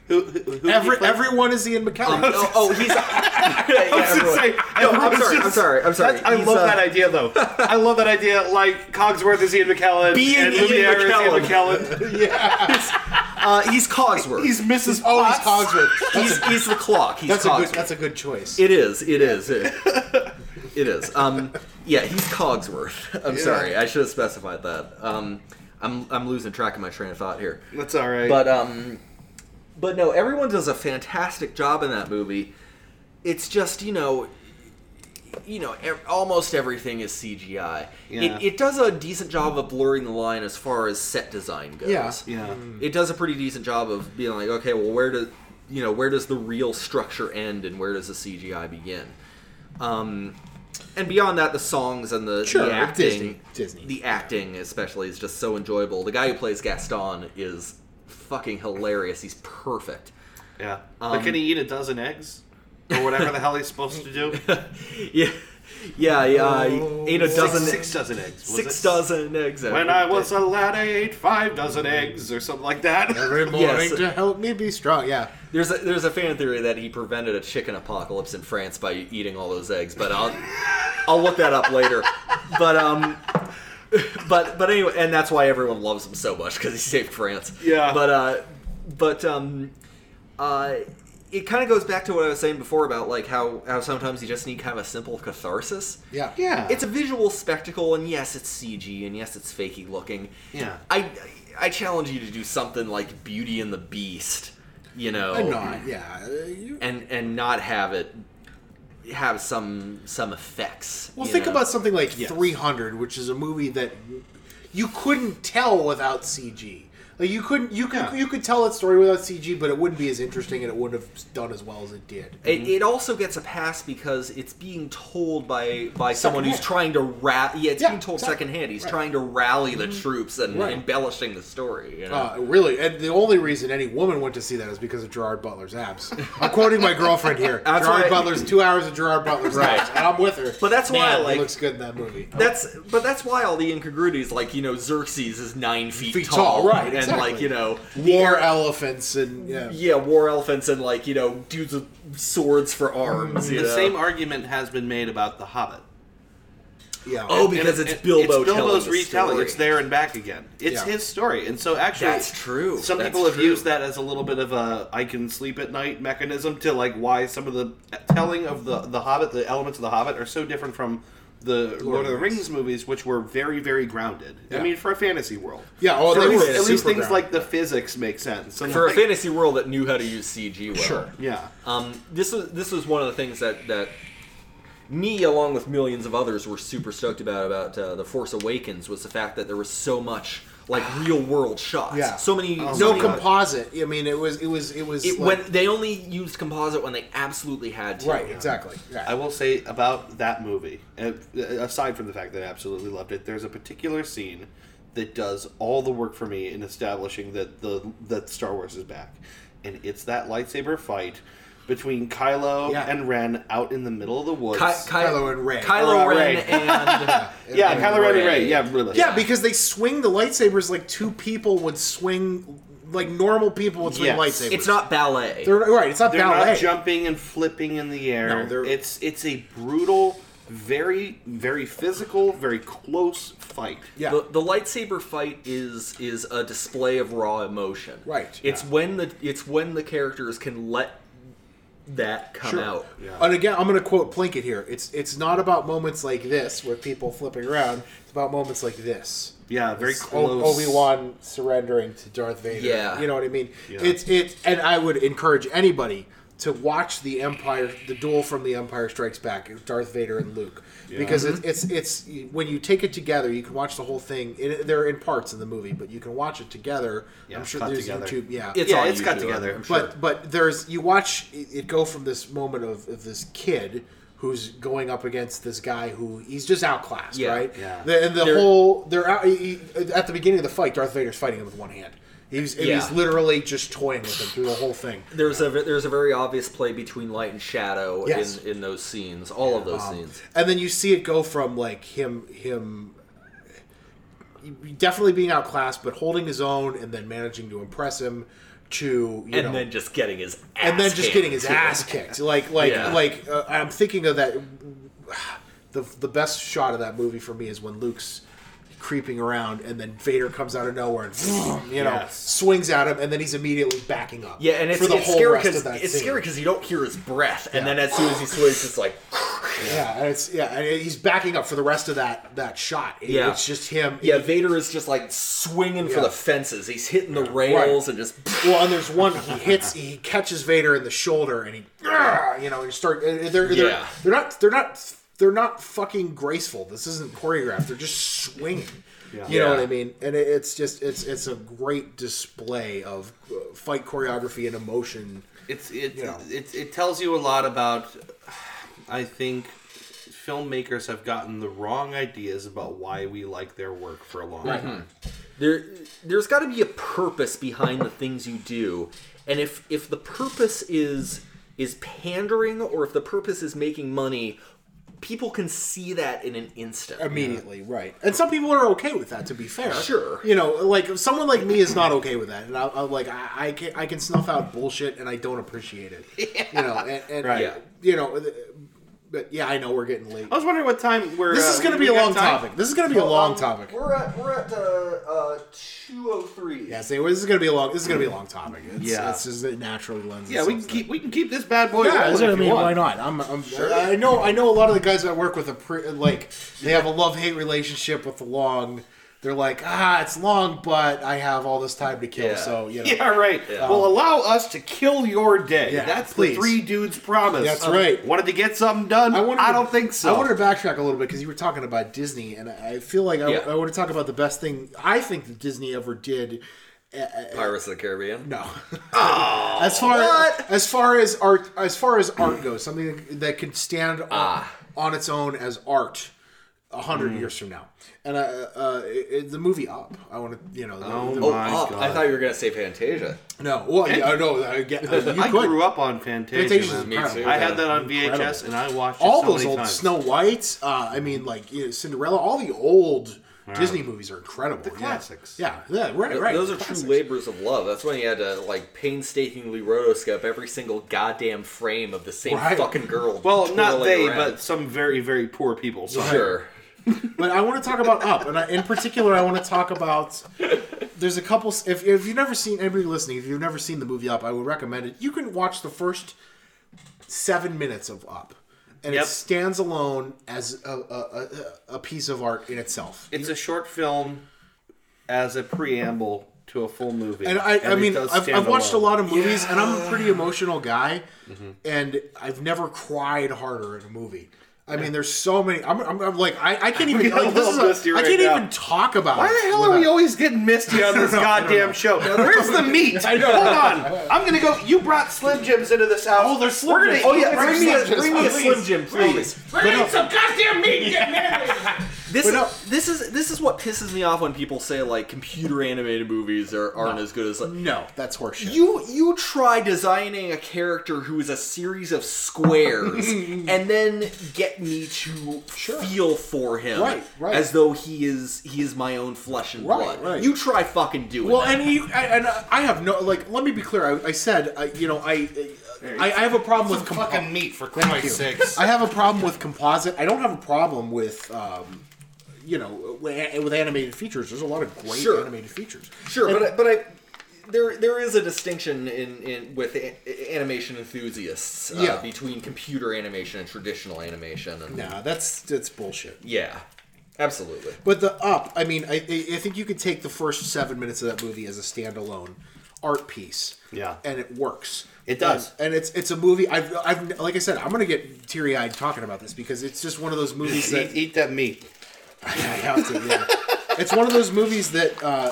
who, who, who
Every, everyone is ian mckellen
Oh, oh, he's. Yeah, everyone.
no, I'm,
sorry, I'm sorry, I'm sorry.
That's- I
He's,
love
uh,
that idea though. I love that idea. Like Cogsworth is Ian McKellen,
Being
and
Ian
Lumiere is Ian
McKellen.
McKellen.
Uh, he's Cogsworth.
He's Mrs.
oh he's
Potts.
cogsworth that's,
he's, he's the clock. He's
that's a good
Cogsworth.
that's a good choice
It is. It is. It, it is. Um, yeah, he's Cogsworth. I'm sorry. I should have specified that. Um, I'm I'm losing track of my train of thought here.
That's all right.
But um, but no, everyone does a fantastic job in that movie. It's just you know, you know, ev- almost everything is CGI.
Yeah.
It, it does a decent job of blurring the line as far as set design goes
Yeah.
yeah,
it does a pretty decent job of being like, okay, well, where does you know where does the real structure end and where does the CGI begin? Um, and beyond that, the songs and the,
Sure,
the acting,
Disney- Disney.
the acting especially is just so enjoyable. The guy who plays Gaston is fucking hilarious. He's perfect.
yeah. but can he eat a dozen eggs or whatever the hell he's supposed to do?
Yeah. Yeah, yeah. I ate a dozen, e-
six dozen eggs. was
six
it?
dozen eggs. every
Oh. When I
day.
was a lad, I ate five dozen eggs or something like that.
Every morning
Yes.
to help me be strong. Yeah.
There's a, there's a fan theory that he prevented a chicken apocalypse in France by eating all those eggs, but I'll I'll look that up later. But um, but but anyway, and that's why everyone loves him so much because he saved France.
Yeah.
But uh, but um, uh, it kind of goes back to what I was saying before about like how how sometimes you just need kind of a simple catharsis.
Yeah.
yeah.
It's a visual spectacle, and yes, it's CG, and yes, it's fakey looking.
yeah.
I I challenge you to do something like Beauty and the Beast. You know,
I'm not. Yeah. Uh, you-
and and not have it have some some effects.
Well,
you
think
know?
about something like
Yes.
300, which is a movie that you couldn't tell without CG. Like you couldn't, you could,
Yeah.
you could tell that story without CG, but it wouldn't be as interesting, and it wouldn't have done as well as it did.
it, it also gets a pass because it's being told by by someone who's trying to ra- yeah it's
Yeah,
being told
exactly.
secondhand. He's
Right.
trying to rally the troops and
Right.
embellishing the story. You know?
Uh, really, and the only reason any woman went to see that is because of Gerard Butler's abs. I'm quoting my girlfriend here.
That's
Gerard
right.
Butler's two hours of Gerard Butler's
Right.
abs, and I'm with her.
But that's why I
Man,
like-
he looks good in that movie.
that's but that's why all the incongruities like you know Xerxes is nine feet,
Feet tall, right,
and
exactly.
like you know
War elephants and yeah,
yeah war elephants and like you know dudes with swords for arms you
Mm-hmm. the
know?
same argument has been made about The Hobbit.
yeah.
oh because
And-
it's
and
Bilbo
It's Bilbo's
telling the
retelling.
story.
It's there and back again. It's
Yeah.
his story, and so actually,
That's true.
Some
That's
people have
true.
used that as a little bit of a "I can sleep at night" mechanism to like why some of the telling of the the Hobbit, the elements of the Hobbit, are so different from the Lord, of the Rings movies, which were very, very grounded. I
Yeah.
mean, for a fantasy world,
Yeah, oh,
For
they
at least,
were
at least
super
things
grounded.
like the physics make sense. And
for a
like-
fantasy world that knew how to use CG well.
Sure.
yeah,
Um, this was this was one of the things that that me along with millions of others were super stoked about about uh, the Force Awakens was the fact that there was so much like real world shots.
Yeah.
So many.
Oh
so
no
many-
composite. I mean, it was it was it was
It,
like-
when they only used composite when they absolutely had to.
right exactly. Yeah.
I will say about that movie, uh, aside from the fact that I absolutely loved it, there's a particular scene that does all the work for me in establishing that the that Star Wars is back, and it's that lightsaber fight between Kylo
Yeah.
and Ren out in the middle of the woods.
Ky- Ky-
Kylo and Rey.
Kylo
Or, uh,
Ren
Rey.
and
yeah, Kylo Ren and
Rey.
Ray. Yeah, really.
Yeah, because they swing the lightsabers like two people would swing, like normal people would swing
Yes.
lightsabers.
it's not ballet.
They're, right. It's not
they're
ballet.
not jumping and flipping in the air.
No, they're-
it's it's a brutal, very very physical, very close fight.
yeah.
The, the lightsaber fight is is a display of raw emotion.
Right,
It's
yeah.
when the it's when the characters can let that come
Sure.
out.
And again, I'm going to quote Plinkett here. It's it's not about moments like this with people flipping around. It's about moments like this.
Yeah, very
It's
close.
Obi Wan surrendering to Darth Vader.
Yeah.
you know what I mean.
Yeah.
It's it's and I would encourage anybody to watch the Empire, the duel from the Empire Strikes Back, Darth Vader and Luke, because it's, it's it's when you take it together, you can watch the whole thing. It, they're in parts in the movie, but you can watch it together.
Yeah,
I'm sure
cut
there's
together.
YouTube. Yeah,
It's
Yeah,
on
it's got
YouTube,
together.
I'm sure.
but but there's you watch it it go from this moment of, of this kid who's going up against this guy who he's just outclassed,
Yeah.
right?
Yeah.
The, and the
They're-
whole they're out, he, he- at the beginning of the fight. Darth Vader's fighting him with one hand. He's
Yeah.
he's literally just toying with him through the whole thing.
there's a there's a very obvious play between light and shadow
Yes. Um,
in in those scenes. All of those scenes.
and then you see it go from like him him definitely being outclassed but holding his own and then managing to impress him to you
And
know,
then just getting his ass
and then just
kicked.
getting his ass kicked. Like like
Yeah.
like uh, I'm thinking of that. The the best shot of that movie for me is when Luke's creeping around and then Vader comes out of nowhere and you know
Yes.
swings at him and then he's immediately backing up.
Yeah, and it's,
for the
it's
whole
scary
rest of
because
that
it's
scene.
scary because you don't hear his breath, and then as soon as he swings, it's like
Yeah, and it's yeah, and he's backing up for the rest of that that shot. It-
Yeah.
it's just him.
yeah, Vader is just like swinging for
Yeah.
the fences. He's hitting the rails and just
Well, and there's one he hits, he catches Vader in the shoulder, and he, you know, and start. They're they're,
Yeah.
they're not they're not they're not fucking graceful. This isn't choreographed. They're just swinging. You know
Yeah.
what I mean? And it, it's just it's it's a great display of uh, fight choreography and emotion.
it's it,
You know.
it it tells you a lot about i think filmmakers have gotten the wrong ideas about why we like their work for a long time
there there's got to be a purpose behind the things you do and if if the purpose is is pandering or if the purpose is making money people can see that in an instant.
immediately, right? And some people are okay with that. To be fair,
Sure.
You know, like someone like me is not okay with that, and I, I like I, I can I can snuff out bullshit, and I don't appreciate it. You know, and, and
Right.
Yeah.
you know, th- but yeah, I know we're getting late.
I was wondering what time we're.
This
uh,
is going to
we
be a
got
long
time?
topic. This is going to be a long topic.
We're at we're at uh, uh, two oh three.
Yeah, see, this is going to be a long. This is going to be a long topic. It's,
Yeah.
it's just it naturally lends.
Yeah, we can
itself to
keep we can keep this bad boy.
Yeah,
going
that's what
if
I
you
mean.
want.
Why not? I'm, I'm I know. I know a lot of the guys that I work with. A pre, like they have a love hate relationship with the long. They're like, ah, it's long, but I have all this time to kill.
Yeah.
So you know,
Yeah, right. Well, allow us to kill your day.
Yeah,
That's
please.
the three dudes promise. Uh,
That's right.
Wanted to get something done. I,
wanted to-
don't think so.
I wanted to backtrack a little bit because you were talking about Disney, and I I feel like I,
Yeah.
I want to talk about the best thing I think that Disney ever did.
Pirates of the Caribbean.
No, as far
what?
as far as art as far as art goes, something that could stand on, on its own as art. a hundred years from now. And uh, uh, it, it- the movie Up, I want to, you know, the, the-
Oh,
My
up. I
God.
thought you were gonna say Fantasia.
no, well, yeah, no, I get, uh, you
I
could.
grew up on Fantasia.
Fantasia's
man.
Me
incredible.
too.
I had that on VHS
Incredible.
and I watched it
All
so
those
many
old
times.
Snow Whites, uh, I mean, like you know, Cinderella, all the old Disney movies are incredible. The
classics.
Yeah, yeah, right, right.
Those are
the classics.
true labors of love. That's when you had to like painstakingly rotoscope every single goddamn frame of the same
Right.
fucking girl.
Well, not
twirling
they,
around.
but some very very poor people. So
sure.
But I want to talk about Up, and I, in particular, I want to talk about. There's a couple. If, if you've never seen anybody listening, if you've never seen the movie Up, I would recommend it. You can watch the first seven minutes of Up, and
Yep.
it stands alone as a, a, a, a piece of art in itself.
It's a short film as a preamble to a full movie.
And I, I
it
mean,
does
I've,
stand
I've watched a
alone. Mm-hmm.
lot of movies, and I'm a pretty emotional guy, and I've never cried harder in a movie. I mean, there's so many. I'm, I'm, I'm like, I, I can't even.
getting
Like,
a
this
little
is
misty
a, I
right
can't
now.
even talk about.
Why the hell are we always getting misty on this goddamn show? Where's the meat? I know. Hold on. I'm gonna go. You brought Slim Jims into this house. Oh,
they're Slim Jims.
Oh yeah,
Bring
bring
me
me
a-
Slim
bring me a
Jims.
Slim Jim, please.
Bring in some goddamn meat and get marinated.
This is, this is this is what pisses me off when people say like computer animated movies are, aren't as good as like
No, that's horseshit.
You you try designing a character who is a series of squares, and then get me to feel for him,
Right, right.
as though he is he is my own flesh and
Right,
blood.
right.
You try fucking doing
Well,
that.
and you, I, and uh, I have no like. Let me be clear. I, I said, I, you know, I, I, I have a problem with compo-
fucking meat for Christ's sakes.
I have a problem with composite. I don't have a problem with, um, you know, with with animated features. There's a lot of great
Sure.
animated features.
Sure, but I, but I there there is a distinction in, in with a, animation enthusiasts uh,
Yeah.
between computer animation and traditional animation. And,
Nah, that's that's bullshit.
Yeah, absolutely.
But the up, I mean, I, I I think you could take the first seven minutes of that movie as a standalone art piece.
Yeah.
and it works.
It does.
and, and it's it's a movie. I've, I've like I said, I'm gonna get teary eyed talking about this because it's just one of those movies that
Eat, eat that meat.
I have to. Yeah. it's one of those movies that uh,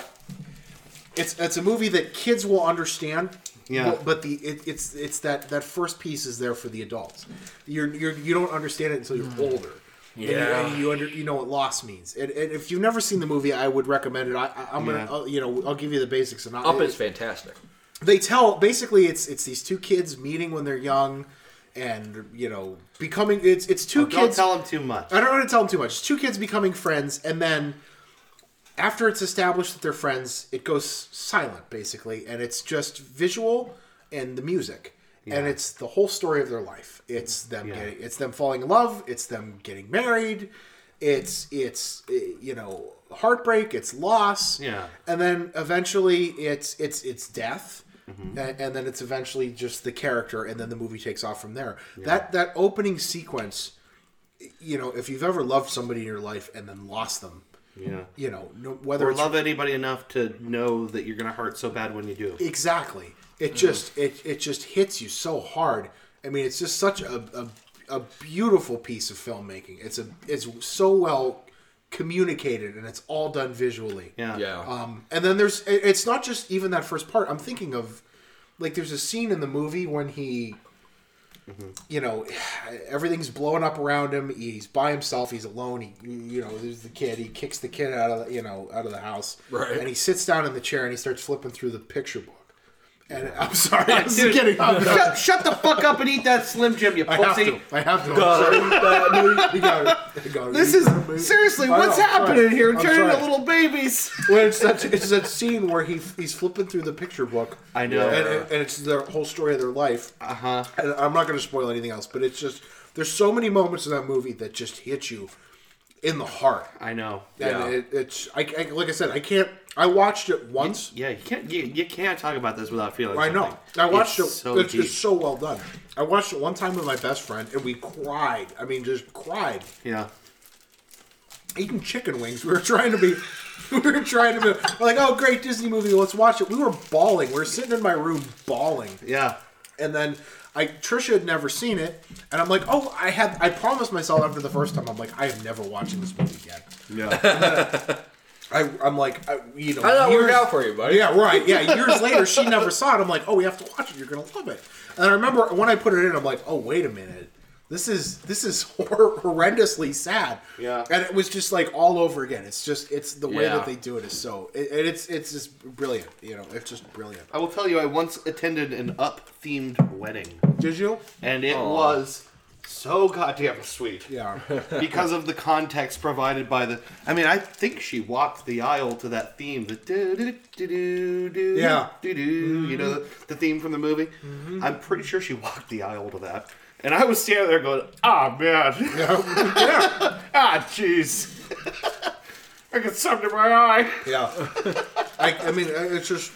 it's it's a movie that kids will understand.
Yeah.
But, but the it, it's it's that that first piece is there for the adults. You're you're you don't understand it until you're
Hmm.
older. Yeah. And you, and you under you know what loss means. And, and if you've never seen the movie, I would recommend it. I, I I'm gonna
Yeah.
uh, you know I'll give you the basics. And I,
Up is fantastic.
they tell basically it's it's these two kids meeting when they're young. And you know, becoming it's it's 2
Oh, Don't
kids. Uh,
tell him too much.
I don't want to tell them too much. It's two kids becoming friends, and then after it's established that they're friends, it goes silent basically, and it's just visual and the music, and it's the whole story of their life. It's them getting, it's them falling in love, it's them getting married, it's it's eh, you know heartbreak, it's loss,
Yeah.
and then eventually it's it's it's death and, and then it's eventually just the character and then the movie takes off from there that that opening sequence you know if you've ever loved somebody in your life and then lost them
Yeah.
you know no, whether
Or
it's
love anybody enough to know that you're gonna hurt so bad when you do.
exactly it
Mm-hmm.
just it, it just hits you so hard i mean it's just such a, a, a beautiful piece of filmmaking it's a it's so well communicated and it's all done visually
Yeah.
Yeah.
Um, and then there's it- it's not just even that first part. I'm thinking of like there's a scene in the movie when he you know everything's blowing up around him. He's by himself, he's alone. He you know, there's the kid. He kicks the kid out of the, you know, out of the house.
Right.
And he sits down in the chair and he starts flipping through the picture book. And I'm sorry, I'm just
Dude,
kidding. I'm not-
Shut, shut the fuck up and eat that Slim Jim, you
I have
pussy.
to. I have to. I'm sorry. No, you got it. You got it.
This
You
is
got it.
seriously
I know,
what's
I'm
happening
trying.
here.
I'm
turning
trying.
to little babies.
Well, it's that it's that scene where he he's flipping through the picture book.
I know. Uh-huh.
and, and it's their whole story of their life. Uh huh. And I'm not going to spoil anything else, but it's just there's so many moments in that movie that just hit you in the heart.
I know.
Yeah.
And it, it's I, I like I said, I can't. I watched it once.
Yeah, you can't you, you can't talk about this without feeling.
I know.
something.
I watched
It's
it.
So
it's,
deep.
it's so well done. I watched it one time with my best friend, and we cried. I mean, just cried.
yeah.
eating chicken wings. We were trying to be, we were trying to be we're like, oh, great Disney movie, let's watch it. We were bawling. We were sitting in my room bawling,
Yeah.
and then I Trisha had never seen it, and I'm like, oh, I had, I promised myself after the first time, I'm like, I am never watching this movie again.
Yeah.
I, I'm like, I, you know,
I thought it worked
years-
out for you, buddy.
yeah, right. Yeah, years later, she never saw it. I'm like, oh, we have to watch it. You're gonna love it. And I remember when I put it in, I'm like, oh, wait a minute, this is this is hor- horrendously sad.
Yeah.
And it was just like all over again. It's just it's the way
Yeah.
that they do it is so it, and it's it's just brilliant. You know, it's just brilliant.
I will tell you, I once attended an up themed wedding,
Did you?
and it was so goddamn sweet
Yeah.
because of the context provided by the. I mean, I think she walked the aisle to that theme. The do do do do do.
Yeah. Mm-hmm.
Do do. You know the, the theme from the movie. I'm pretty sure she walked the aisle to that, and I was standing there going, "Ah man."
yeah. yeah.
Ah, jeez. I got something in my eye.
Yeah. I, I mean, it's just.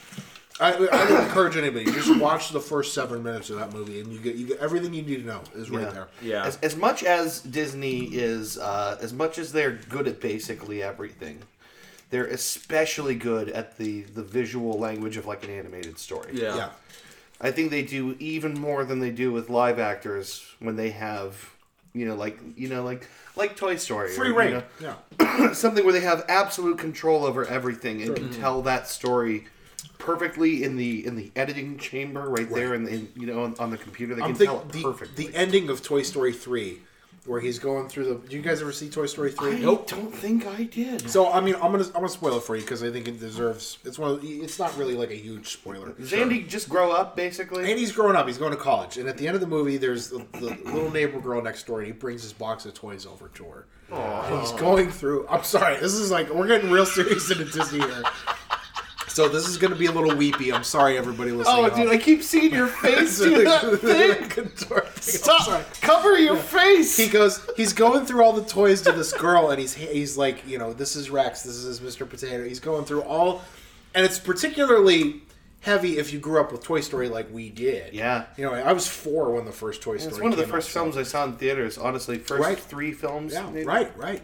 I, I would encourage anybody just watch the first seven minutes of that movie, and you get you get everything you need to know is right there.
Yeah.
As, as much as Disney is, uh, as much as they're good at basically everything, they're especially good at the, the visual language of like an animated story.
Yeah.
Yeah.
I think they do even more than they do with live actors when they have, you know, like you know, like like Toy Story.
Free
or, you
reign.
know,
Yeah.
something where they have absolute control over everything and can tell that story perfectly in the in the editing chamber right, there and in, you know on, on the computer they
I'm
can tell
thinking
it
the,
perfectly.
the ending of Toy Story 3, where he's going through the. Do you guys ever see Toy Story 3?
I don't think I did.
So I mean, I'm gonna I'm gonna spoil it for you because I think it deserves. It's one. Of, it's not really like a huge spoiler.
Does Andy just grow up basically?
And he's growing up. He's going to college, and at the end of the movie, there's the, the little neighbor girl next door, and he brings his box of toys over to her. And he's going through. I'm sorry, this is like we're getting real serious into Disney here. So this is going to be a little weepy. I'm sorry, everybody listening.
Oh, dude, I keep seeing your face do that thing. Stop! Cover your
he
face.
goes he's going through all the toys to this girl and he's he's like you know this is rex this is mr potato he's going through all and it's particularly heavy if you grew up with toy story like we did
Yeah.
you know i was four when the first toy story
It's one of the
came out,
first
so-
films I saw in theaters. Honestly, first
Right.
three films.
yeah
maybe.
right right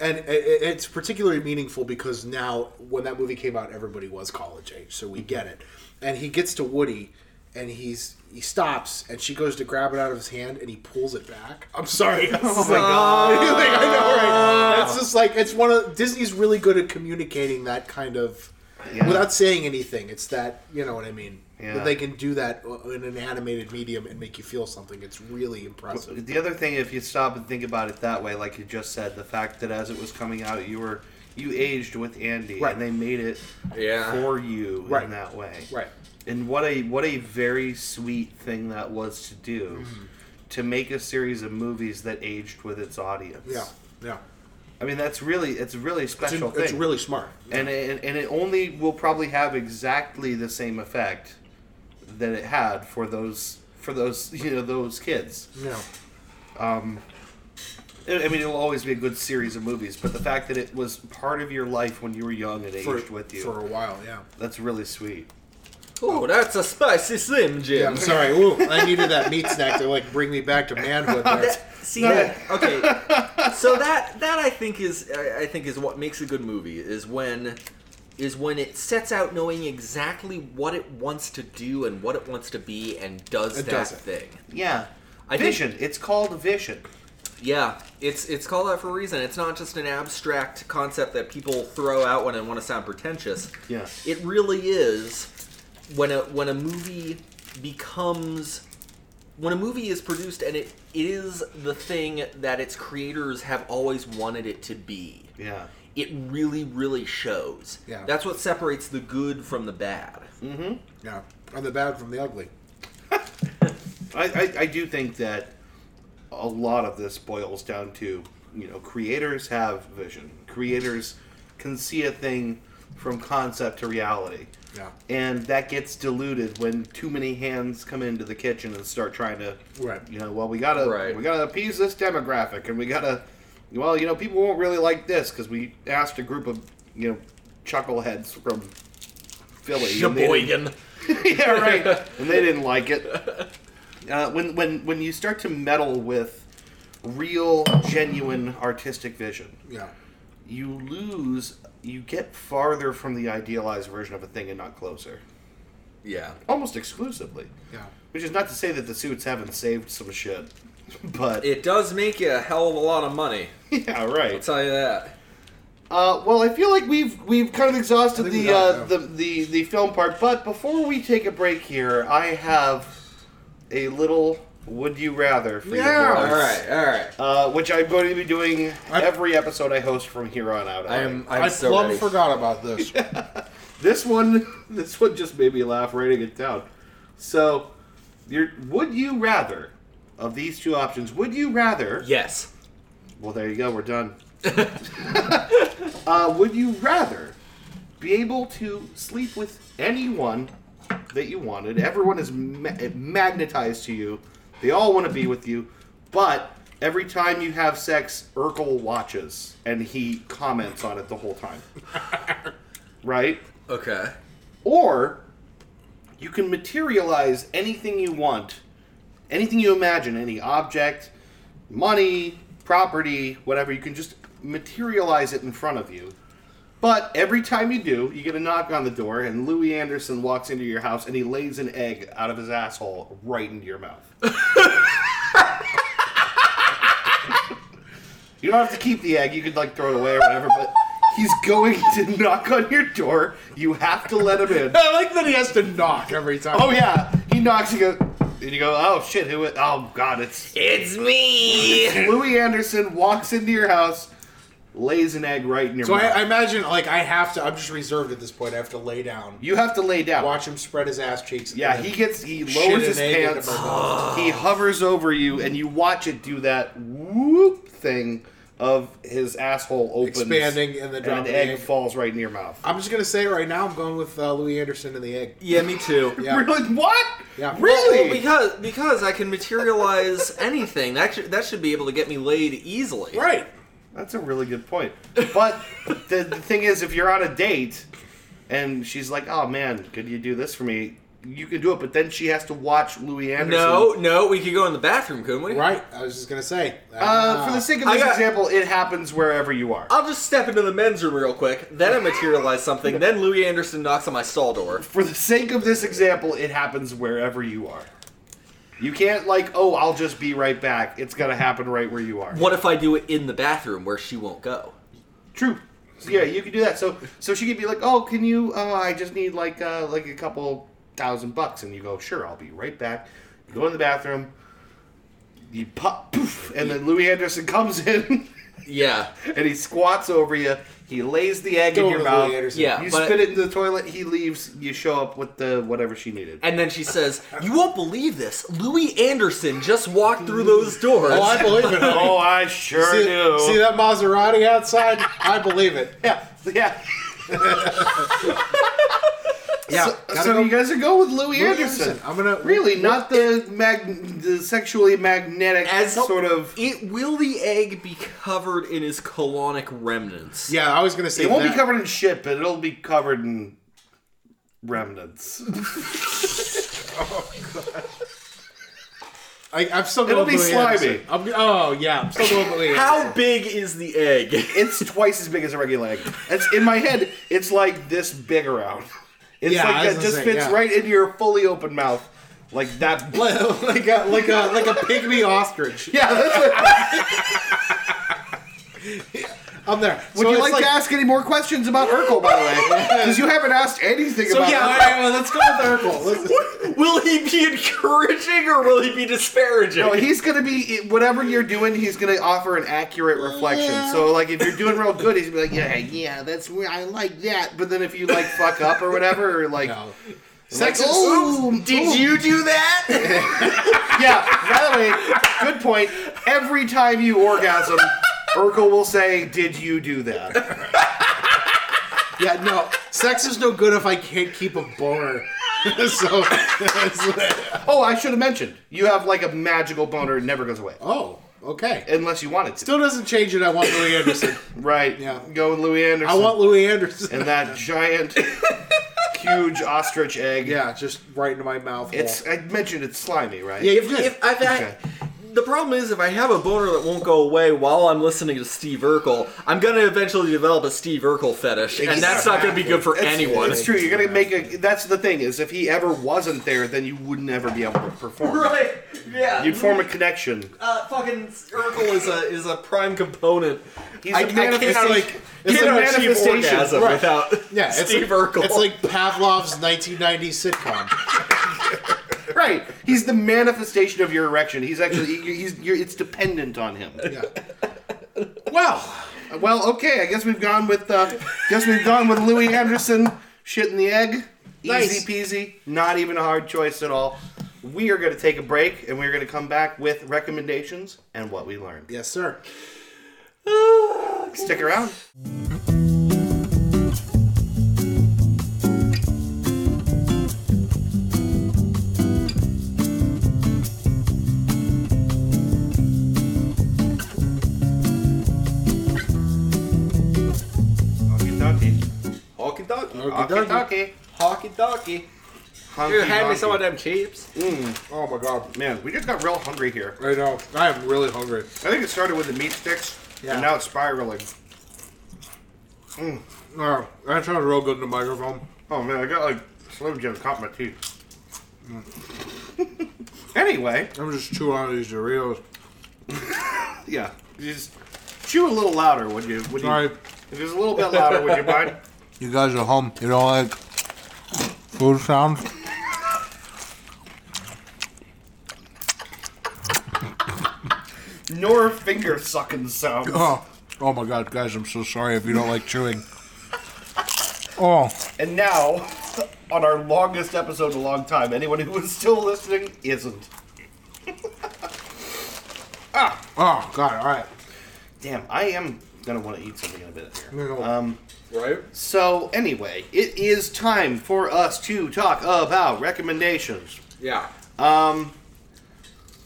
and i- i- it's particularly meaningful because now when that movie came out everybody was college age so we get it and he gets to woody and he's he stops and she goes to grab it out of his hand and he pulls it back i'm sorry oh my god like, i know right it's just like it's one of disney's really good at communicating that kind of
Yeah.
without saying anything it's that you know what i mean
Yeah.
That they can do that in an animated medium and make you feel something it's really impressive
The other thing, if you stop and think about it that way, like you just said, the fact that as it was coming out, you were you aged with Andy,
Right.
and they made it
Yeah.
for you
Right.
in that way.
right
And what a what a very sweet thing that was to do,
Mm-hmm.
to make a series of movies that aged with its audience.
yeah yeah
I mean that's really it's really a
it's,
special thing.
it's really smart
and, it, and it only will probably have exactly the same effect that it had for those for those you know those kids.
Yeah.
I I mean, it'll always be a good series of movies, but the fact that it was part of your life when you were young and aged
For,
with you,
for a while, yeah.
that's really sweet.
Oh, that's a spicy Slim
Yeah,
Jim.
I'm sorry. Ooh, I needed that meat snack to like bring me back to manhood. There.
See that? Okay. So that that I think is I I think is what makes a good movie is when is when it sets out knowing exactly what it wants to do and what it wants to be and does
It
that
does it.
thing.
Yeah,
I think-
vision. It's called vision.
Yeah, it's it's called that for a reason. It's not just an abstract concept that people throw out when they want to sound pretentious.
Yeah.
It really is when a when a movie becomes when a movie is produced and it is the thing that its creators have always wanted it to be.
Yeah,
it really, really shows.
Yeah.
That's what separates the good from the bad.
Yeah, and the bad from the ugly.
I, I, I do think that a lot of this boils down to you know creators have vision creators can see a thing from concept to reality
Yeah.
and that gets diluted when too many hands come into the kitchen and start trying to
Right.
you know well we gotta
Right.
we gotta appease this demographic and we gotta well you know people won't really like this because we asked a group of you know chuckleheads from philly and they didn't-
Sheboygan.
yeah, right. And they didn't like it. Uh, when when when you start to meddle with real, genuine artistic vision,
Yeah.
you lose. You get farther from the idealized version of a thing and not closer.
Yeah.
Almost exclusively.
Yeah.
Which is not to say that the suits haven't saved some shit, but
It does make you a hell of a lot of money.
yeah, right.
I'll tell you that.
Uh, well, I feel like we've we've kind of exhausted
think we
the,
got it
uh,
now.
the the the film part, but before we take a break here, I have a little would you rather for
Yeah.
you
All
boys,
right, all right.
uh, which I'm going to be doing
I-
every episode I host from here on out.
I am. I'm
i
so
plumb
ready.
forgot about this.
This one, this one just made me laugh writing it down. So, your would you rather of these two options? Would you rather?
Yes.
Well, there you go. We're done. uh, would you rather be able to sleep with anyone that you wanted? Everyone is ma- magnetized to you. They all want to be with you, but every time you have sex, Urkel watches and he comments on it the whole time. right?
Okay.
Or you can materialize anything you want, anything you imagine, any object, money, property, whatever. You can just materialize it in front of you. But every time you do, you get a knock on the door, and Louis Anderson walks into your house and he lays an egg out of his asshole right into your mouth. you don't have to keep the egg, you could like throw it away or whatever, but he's going to knock on your door. You have to let him in.
I like that he has to knock every time.
Oh yeah, he knocks. He goes, and you go, oh shit, who? Is, oh god, it's
It's me.
Louis Anderson walks into your house, lays an egg right in your
So
mouth.
I, I imagine, like, I have to. I'm just reserved at this point. I have to lay down,
you have to lay down.
watch him spread his ass cheeks. and
Yeah,
then
he gets he
shit
lowers
an
his
egg into
pants.
my mouth.
he hovers over you, and you watch it do that whoop thing of his asshole opens,
Expanding
and
and then
an
dropping
egg,
the egg.
falls right in your mouth.
I'm just gonna say it right now. I'm going with uh, Louis Anderson and the egg.
Yeah, me too.
Yeah.
Really? What?
Yeah.
Really?
Well, because because I can materialize anything. That should, that should be able to get me laid easily.
Right.
That's a really good point. But the, the thing is, if you're on a date and she's like, oh man, could you do this for me? You can do it, but then she has to watch Louis Anderson.
No, no, we could go in the bathroom, couldn't we?
Right. I was just gonna say.
Uh, for the sake of
I
this
got-
example, it happens wherever you are.
I'll just step into the men's room real quick. Then I materialize something. Then Louis Anderson knocks on my stall door.
For the sake of this example, it happens wherever you are. You can't, like, oh, I'll just be right back. It's going to happen right where you are.
What if I do it in the bathroom where she won't go?
True. So, yeah, you can do that. So, so she could be like, "Oh, can you? Uh, I just need like uh, like a couple thousand bucks," and you go, "Sure, I'll be right back." You go in the bathroom, you pop, poof, and then Louis Anderson comes in
Yeah.
and he squats over you. He lays the egg
Go
in your
with
mouth.
Louis Anderson.
Yeah.
You
but-
spit it into the toilet. He leaves. You show up with the whatever she needed.
And then she says, "You won't believe this. Louis Anderson just walked through those doors."
Oh, I believe it. honey.
oh, I sure
see,
do.
see that Maserati outside? I believe it.
Yeah, yeah.
Yeah.
So you guys are going with Louis,
Louis
Anderson.
Anderson. I'm gonna
Really, not the mag- the sexually magnetic
As
sort of.
It will the egg be covered in his colonic remnants?
Yeah, I was gonna say
It won't
that.
be covered in shit, but it'll be covered in remnants.
I, I'm still going
It'll be
Louis
slimy.
Anderson. I'm, oh yeah, I'm still going Louis Anderson.
How big is the egg?
it's twice as big as a regular egg. It's, in my head, it's like this big around. It's
Yeah, I
like that
was gonna
just
say,
fits
yeah.
right into your fully open mouth, like that.
like a like a like a pygmy ostrich.
yeah, that's what.
I'm there.
Would
So
you
it's
like, to ask any more questions about Urkel, by the way? Because you haven't asked anything
So
about
yeah, all
Urkel.
right, well, let's go with Urkel. Let's-
Will he be encouraging or will he be disparaging?
No, he's gonna be whatever you're doing. He's gonna offer an accurate reflection. So like, if you're doing real good, he's gonna be like, yeah, yeah, that's where I like that. But then if you like fuck up or whatever, or like,
No.
sex like, oh,
Did you do that?
yeah. By the way, good point. Every time you orgasm, Urkel will say, "Did you do that?"
Yeah, no. Sex is no good if I can't keep a boner. so,
Oh, I should have mentioned you have like a magical boner. It never goes away
oh, okay.
unless you want it to.
Still doesn't change it. I want Louis Anderson.
Right?
Yeah.
Go with Louis Anderson.
I want Louis Anderson.
and that giant, huge ostrich egg.
yeah, just right into my mouth.
It's I mentioned it's slimy, right?
yeah, you did.
If I've
Okay.
the problem is if I have a boner that won't go away while I'm listening to Steve Urkel, I'm gonna eventually develop a Steve Urkel fetish, and that's not gonna be good for anyone.
It's true. You're gonna make a. That's the thing is, if he ever wasn't there, then you would never be able to perform.
Right? Yeah.
You'd form a connection.
uh, fucking Urkel is a is a prime component.
He's
I-
a
I
manifest-
can't-
like-
it's
can't
a
achieve
manifestation.
orgasm
Right.
without
yeah, it's
Steve
like,
Urkel.
It's like Pavlov's 1990s sitcom.
Right. He's the manifestation of your erection. He's actually. you- He's. You're, it's dependent on him.
Yeah. Well,
Well, okay. I guess we've gone with. Uh, guess we've gone with Louis Anderson. Shit in the egg.
Nice.
Easy peasy. Not even a hard choice at all. We are going to take a break, and we're going to come back with recommendations and what we learned.
yes, sir.
Stick around.
Honky donkey.
Okey-dokey.
Honky donkey.
Honky donkey.
them chips.
Oh my god.
Man, we just got real hungry here.
I know. I am really hungry.
I think it started with the meat sticks,
Yeah.
and now it's spiraling.
Oh, that sounds real good in the microphone.
Oh man, I got like Slim Jim caught my teeth. anyway,
I'm just chewing on these Doritos.
yeah, you just chew a little louder when you when
Sorry.
you. If it's a little bit louder, would you mind?
You guys at home, you don't like food sounds?
Nor finger sucking sounds.
Oh, oh my god, guys, I'm so sorry if you don't like chewing. Oh,
And now, on our longest episode in a long time, anyone who is still listening isn't.
oh god, alright.
Damn, I am gonna want to eat something in a minute here.
No.
Um.
Right?
So anyway, it is time for us to talk about recommendations.
Yeah.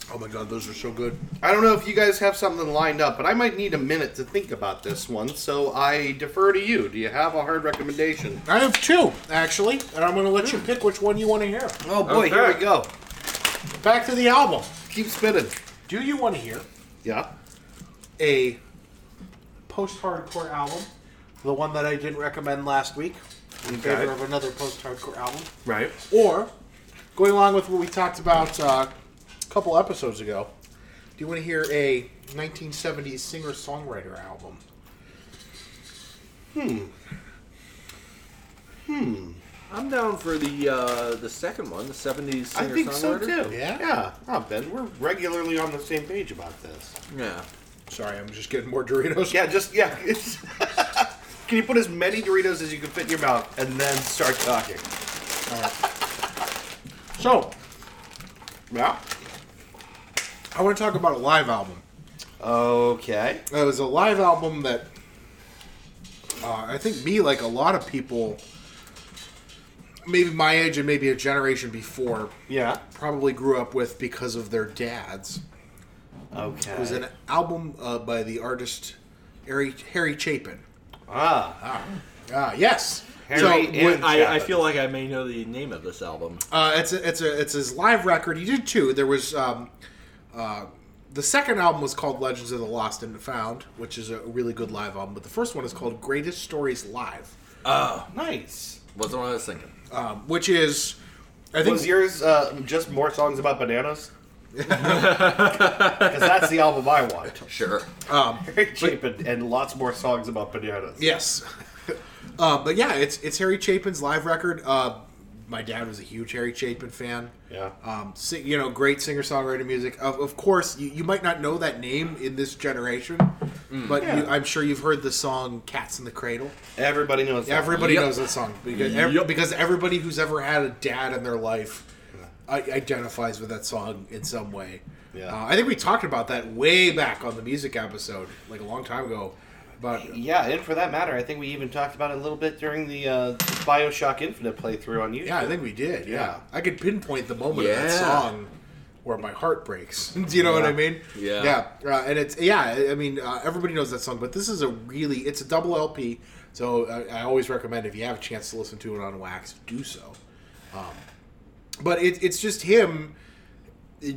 Oh my god, those are so good.
I don't know if you guys have something lined up, but I might need a minute to think about this one, so I defer to you. Do you have a hard recommendation?
I have two, actually, and I'm gonna let you pick which one you want to hear.
Oh boy, here we go.
Back to the album.
Keep spinning.
Do you want to hear
Yeah.
a post-hardcore album? The one that I didn't recommend last week in favor of another post-hardcore album.
Right.
Or, going along with what we talked about uh, a couple episodes ago, do you want to hear a 1970s singer songwriter album?
I'm down for the uh, the second one, the '70s
I
singer
think so too.
Yeah?
Yeah. Oh, Ben, we're regularly on the same page about this.
Yeah.
Sorry, I'm just getting more Doritos.
Yeah, just yeah. It's can you put as many Doritos as you can fit in your mouth and then start talking?
So,
Yeah.
I want to talk about a live album.
Okay.
It was a live album that uh, I think me, like a lot of people, maybe my age and maybe a generation before,
Yeah.
probably grew up with because of their dads.
Okay.
It was an album uh, by the artist Harry, Harry Chapin.
ah?
Ah, yes.
Harry
so,
and-
I, I feel like I may know the name of this album.
uh, it's a, it's a, it's his live record. He did two. There was um, uh, the second album was called Legends of the Lost and Found, which is a really good live album. But the first one is called Greatest Stories Live,
Nice.
What's the one I was thinking?
um, which is I think
um, Was yours uh, just more songs about bananas? because that's the album I want.
Sure.
Very cheap and, and lots more songs about bananas.
Yes. Uh, but yeah, it's it's Harry Chapin's live record. Uh, my dad was a huge Harry Chapin fan.
Yeah.
Um, si- you know, great singer songwriter music. Of, of course, you, you might not know that name in this generation, but you, I'm sure you've heard the song "Cats in the Cradle."
Everybody knows. That.
Everybody
Yep.
knows that song because ev-
Yep.
because everybody who's ever had a dad in their life i- identifies with that song in some way.
Yeah.
Uh, I think we talked about that way back on the music episode, like a long time ago. But
Yeah, and for that matter, I think we even talked about it a little bit during the uh, Bioshock Infinite playthrough on YouTube.
yeah, I think we did. Yeah,
Yeah.
I could pinpoint the moment of that
Yeah.
song where my heart breaks. Do you know what I mean?
Yeah.
yeah. Uh, and it's yeah. I- I mean, uh, everybody knows that song, but this is a really it's a double LP. So I, I always recommend if you have a chance to listen to it on wax, do so. Um, but it, it's just him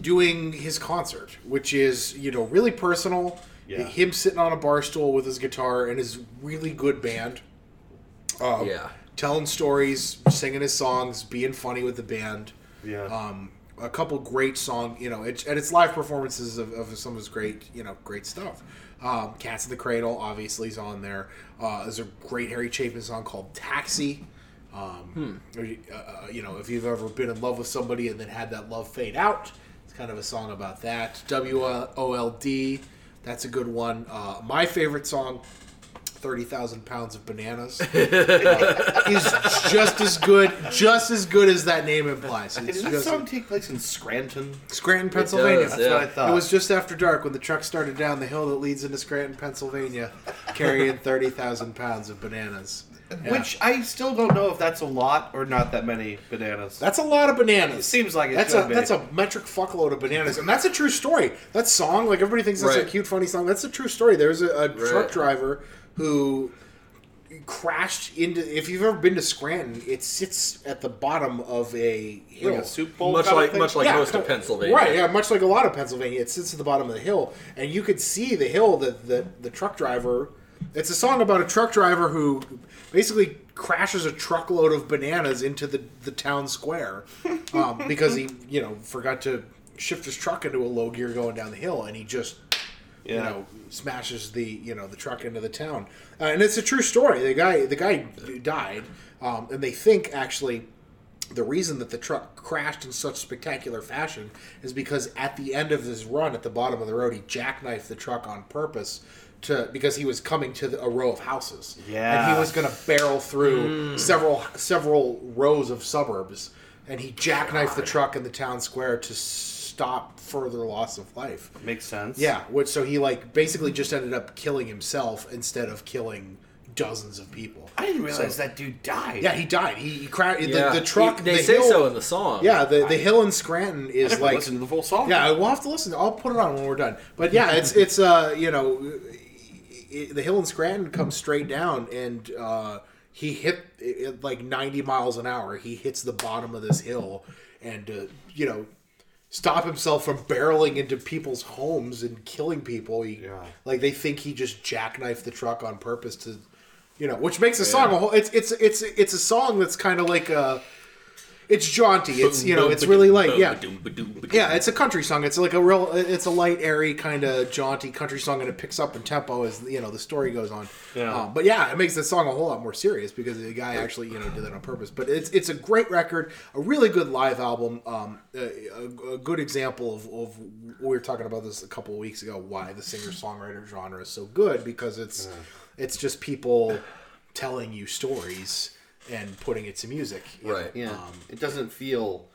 doing his concert, which is you know really personal.
Yeah.
Him sitting on a bar stool with his guitar and his really good band. Um,
Yeah.
Telling stories, singing his songs, being funny with the band.
Yeah.
Um, a couple great song, you know, it, and it's live performances of, of some of his great, you know, great stuff. Um, Cats in the Cradle, obviously, is on there. Uh, there's a great Harry Chapin song called Taxi. Um, or you- uh, uh, you know, if you've ever been in love with somebody and then had that love fade out, it's kind of a song about that. W O L D, that's a good one. Uh, my favorite song, 30,000 Pounds of Bananas, uh, is just as good, just as good as that name implies. It's
Did that
just-
song take place in Scranton?
Scranton, Pennsylvania.
does,
That's what I thought.
It was just after dark when the truck started down the hill that leads into Scranton, Pennsylvania, carrying 30,000 pounds of bananas. Yeah.
Which I still don't know if that's a lot or not that many bananas.
That's a lot of bananas.
seems like it
that's
should
a
be.
that's a metric fuckload of bananas, and that's a true story. That song, like everybody thinks that's a
Right.
cute, funny song. That's a true story. There's a, a truck
Right.
driver who crashed into. If you've ever been to Scranton, it sits at the bottom of a hill.
like a soup bowl.
Much
kind of
like
thing?
much like
Yeah,
most
co-
of Pennsylvania.
Right, yeah, much like a lot of Pennsylvania, it sits at the bottom of the hill, and you could see the hill that the, the truck driver. It's a song about a truck driver who basically crashes a truckload of bananas into the, the town square um, because he, you know, forgot to shift his truck into a low gear going down the hill, and he just you
Yeah.
know smashes the you know the truck into the town uh, and it's a true story the guy the guy died um, and they think actually the reason that the truck crashed in such spectacular fashion is because at the end of his run at the bottom of the road he jackknifed the truck on purpose to because he was coming to the, a row of houses and he
Yeah. Hmm.
was going to barrel through several several rows of suburbs and he jackknifed the truck in the town square to stop further loss of life
Makes sense.
yeah, which so he like basically just ended up killing himself instead of killing dozens of people.
I didn't realize that dude died.
Yeah, he died. He, he crashed
Yeah.
the, the truck.
They
the
say
hill-
so in the song.
Yeah, the, the hill in Scranton
I
is
never
like
listened to the full song.
yeah, we'll have to listen. I'll put it on when we're done. But yeah, it's it's uh you know, it, the hill in Scranton comes straight down, and uh, he hit it, it, like ninety miles an hour. He hits the bottom of this hill, and uh, you know, stop himself from barreling into people's homes and killing people. He,
Yeah.
Like they think he just jackknifed the truck on purpose to, you know, which makes the song a whole. It's it's it's it's a song that's kind of like a. It's jaunty. It's you know. It's really like yeah. Yeah, it's a country song. It's like a real, it's a light, airy kind of jaunty country song, and it picks up in tempo as you know the story goes on.
Yeah.
Um, but yeah, it makes the song a whole lot more serious because the guy actually you know did that on purpose. But it's it's a great record, a really good live album, um, a, a- a good example of, of we were talking about this a couple of weeks ago why the singer songwriter genre is so good because it's it's just people telling you stories and putting it to music. you
Right.
Yeah. Um, it doesn't feel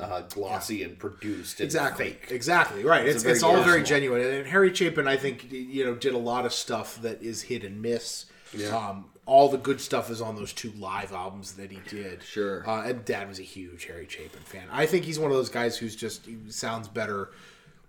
uh, glossy and produced. And
Exactly.
Fake.
Exactly. Right. It's,
very
it's, all
personal.
very genuine. And Harry Chapin, I think, you know, did a lot of stuff that is hit and miss. Um, all the good stuff is on those two live albums that he did.
Sure.
Uh, and Dad was a huge Harry Chapin fan. I think he's one of those guys who's just he sounds better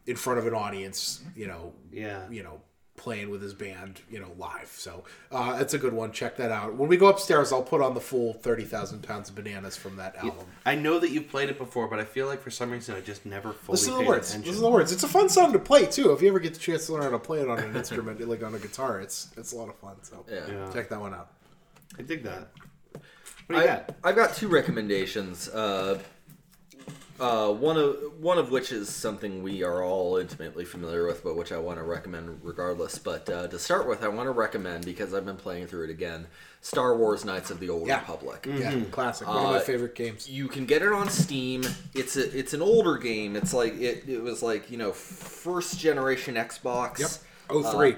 in front of an audience. You know.
Yeah.
You know. Playing with his band, you know, live. So uh, that's a good one. Check that out. When we go upstairs, I'll put on the full thirty thousand pounds of bananas from that album.
Um, I know that you played it before, but I feel like for some reason I just never fully
Listen to the
paid
words.
attention.
Listen to the words. It's a fun song to play too. If you ever get the chance to learn how to play it on an instrument, like on a guitar, it's it's a lot of fun. So
Yeah.
Yeah.
check that one out.
I dig that. What do you
I,
got?
I've got two recommendations. Uh, Uh, one of one of which is something we are all intimately familiar with, but which I want to recommend regardless. But uh, to start with, I want to recommend because I've been playing through it again. Star Wars: Knights of the Old
Yeah. Mm-hmm.
Republic.
Classic. One of my
Uh,
favorite games.
You can get it on Steam. It's a, it's an older game. It's like it, it was like you know first generation Xbox.
Yep. Oh
uh,
three.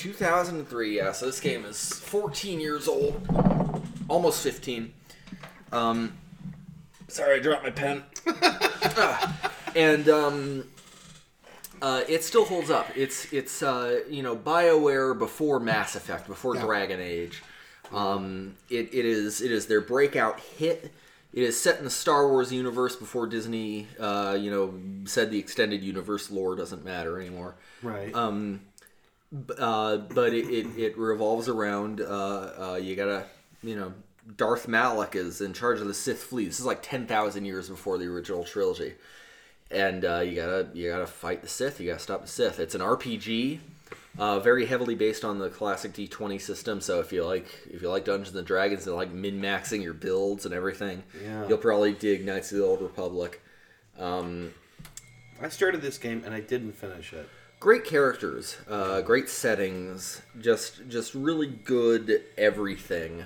2003, yeah. So this game is 14 years old, almost 15. Um, sorry, I dropped my pen. Ah, and um, uh, it still holds up. It's it's uh, you know Bioware before Mass Effect, before Dragon Age. Um, it, it is it is their breakout hit. It is set in the Star Wars universe before Disney, uh, you know, said the extended universe lore doesn't matter anymore
Right.
uh, but it, it, it revolves around uh, uh, you gotta you know Darth Malik is in charge of the Sith fleet. This is like ten thousand years before the original trilogy, and uh, you gotta you gotta fight the Sith. You gotta stop the Sith. It's an RPG, uh, very heavily based on the classic D twenty system. So if you like if you like Dungeons and Dragons and like min maxing your builds and everything,
Yeah.
you'll probably dig Knights of the Old Republic.
I started this game and I didn't finish it.
great characters uh, great settings just just really good everything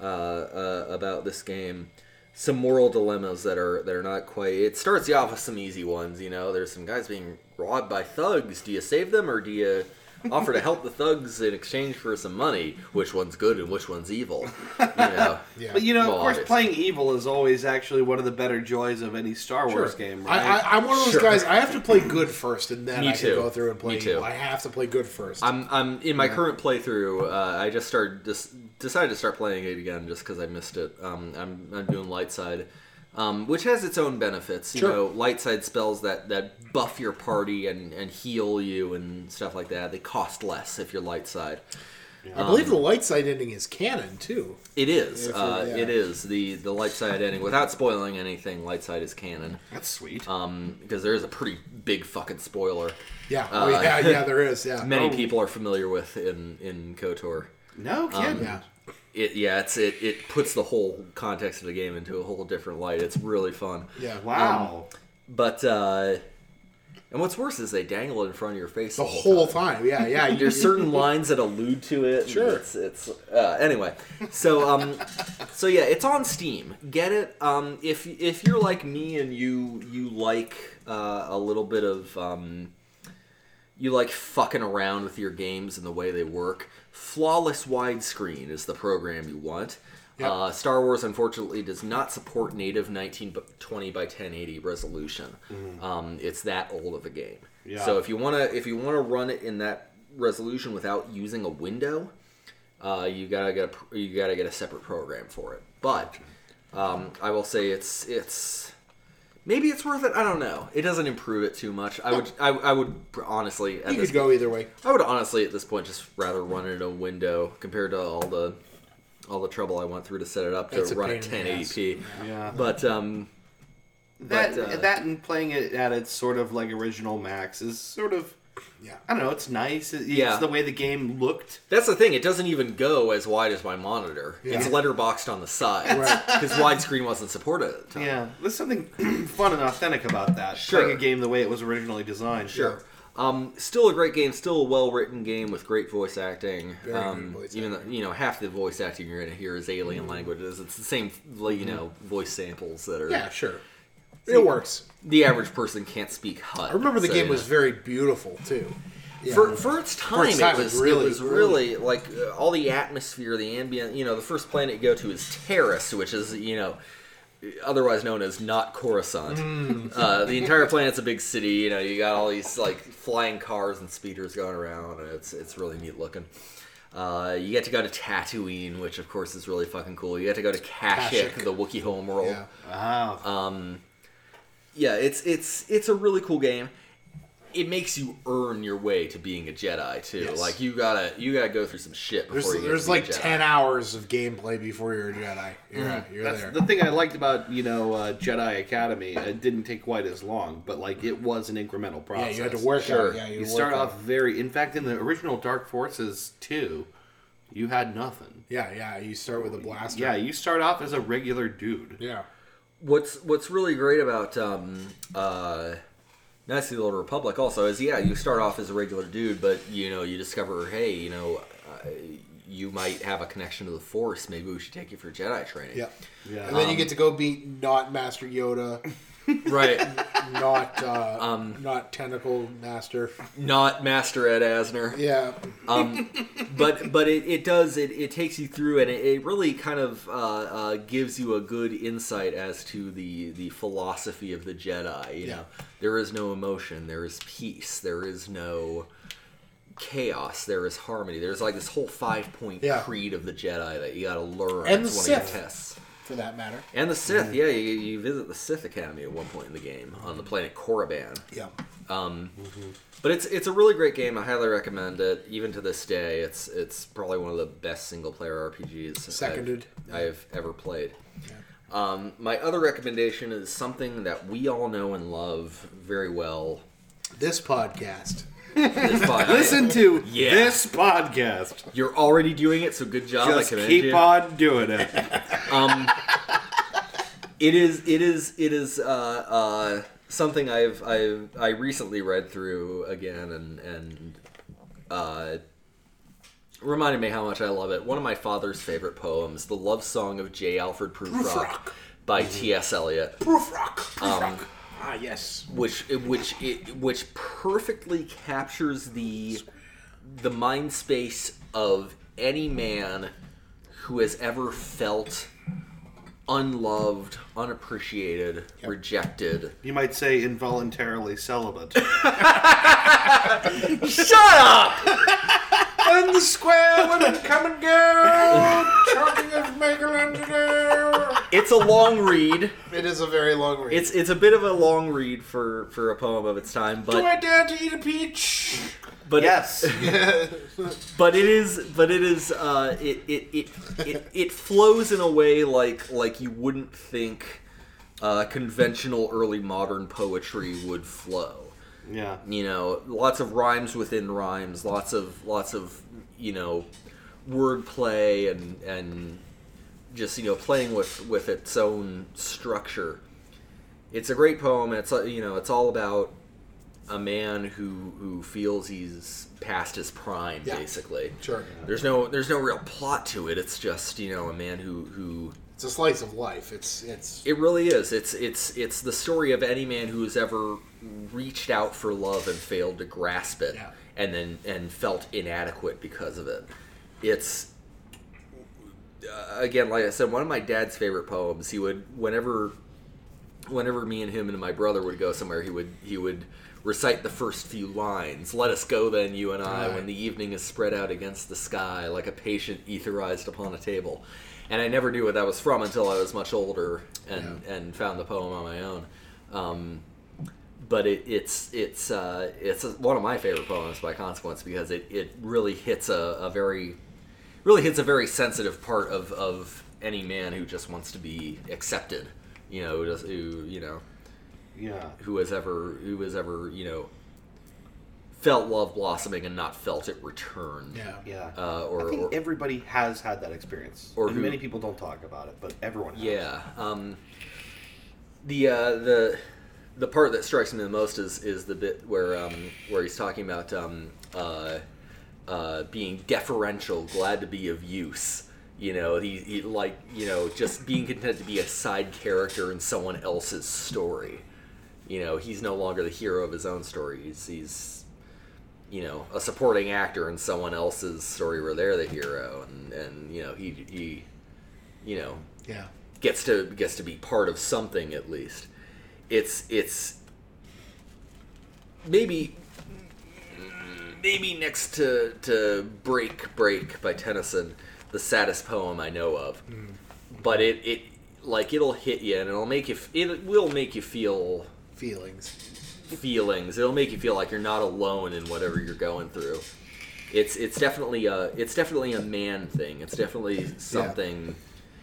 uh, uh, about this game some moral dilemmas that are that are not quite it starts you off with some easy ones you know there's some guys being robbed by thugs do you save them or do you offer to help the thugs in exchange for some money which one's good and which one's evil you know
Yeah.
But you know,
Well,
of course,
obviously.
playing evil is always actually one of the better joys of any Star Wars game, right?
I, I, I'm one of those
Sure.
guys. I have to play good first, and then
Me
I can
too.
go through and play.
Me too.
evil. I have to play good first.
I'm I'm in my current playthrough. Uh, I just started just decided to start playing it again just because I missed it. Um, I'm I'm doing light side, um, which has its own benefits. You
Sure.
know, light side spells that that buff your party and and heal you and stuff like that. They cost less if you're light side.
I believe the light side ending is canon too.
It is.
If you're-
uh,
yeah.
It is the the light side ending without spoiling anything. Light side is canon
That's sweet.
Uh,
um, because there is a pretty big fucking spoiler.
Yeah. oh,
Uh,
yeah. Yeah. There is. Yeah.
Many
Oh.
people are familiar with in in Kotor. Um,
no kidding.
yeah.
it yeah it's it, it puts the whole context of the game into a whole different light it's really fun
Yeah.
Wow.
but uh and what's worse is they dangle it in front of your face
The whole time. Yeah. Yeah. you-
there's certain lines that allude to it and
Sure.
it's, it's uh, anyway so um so yeah it's on steam get it um if if you're like me and you you like uh, a little bit of um you like fucking around with your games and the way they work flawless widescreen is the program you want
Yep.
uh, Star Wars unfortunately does not support native 1920 by 1080 resolution. Um, it's that old of a game.
Yeah.
So if you wanna if you wanna run it in that resolution without using a window, uh, you gotta get a pr- you gotta get a separate program for it. But um, I will say it's it's maybe it's worth it. I don't know. It doesn't improve it too much. I would I, I would honestly at
you
this
could go either way.
I would honestly at this point just rather run it in a window compared to all the all the trouble I went through to set it up to
That's a
run at
pain in the ass.
1080p.
Yeah.
But um
That
But, uh,
that and playing it at its sort of like original max is sort of
Yeah.
I don't know. It's nice. It- It's
Yeah.
the way the game looked.
that's the thing; it doesn't even go as wide as my monitor. It's
Yeah.
letterboxed on the side
Right.
because widescreen wasn't supported at the time.
Yeah, there's something fun and authentic about that.
Sure.
Playing a game the way it was originally designed.
Sure. Um, still a great game, still a well-written game with great voice acting.
Very good
um,
voice Mm-hmm.
even though you know half the voice acting you're gonna hear is alien languages. It's the same, like, you know, voice samples that are.
Yeah. Sure. It works.
The average person can't speak HUD.
I remember the
so,
game
you
was
know.
very beautiful too. Yeah.
for, for its time,
its time,
it was
it
really,
really-
it was really like uh, all the atmosphere, the ambient. You know, the first planet you go to is Terrace, which is you know otherwise known as not Coruscant. Uh, the entire planet's a big city. You know, you got all these like flying cars and speeders going around, and it's it's really neat looking. Uh, you get to go to Tatooine, which of course is really fucking cool. You get to go to Kashyyyk,
Kashyyyk.
the Wookiee homeworld.
Yeah.
Wow.
Yeah, it's it's it's a really cool game. It makes you earn your way to being a Jedi too.
Yes.
Like you gotta you gotta go through some shit before
There's
you get to
there's
be a
like
Jedi.
ten hours of gameplay before you're a Jedi. You're, you're
That's
there.
the thing I liked about you know uh, Jedi Academy. It didn't take quite as long, but like it was an incremental
yeah.
process.
You had to work
Sure.
out. Yeah.
You
work
start
out.
off very. In fact, in the original Dark Forces two, you had nothing.
Yeah. Yeah. You start with a blaster.
Yeah, you start off as a regular dude.
Yeah.
what's what's really great about um, uh, Nazi Little Republic also is yeah you start off as a regular dude but you know you discover hey you know uh, you might have a connection to the Force maybe we should take you for Jedi training
Yeah. And then you get to go beat not Master Yoda,
right
not uh, not Tentacle Master.
not Master Ed Asner
Yeah.
but but it, it does it, it takes you through and it, it really kind of uh, uh, gives you a good insight as to the the philosophy of the jedi you
Yeah.
know there is no emotion there is peace there is no chaos there is harmony there's like this whole five point
Yeah.
creed of the jedi that you gotta learn
And
It's
the
one of
Sith. Mm.
your tests
For that matter.
and the sith yeah you, you visit the sith academy at one point in the game on the planet korriban
Yeah.
but it's it's a really great game. I highly recommend it. Even to this day, it's it's probably one of the best single player RPGs
Seconded.
I've, I've ever played. Um, my other recommendation is something that we all know and love very well.
This podcast.
It's by-
Listen to
Yeah.
this podcast.
you're already doing it, so good job.
Just
I commend
keep
you.
on doing it.
It is it is it is uh, uh, something I've I've I recently read through again and and uh, reminded me how much I love it. One of my father's favorite poems, "The Love Song of J. Alfred Prufrock" by T.S. Eliot,
Proof Rock. Proof
Um,
Rock.
Ah, yes.
which which it, which perfectly captures the the mind space of any man who has ever felt unloved, unappreciated, rejected.
You might say involuntarily celibate.
Shut up!
And the square women come and go.
Talking of Michelangelo.
It's a long read.
It is a very long read.
It's it's a bit of a long read for for a poem of its time,
Do I
but
dare to eat a peach?
but
yes.
but it is but it is uh it it it, it it flows in a way like like you wouldn't think uh, conventional early modern poetry would flow.
Yeah.
you know lots of rhymes within rhymes lots of lots of you know wordplay and and just you know playing with with its own structure it's a great poem it's uh, you know it's all about a man who who feels he's past his prime
Yeah.
basically
sure.
there's no there's no real plot to it it's just you know a man who who
It's a slice of life. It's it's
it really is. It's it's it's the story of any man who has ever reached out for love and failed to grasp it,
Yeah.
and then and felt inadequate because of it. It's uh, again, like I said, one of my dad's favorite poems. He would whenever whenever me and him and my brother would go somewhere, he would he would recite the first few lines. Let us go then, you and I, when the evening is spread out against the sky like a patient etherized upon a table. And I never knew what that was from until I was much older and and found the poem on my own. Um, but it, it's it's uh, it's one of my favorite poems by consequence because it, it really hits a, a very really hits a very sensitive part of, of any man who just wants to be accepted you know who, does, who you know
Yeah.
who has ever who has ever you know felt love blossoming and not felt it returned
yeah.
Yeah.
uh, or,
I think
or
everybody has had that experience.
Or
And
who-
many people don't talk about it, but everyone has.
Yeah. Um, the uh, the the part that strikes me the most is is the bit where um, where he's talking about um, uh, uh, being deferential, glad to be of use. You know, he, he like you know just being content to be a side character in someone else's story. You know, he's no longer the hero of his own story. He's, he's you know a supporting actor in someone else's story where they're the hero, and and you know he he you know
Yeah.
gets to gets to be part of something at least. It's it's maybe maybe next to to Break Break by Tennyson, the saddest poem I know of. But it it like it'll hit you and it'll make you f- it will make you feel
Feelings.
feelings. It'll make you feel like you're not alone in whatever you're going through. It's it's definitely a it's definitely a man thing. It's definitely something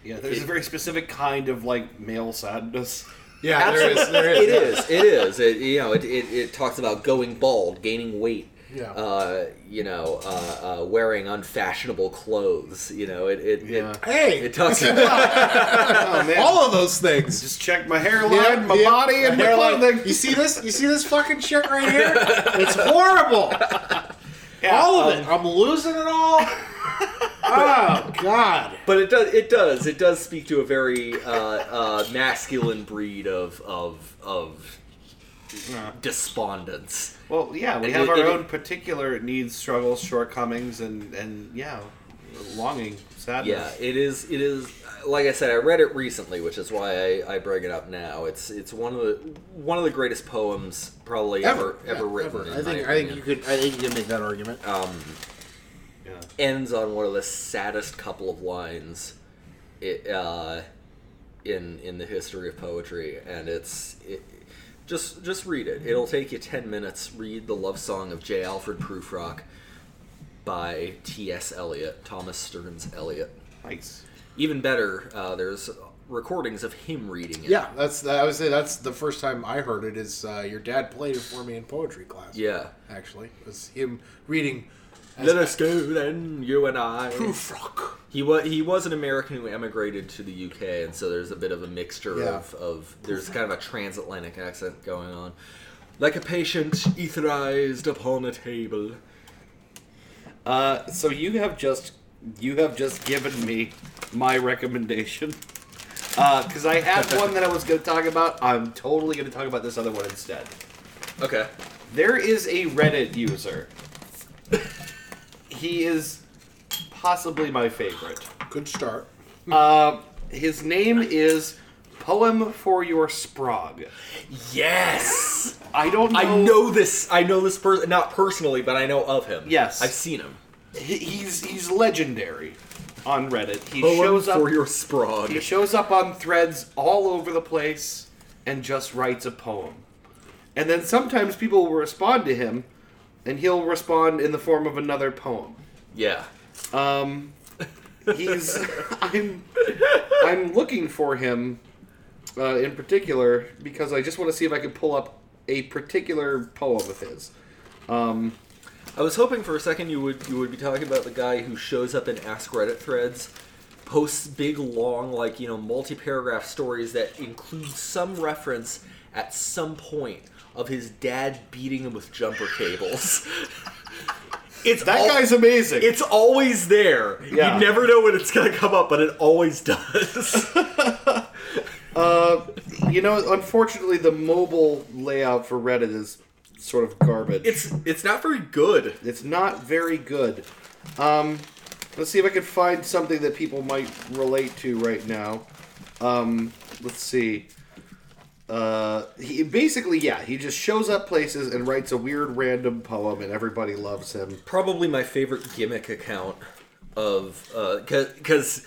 Yeah, there's a very specific kind of like male sadness.
Yeah, there is. There is.
it is. It is. It, you know, it, it, it talks about going bald, gaining weight,
Yeah.
uh, you know, uh, uh, wearing unfashionable clothes. You know, it it it,
Hey,
it talks about
Oh, man.
all of those things.
Just check my hairline,
Yeah,
my
yeah.
body, and my
Hairline.
clothing.
You see this? You see this fucking shit right here? It's horrible. all
uh,
of
Um,
it. I'm losing it all. Oh God.
but it does it does it does speak to a very uh, uh, masculine breed of of of despondence.
Well, yeah, we
And
have
it-
our
it-
own particular needs, struggles, shortcomings, and and yeah, longing,
Yeah,
sadness.
it is. It is. Like I said, I read it recently, which is why I, I bring it up now. It's it's one of the one of the greatest poems probably ever ever, written. in
I
my
think. I think
opinion. Um,
you could. I think you could make that argument.
Yeah.
ends on one of the saddest couple of lines i- uh, in in the history of poetry, and it's it, just just read it. It'll take you ten minutes. Read the love song of J. Alfred Prufrock by T. S. Eliot, Thomas Stearns Eliot.
Nice.
Even better, uh, there's recordings of him reading it.
Yeah, that's. I would say that's the first time I heard it. Is uh, your dad played it for me in poetry class?
yeah.
Actually, it was him reading.
Let us go then, you and I.
Prufrock.
He was he was an American who emigrated to the UK, and so there's a bit of a mixture
Yeah.
of, of there's kind of a transatlantic accent going on, like a patient etherized upon a table.
Uh, so you have just you have just given me my recommendation because I had one that I was going to talk about. I'm totally going to talk about this other one instead.
Okay,
There is a Reddit user. he is possibly my favorite.
Good start.
Uh, his name is Poem for Your Sprog.
yes,
I don't know.
I know this. I know this person, not personally, but I know of him.
Yes.
I've seen him.
he- he's he's legendary on Reddit. He
Poem
shows up
for your
He
sprog.
shows up on threads all over the place and just writes a poem. And then sometimes people will respond to him, and he'll respond in the form of another poem.
Yeah,
Um, he's I'm I'm looking for him uh, in particular because I just want to see if I can pull up a particular poem of his.
I was hoping for a second you would you would be talking about the guy who shows up in Ask Reddit threads, posts big long like you know multi paragraph stories that include some reference at some point of his dad beating him with jumper cables. it's
That
al-
guy's amazing.
It's always there.
Yeah.
You never know when it's gonna come up, but it always does.
you know, unfortunately, the mobile layout for Reddit is sort of garbage.
it's it's not very good.
It's not very good. Um, let's see if I can find something that people might relate to right now. Um, let's see. Uh, he basically, yeah, he just shows up places and writes a weird random poem, and everybody loves him.
probably my favorite gimmick account of because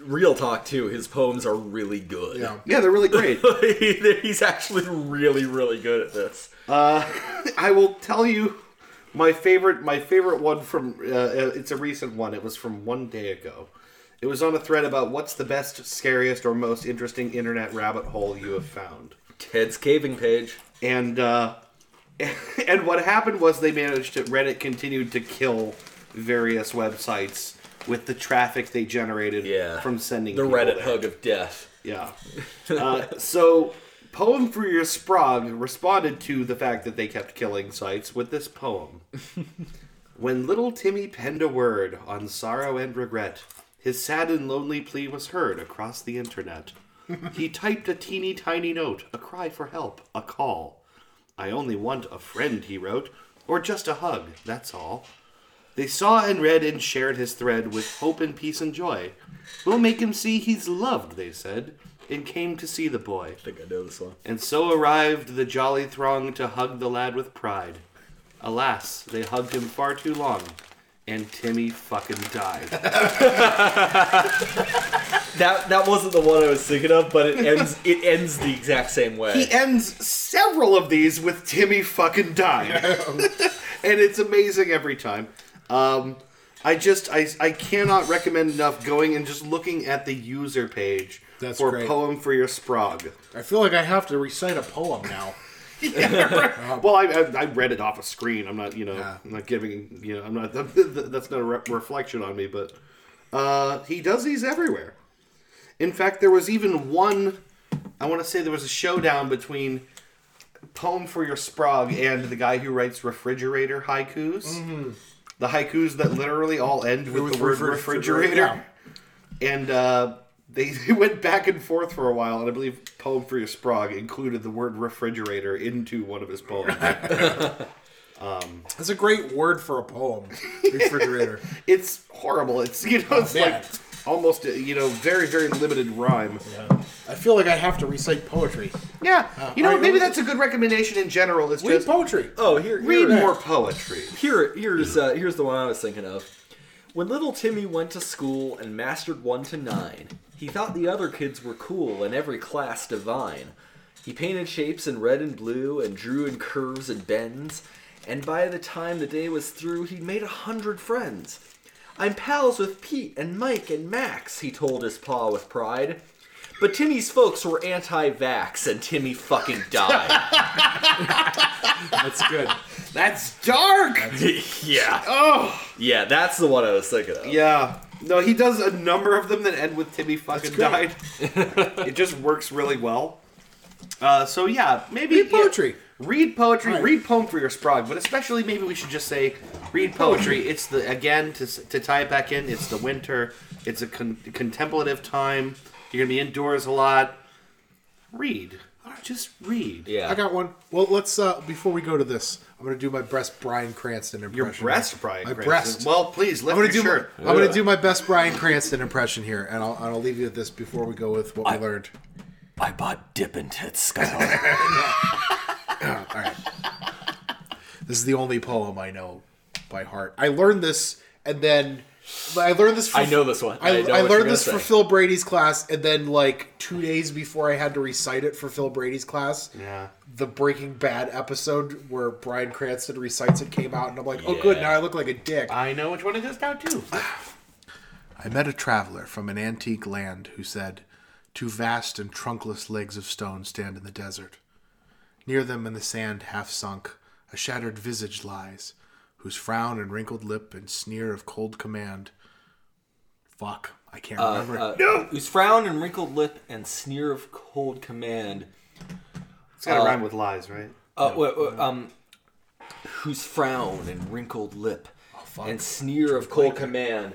real talk too his poems are really good
Yeah.
Yeah, they're really great.
he's actually really really good at this
I will tell you my favorite my favorite one from uh, uh, it's a recent one. It was from one day ago. It was on a thread about what's the best, scariest, or most interesting internet rabbit hole you have found.
ted's caving page
and uh, and what happened was they managed to Reddit continued to kill various websites with the traffic they generated
yeah
from sending
the
people
reddit
there.
hug of death
Yeah. Uh, so poem for your sprog responded to the fact that they kept killing sites with this poem. when little Timmy penned a word on sorrow and regret, his sad and lonely plea was heard across the internet. He typed a teeny tiny note, a cry for help, a call. I only want a friend, he wrote, or just a hug, that's all. They saw and read and shared his thread with hope and peace and joy. We'll make him see he's loved, they said, and came to see the boy.
i think i know this one
And so arrived the jolly throng to hug the lad with pride. Alas, they hugged him far too long, and Timmy fucking died.
that that wasn't the one i was thinking of but it ends it ends the exact same way
he ends several of these with Timmy fucking died. and it's amazing every time. Um, I just I, I cannot recommend enough going and just looking at the user page
That's
for
great.
poem for your sprog.
I feel like I have to recite a poem now.
well, I, I, I read it off a screen. I'm not, you know,
Yeah.
I'm not giving, you know, I'm not. that's not a re- reflection on me, but uh, he does these everywhere. In fact, there was even one. I want to say there was a showdown between poem for your sprog and the guy who writes refrigerator haikus. The haikus that literally all end with, the word
refri-
refrigerator. And uh, they, they went back and forth for a while, and I believe poem for your sprog included the word refrigerator into one of his poems.
That's a great word for a poem. Refrigerator.
it's horrible. It's you know it's
Oh, man.
like almost uh, you know very very limited rhyme.
I feel like I have to recite poetry.
Yeah, you know
alright,
maybe
well,
that's a good recommendation in general. Is
Read
just
poetry.
Oh, here, here
read
it is.
more poetry.
Here, here's uh, here's the one I was thinking of. When little Timmy went to school and mastered one to nine, he thought the other kids were cool and every class divine. He painted shapes in red and blue and drew in curves and bends, and by the time the day was through, he'd made a hundred friends. I'm pals with Pete and Mike and Max, he told his pa with pride. But Timmy's folks were anti vax, and Timmy fucking died.
That's good.
That's dark.
yeah.
oh
Yeah, that's the one I was thinking of.
yeah. No, he does a number of them that end with Timmy fucking died. it just works really well. Uh, so yeah, maybe yeah,
Read poetry.
read poetry.
Right.
Read poem for your sprog, but especially maybe we should just say read poetry. It's the again to, s- to tie it back in. It's the winter. It's a con- contemplative time. You're gonna be indoors a lot. Read. Just read.
Yeah.
I got one. Well, let's uh before we go to this, I'm gonna do my best Brian Cranston impression.
Your breast, Brian.
My
Cranston.
breast.
Well, please lift
I'm gonna
your
do. My,
shirt.
I'm gonna do my best Brian Cranston impression here, and I'll, and I'll leave you with this before we go with what we learned.
I bought Dippin' Tits Skylar.
This is the only poem I know by heart. I learned this, and then I learned this. For,
I know this one.
I,
I know
I
what you're
learned this
gonna
for
say.
Phil Brady's class, and then like two days before I had to recite it for Phil Brady's class,
Yeah.
the Breaking Bad episode where Brian Cranston recites it came out, and I'm like, oh, good,
Yeah.
now I look like a dick.
I know which one it is now too.
I met a traveler from an antique land who said, Two vast and trunkless legs of stone stand in the desert. Near them, in the sand half sunk, a shattered visage lies, whose frown and wrinkled lip and sneer of cold command. Fuck, I can't remember.
Whose frown and wrinkled lip and sneer of cold command.
It's gotta rhyme with lies, right?
Uh, wait, wait, um, whose frown and wrinkled lip and sneer of cold command.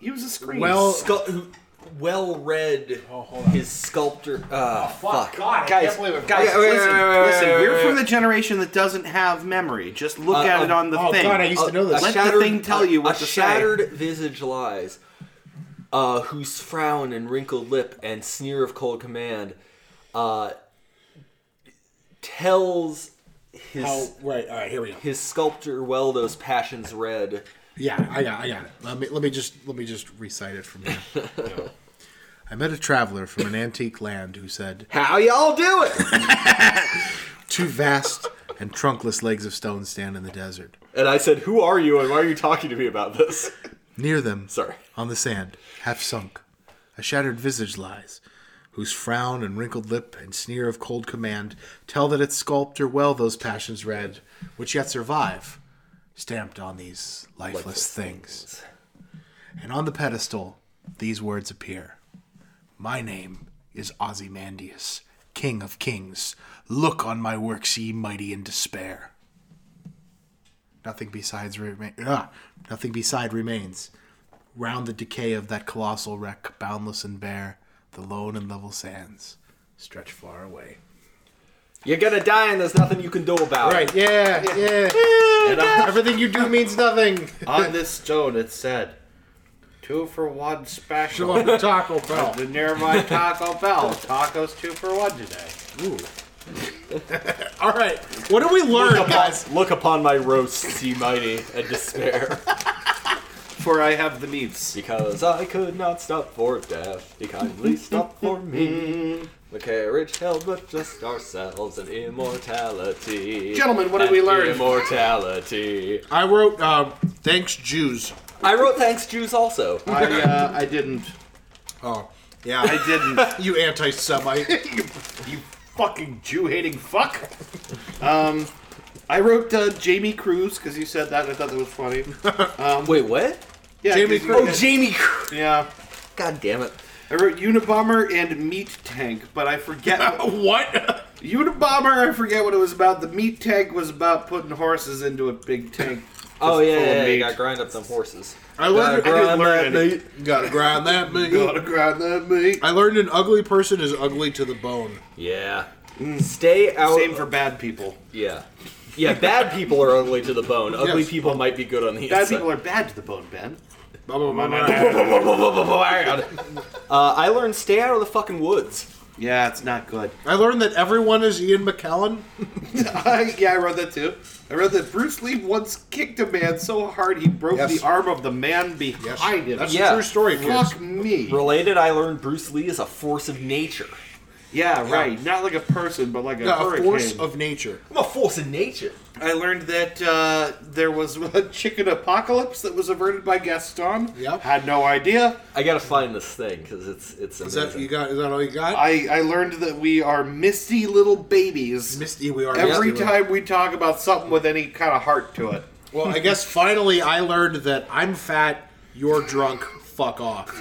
Use a screen.
well,
Scu- who- well read his sculptor. Uh, fuck.
God, I
guys,
can't believe it.
guys,
Wait, wait,
listen,
wait, wait, wait,
listen.
wait,
we're
wait,
from
wait.
the generation that doesn't have memory. Just look at
uh,
it on the
oh
thing.
god, I used to know this.
Let the thing tell you what
a
to say.
shattered visage lies, uh, whose frown and wrinkled lip and sneer of cold command uh, tells his
Oh, right, all right, here we go.
his sculptor Weldo's passions red.
Yeah, I got, I got it. Let me let me just let me just recite it from there. I met a traveler from an antique land who said,
How y'all do it?
Two vast and trunkless legs of stone stand in the desert.
And I said, "Who are you, and why are you talking to me about this?"
Near them,
Sorry.
on the sand, half sunk, a shattered visage lies, whose frown and wrinkled lip and sneer of cold command tell that its sculptor well those passions read, which yet survive, stamped on these lifeless, things. And on the pedestal, these words appear My name is Ozymandias, King of Kings. Look on my works, ye mighty, in despair. Nothing besides rema- ah, nothing beside remains. Round the decay of that colossal wreck, boundless and bare, the lone and level sands stretch far away.
You're gonna die, and there's nothing you can do about it.
Right? Yeah, yeah.
And on-
Everything you do means nothing.
on this stone, it said, two for one special.
Taco Bell.
the nearby Taco Bell. Tacos two for one today.
All right. What do we learn, guys?
Look upon my roast, ye mighty, and despair,
For I have the meats.
because I could not stop for death. He kindly stopped for me. The carriage held but just ourselves and immortality.
Gentlemen, what did we
And
learn?
Immortality.
I wrote, um, thanks, Jews.
I wrote thanks, Jews. Also,
I, uh, I didn't.
Oh, yeah.
I didn't.
you anti Semite.
You fucking Jew hating fuck. Um, I wrote uh, Jamie Cruz because you said that. and I thought that was funny.
Wait, what?
Yeah,
Jamie
'cause you-
Cruz.
Oh, Jamie. Cr-
Yeah,
God damn it.
I wrote Unabomber and Meat Tank, but I forget. what-
What?
Unabomber, I forget what it was about. The Meat Tank was about putting horses into a big tank.
Oh
just
yeah,
full of
yeah, yeah,
meat.
you gotta grind up them horses. Uh,
I learned.
I didn't learn any.
Gotta grind that meat.
Gotta grind that meat.
I learned an ugly person is ugly to the bone.
Yeah. Stay out.
Mm. Same for bad people.
yeah. Yeah, bad people are ugly to the bone. Ugly
Yes.
people might be good on the
Bad
inside.
people are bad to the bone, Ben.
Blah, blah, blah, blah.
Uh, I learned stay out of the fucking woods.
Yeah, it's not good.
I learned that everyone is Ian McKellen.
yeah, I wrote that too. I wrote that Bruce Lee once kicked a man so hard he broke
Yes.
the arm of the man behind him.
That's
Yeah.
a true story, kids.
Fuck me.
Related, I learned Bruce Lee is a force of nature.
Yeah, right. Not like a person, but like a
Yeah, a
hurricane.
force of nature.
I'm a force of nature.
I learned that uh, there was a chicken apocalypse that was averted by Gaston.
Yep.
Had no idea.
I gotta find this thing because it's it's
Is
amazing.
that you got? Is that all you got?
I, I learned that we are misty little babies
Misty, we are
every
Misty.
time we talk about something with any kind of heart to it.
Well, I guess finally I learned that I'm fat. You're drunk. Fuck off.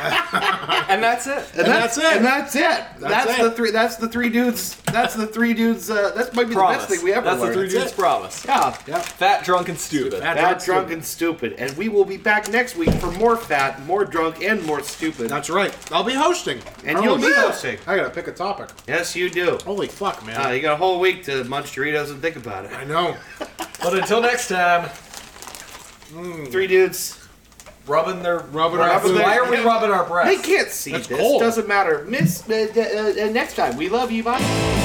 and that's it.
And that's it.
And that's it. That's,
it.
the three. That's the three dudes. That's the three dudes. Uh, that might be
promise.
the best thing we ever
that's
learned.
the three dudes promise.
Yeah.
Yeah.
Fat, drunk, and stupid.
Fat,
Fat, drunk,
drunk,
stupid.
and stupid. And we will be back next week for more fat, more drunk, and more stupid.
That's right. I'll be hosting.
and you'll be
Promise.
hosting.
I gotta pick a topic.
Yes, you do.
Holy fuck, man.
Uh, you got a whole week to munch Doritos and think about it.
I know.
But until next time,
Mm.
Three dudes.
rubbing their
Rubbing our
Rubbing
food.
their-
Why are we rubbing our breasts?
They can't see
That's
this.
cold.
Doesn't matter. Miss. Uh, uh, uh, next time. We love you. Bye.